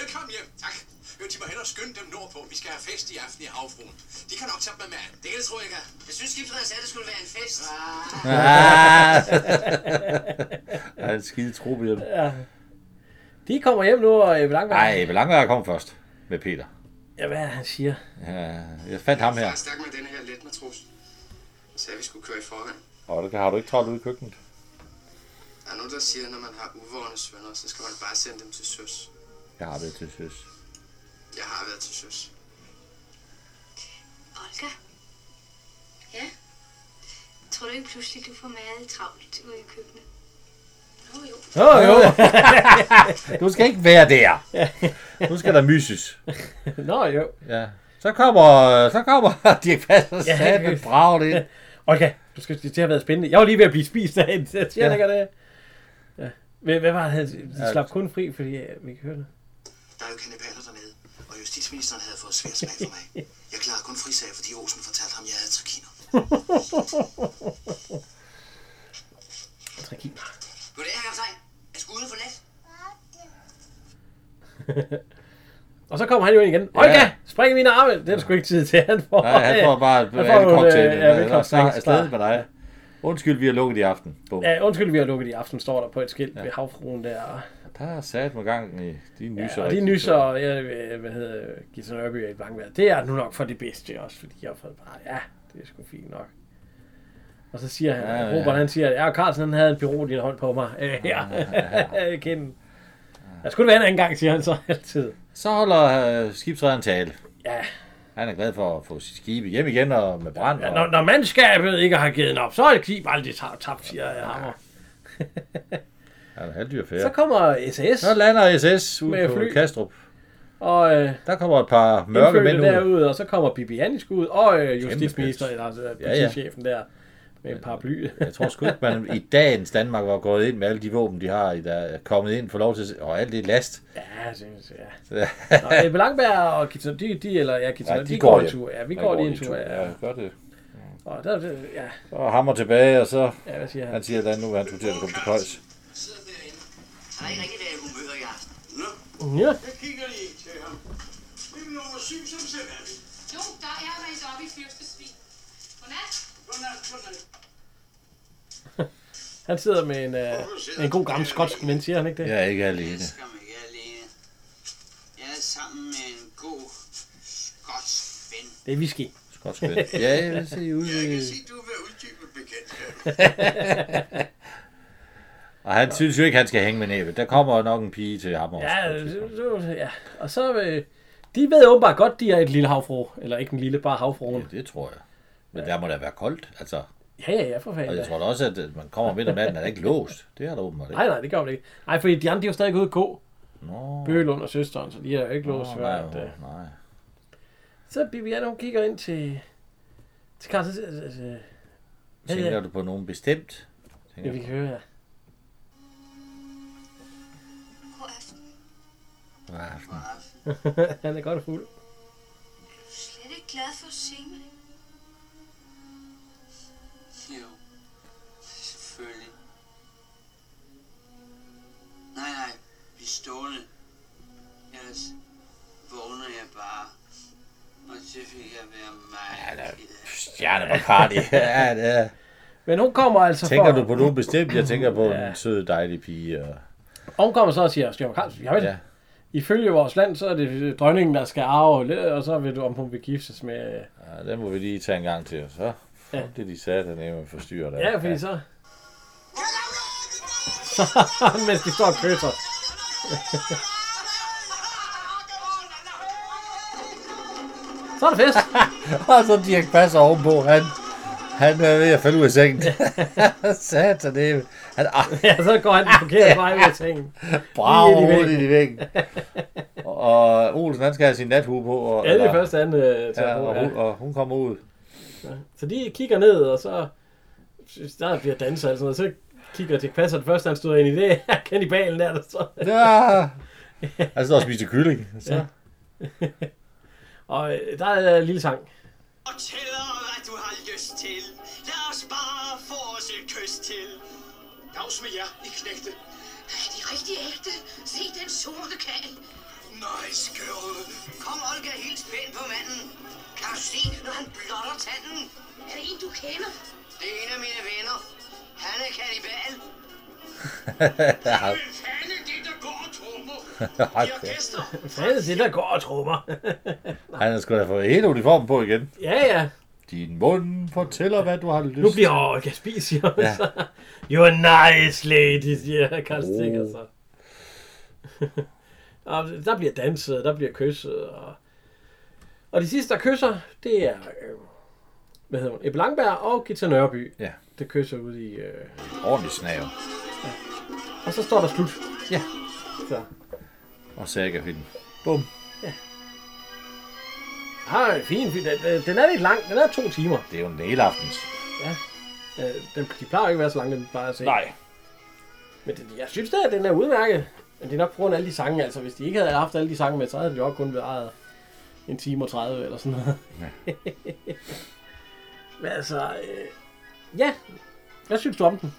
S5: Velkommen hjem. Tak. Hør, de må hellere skynde dem nordpå. Vi skal have fest i aften i havfruen. De kan nok tage med mand.
S6: Det kan det tro, jeg kan. Jeg synes, skibsrederen sagde, at det skulle være en fest. Ah.
S2: Ah! Han er skide trup hjem.
S1: ja. De kommer hjem nu, og Ebbe Langberg...
S2: Nej, Ebbe Langberg kom først med Peter.
S1: Ja, hvad er det, han siger?
S2: Øh, Jeg fandt ham her.
S7: Jeg er stærk med denne her letmatros. Jeg sagde, at vi skulle køre i forvejen.
S2: Og det har du ikke trådt ud i køkkenet.
S7: Der er nogen, der siger, at når man har uvågne sønner, så skal man bare sende dem til søs.
S2: Jeg har været til søs.
S7: Jeg har været til søs.
S9: Olga?
S4: Ja?
S9: Tror du ikke pludselig, du får meget travlt ude i køkkenet?
S4: Jo, jo.
S1: Åh, oh, jo.
S2: Du skal ikke være der. Nu skal der myses.
S1: Nå, jo.
S2: Ja. Så kommer, så kommer Dirk Passer
S1: Ja,
S2: ja, satme
S1: øh.
S2: braget ind.
S1: Okay, du skal det til at have været spændende. Jeg var lige ved at blive spist af en, så jeg
S2: Ja.
S1: siger ja. det. Ja. Hvad, hvad var det, han- de slap kun fri, fordi ja, vi ikke hørte det.
S6: Der er jo kanibaler dernede, og justitsministeren havde fået svær smag for mig. Jeg klarede kun frisag, fordi Olsen fortalte ham, jeg havde trikiner.
S1: Trikiner.
S6: Goddag, herre kaptajn. Er skuden for let?
S1: Og så kommer han jo ind igen. Olga,
S2: Ja.
S1: ja. spring i mine arme. Det er der sgu ikke tid til, han får.
S2: Nej, han får bare
S1: Han
S2: et
S1: får
S2: andet
S1: nogle,
S2: cocktail.
S1: øh,
S2: Øh,
S1: ja,
S2: ja,
S1: velkomst-
S2: og så er afsted
S1: drinks,
S2: med dig. Undskyld, vi har lukket i aften. Bum.
S1: Ja, undskyld, vi har lukket i aften, står der på et skilt ja. ved havfruen der.
S2: Der er sat med gang i de nyser.
S1: Ja, og de nyser, og jeg, hvad hedder Gita Nørby og et blankvær. Det er nu nok for det bedste også, fordi jeg har fået bare, ja, det er sgu fint nok. Og så siger han,
S2: Ja,
S1: ja, Robert
S2: ja.
S1: han siger, ja, Carlsen han havde en pirot i en hånd på mig. Øh, ja, ja. Kinden. Ja, skulle det være en anden gang, siger han så altid.
S2: Så holder øh, skibsrederen tale.
S1: Ja,
S2: Han er glad for at få sit skib hjem igen og med brand.
S1: ja
S2: og-
S1: når, når mandskabet ikke har givet den op, så er det kib aldrig tabt, tabt siger jeg hammer.
S2: Han er halvdyr færre.
S1: Så kommer SAS,
S2: Så lander SS ude
S1: Med
S2: på
S1: fly.
S2: Kastrup.
S1: og øh,
S2: Der kommer et par mørke mænd
S1: indfødte
S2: ud.
S1: derud, og så kommer Bibi Annisk ud, og øh, justitsministeren, eller altså,
S2: Ja, ja.
S1: politichefen der, med en paraply.
S2: Jeg tror sgu ikke, man i dagens Danmark var gået ind med alle de våben, de har, i der er kommet ind for lov til, og alt det last.
S1: Ja, det ja.
S2: Ja,
S1: Nå, Ebbe Langberg og Kitson, de, de, eller ja, Kitson, ja, de, de, går, en tur. Ja, vi går lige en tur. Ja.
S2: gør det.
S1: Og der, ja,
S2: Og hammer tilbage, og så
S1: ja, hvad siger han?
S2: han siger, at nu er han skulle til at komme til køjs.
S6: Sidder derinde. Han har ikke rigtig været i humør i aften.
S5: Nå,
S1: Ja,
S5: jeg kigger lige til ham. Det er nummer syv, som sædvanligt.
S4: Jo, der er rent op i fyrstesvin. Godnat.
S5: Godnat, godnat.
S1: han sidder med en, øh, en god gammel skotsk ven, siger han ikke det?
S2: Jeg er ikke alene.
S5: Jeg skal mig ikke alene. Jeg er sammen med en god skotsk ven.
S1: Det er whisky.
S2: Skotsk ven. Ja, jeg vil se ud.
S5: Jeg kan
S2: i-
S5: se, du er ved at uddybe bekendt.
S2: Og han synes jo ikke, han skal hænge med næbet. Der kommer nok en pige til ham også.
S1: Ja, det- det- ja. og så... Øh, de ved åbenbart godt, de er et lille havfru. Eller ikke en lille, bare havfruen.
S2: det tror jeg. Men der må da være koldt, altså.
S1: Ja, ja, ja, for fanden.
S2: Og jeg
S1: da.
S2: tror da også, at øh, man kommer midt om natten, er der ikke låst. Det er der åbenbart ikke.
S1: Nej, nej, det gør man ikke. Nej, fordi de andre, de er jo stadig ude at gå.
S2: Nå,
S1: Bøgelund og søsteren, så de er jo ikke låst
S2: Nå,
S1: før. at,
S2: nej,
S1: øh,
S2: nej.
S1: Så Bibiane, hun kigger ind til... Til Carsten, så- så- så- Ja, ja.
S2: Tænker du på nogen bestemt?
S1: ja, vi kan høre her.
S9: God aften.
S2: God aften.
S1: Han er godt fuld.
S9: Er du slet ikke glad for at se mig?
S5: Ah, Jo, selvfølgelig. Nej, nej, vi er stående. Ellers vågner jeg bare. Og så fik jeg være mig.
S2: Ja, der stjerne på party. Ja, ja.
S1: Men hun kommer altså
S2: Tænker
S1: for...
S2: du på nogen bestemt? Jeg tænker på en sød, dejlig pige. Og...
S1: Og hun kommer så og siger, Stjørn Carlsen, jeg vil,
S2: Ja.
S1: ja. ifølge vores land, så er det dronningen, der skal arve, og så ved du, om hun vil giftes med...
S2: Ja, den må vi lige tage en gang til. og Så ja.
S1: Ja.
S2: det, de sagde, den er forstyrrer dig.
S1: Ja, fordi så... Så mens de står og kysser. Så er det fest.
S2: Og så Dirk Passer ovenpå. Han, han er ved at falde ud af sengen. Satan, det er... Han ah, er
S1: Ja, så går han den forkerte vej ved sengen.
S2: brav
S1: Lige ind i væggen.
S2: hurtigt i væggen. Og Olsen, han skal have sin nathue på. Og,
S1: Ja, det er først, han øh,
S2: Ja,
S1: tager på.
S2: og,
S1: Ja.
S2: hun, og hun kommer ud.
S1: Så de kigger ned, og så... Der bliver danset og sådan noget. Så kigger til passer det første, han stod ind i det. Kannibalen der, der står.
S2: Ja. Han sidder og spiser kylling. Så.
S1: Ja. Og øh, der er en lille sang.
S5: Og tæder, hvad du har lyst til. Lad os bare få os et kys til.
S6: Dags med jer, I knægte.
S4: Er de rigtig ægte? Se den sorte kage.
S5: Nej, skøre.
S6: Kom, Olga, hils pænt på manden. Kan du se, når han blotter tanden?
S4: Er det en, du kender?
S6: Det er en af mine venner. Han er kanibal.
S5: Hvad fanden er det, der går og tummer?
S2: Hold
S6: Vi har
S2: kæft.
S6: gæster.
S1: Hvad er det, der går og trummer?
S2: Han har sgu da fået hele uniformen på igen.
S1: ja, ja.
S2: Din mund fortæller, hvad du har lyst
S1: Nu bliver åh, jeg spise, siger hun
S2: Ja.
S1: ja. så. You're nice lady, siger Karl
S2: Oh.
S1: Stikker så. og der bliver danset, og der bliver kysset. Og, og de sidste, der kysser, det er... Øh, hvad hedder hun? Ebbe Langberg og Gita Nørby.
S2: Ja.
S1: Der kysser ud i... Øh,
S2: ordentligt snaver.
S1: og så står der slut.
S2: Ja.
S1: Så.
S2: Og så jeg kan finde. Bum.
S1: Ah, fin, fin. Den, øh, den er lidt lang. Den er to timer.
S2: Det er jo en del aftens.
S1: Øh, den, de plejer jo ikke at være så lang, den bare at se.
S2: Nej.
S1: Men det, jeg synes da, at den er udmærket. Men det er nok på grund af alle de sange. Altså, hvis de ikke havde haft alle de sange med, så havde det jo kun været en time og 30 eller sådan noget. Ja. Men altså, øh, ja. Hvad synes du om den?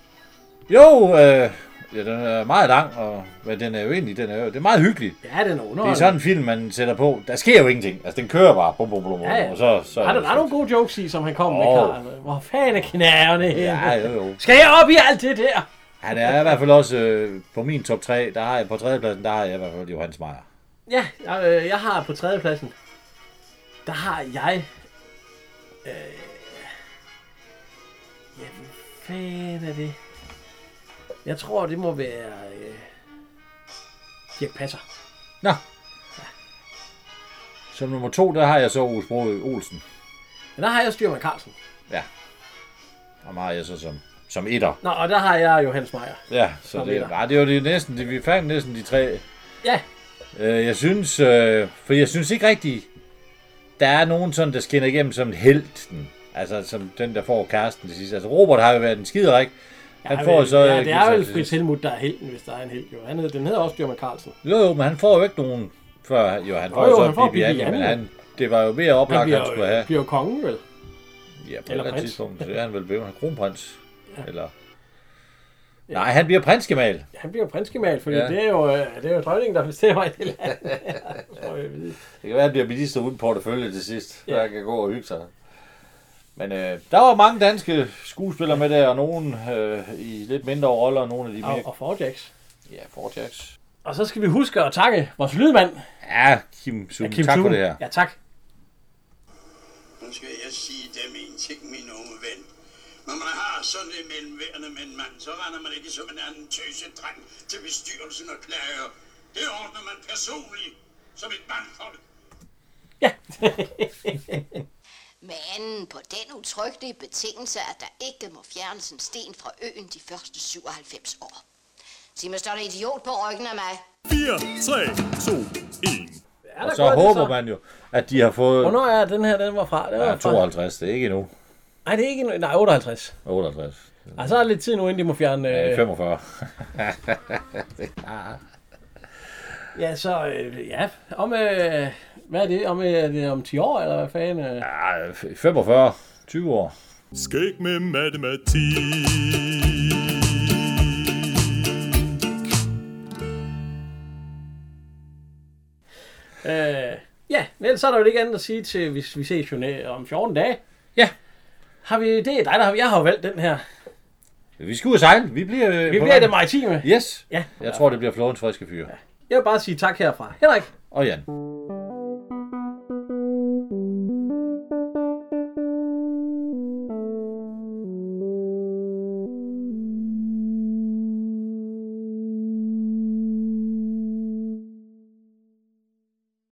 S2: Jo, øh, ja, den er meget lang, og, men den er jo egentlig, den er jo, det er meget hyggelig.
S1: Ja, den er
S2: Det er
S1: underholdende.
S2: sådan en film, man sætter på. Der sker jo ingenting. Altså, den kører bare. Bum, bum, bum, bum,
S1: Ja, ja.
S2: Og så, så,
S1: Ja, der var nogle gode jokes i, som han kom oh. med,
S2: Åh.
S1: Karl. Hvor fanden er knæerne
S2: Ja,
S1: henne?
S2: jo, jo.
S1: Skal jeg op i alt det der?
S2: Ja, der er i hvert fald også øh, på min top 3, der har jeg på tredjepladsen, der har jeg i hvert fald Johannes Meyer.
S1: Ja, jeg, øh, jeg har på tredjepladsen, der har jeg... Øh, ja, hvad fanden er det? Jeg tror, det må være... Øh, Dirk Passer.
S2: Nå. Som nummer to, der har jeg så Ous Brogø Olsen.
S1: Men der har jeg Styrman Carlsen.
S2: Og mig har jeg så som, som etter.
S1: Nå, og der har jeg Johannes Meyer.
S2: Ja, så
S1: Som
S2: det,
S1: etter.
S2: nej, det var det næsten, det, vi fandt næsten de tre.
S1: Ja.
S2: Øh, jeg synes, øh, for jeg synes ikke rigtigt, der er nogen sådan, der skinner igennem som helten. Altså som den, der får kæresten til sidst. Altså Robert har jo været en skiderik. Han
S1: Ja,
S2: får
S1: men-
S2: så...
S1: Ja,
S2: øh,
S1: det er
S2: Gita
S1: vel
S2: til
S1: Fritz
S2: sidst.
S1: Helmut, der er helten, hvis der er en helt. Jo, han hedder, den hedder også Styrman Carlsen.
S2: Jo, jo, men han får jo ikke nogen før... Jo, han får
S1: jo,
S2: jo,
S1: han
S2: så
S1: får
S2: Bibi Annie,
S1: Bibi
S2: men
S1: Annie.
S2: han, det var jo mere oplagt,
S1: Han
S2: han, han
S1: bliver,
S2: skulle have.
S1: øh, bliver jo kongen, vel?
S2: Ja, på
S1: Eller
S2: eller et prins.
S1: prins.
S2: tidspunkt, så er han vel blevet han er kronprins. Ja. Eller... Nej, han bliver prinsgemal.
S1: Han bliver jo prinsgemal, fordi
S2: Ja.
S1: ja. det er jo, øh, det er jo dronningen, der bestemmer i det land. Tror jeg, jeg ved.
S2: Det kan være, han bliver minister uden portefølje til sidst, ja.
S1: Ja.
S2: der kan gå og hygge sig. Men øh, der var mange danske skuespillere med der, og nogen øh, i lidt mindre roller, og nogle af de
S1: og,
S2: mere...
S1: og Forjax.
S2: Ja, Forjax.
S1: Og så skal vi huske at takke vores lydmand,
S2: Ja, Kim Sun, ja, tak for
S1: Thune.
S2: det her.
S1: Ja, tak.
S5: Nu skal jeg sige dem en ting, min unge ven. Når man har sådan en mellemværende med en mand, så render man ikke som en anden tøse dreng til bestyrelsen og klager. Det ordner man personligt, som et mandfolk.
S4: Men på den utrygtelige betingelse, at der ikke må fjernes en sten fra øen de første 97 år. Sig mig, står der idiot på ryggen af mig?
S10: 4, 3, 2, 1.
S1: Er
S2: Og
S1: der
S2: så
S1: gået det
S2: håber man jo, at de har fået...
S1: altså- Hvornår er den her, den var fra? Den var
S2: Ja,
S1: fra...
S2: 52, det er ikke endnu.
S1: Nej, det er ikke... en- Nej, 58.
S2: 58.
S1: Og så er der lidt tid nu, inden de må fjerne...
S2: Øh.
S1: Øh...
S2: 45.
S1: Ja, så... Øh, ja, om... Øh... Hvad er det? Om, øh, er det om 10 år, eller hvad fanden? Øh?
S2: Ja, 45. 20 år.
S10: Skæg med matematik.
S1: Øh... Ja, men ellers så er der jo ikke andet at sige til, hvis vi ses jo næ- om 14 dage.
S2: Ja.
S1: Har vi... Det er dig, der har... Jeg har jo valgt den her.
S2: Vi skal ud og sejle. Vi bliver... øh,
S1: Vi
S2: på
S1: bliver i
S2: vand.
S1: det maritime.
S2: Yes.
S1: Ja.
S2: Jeg tror, det bliver flådens friske fyre.
S1: Jeg vil bare sige tak herfra. Henrik.
S2: Og Jan.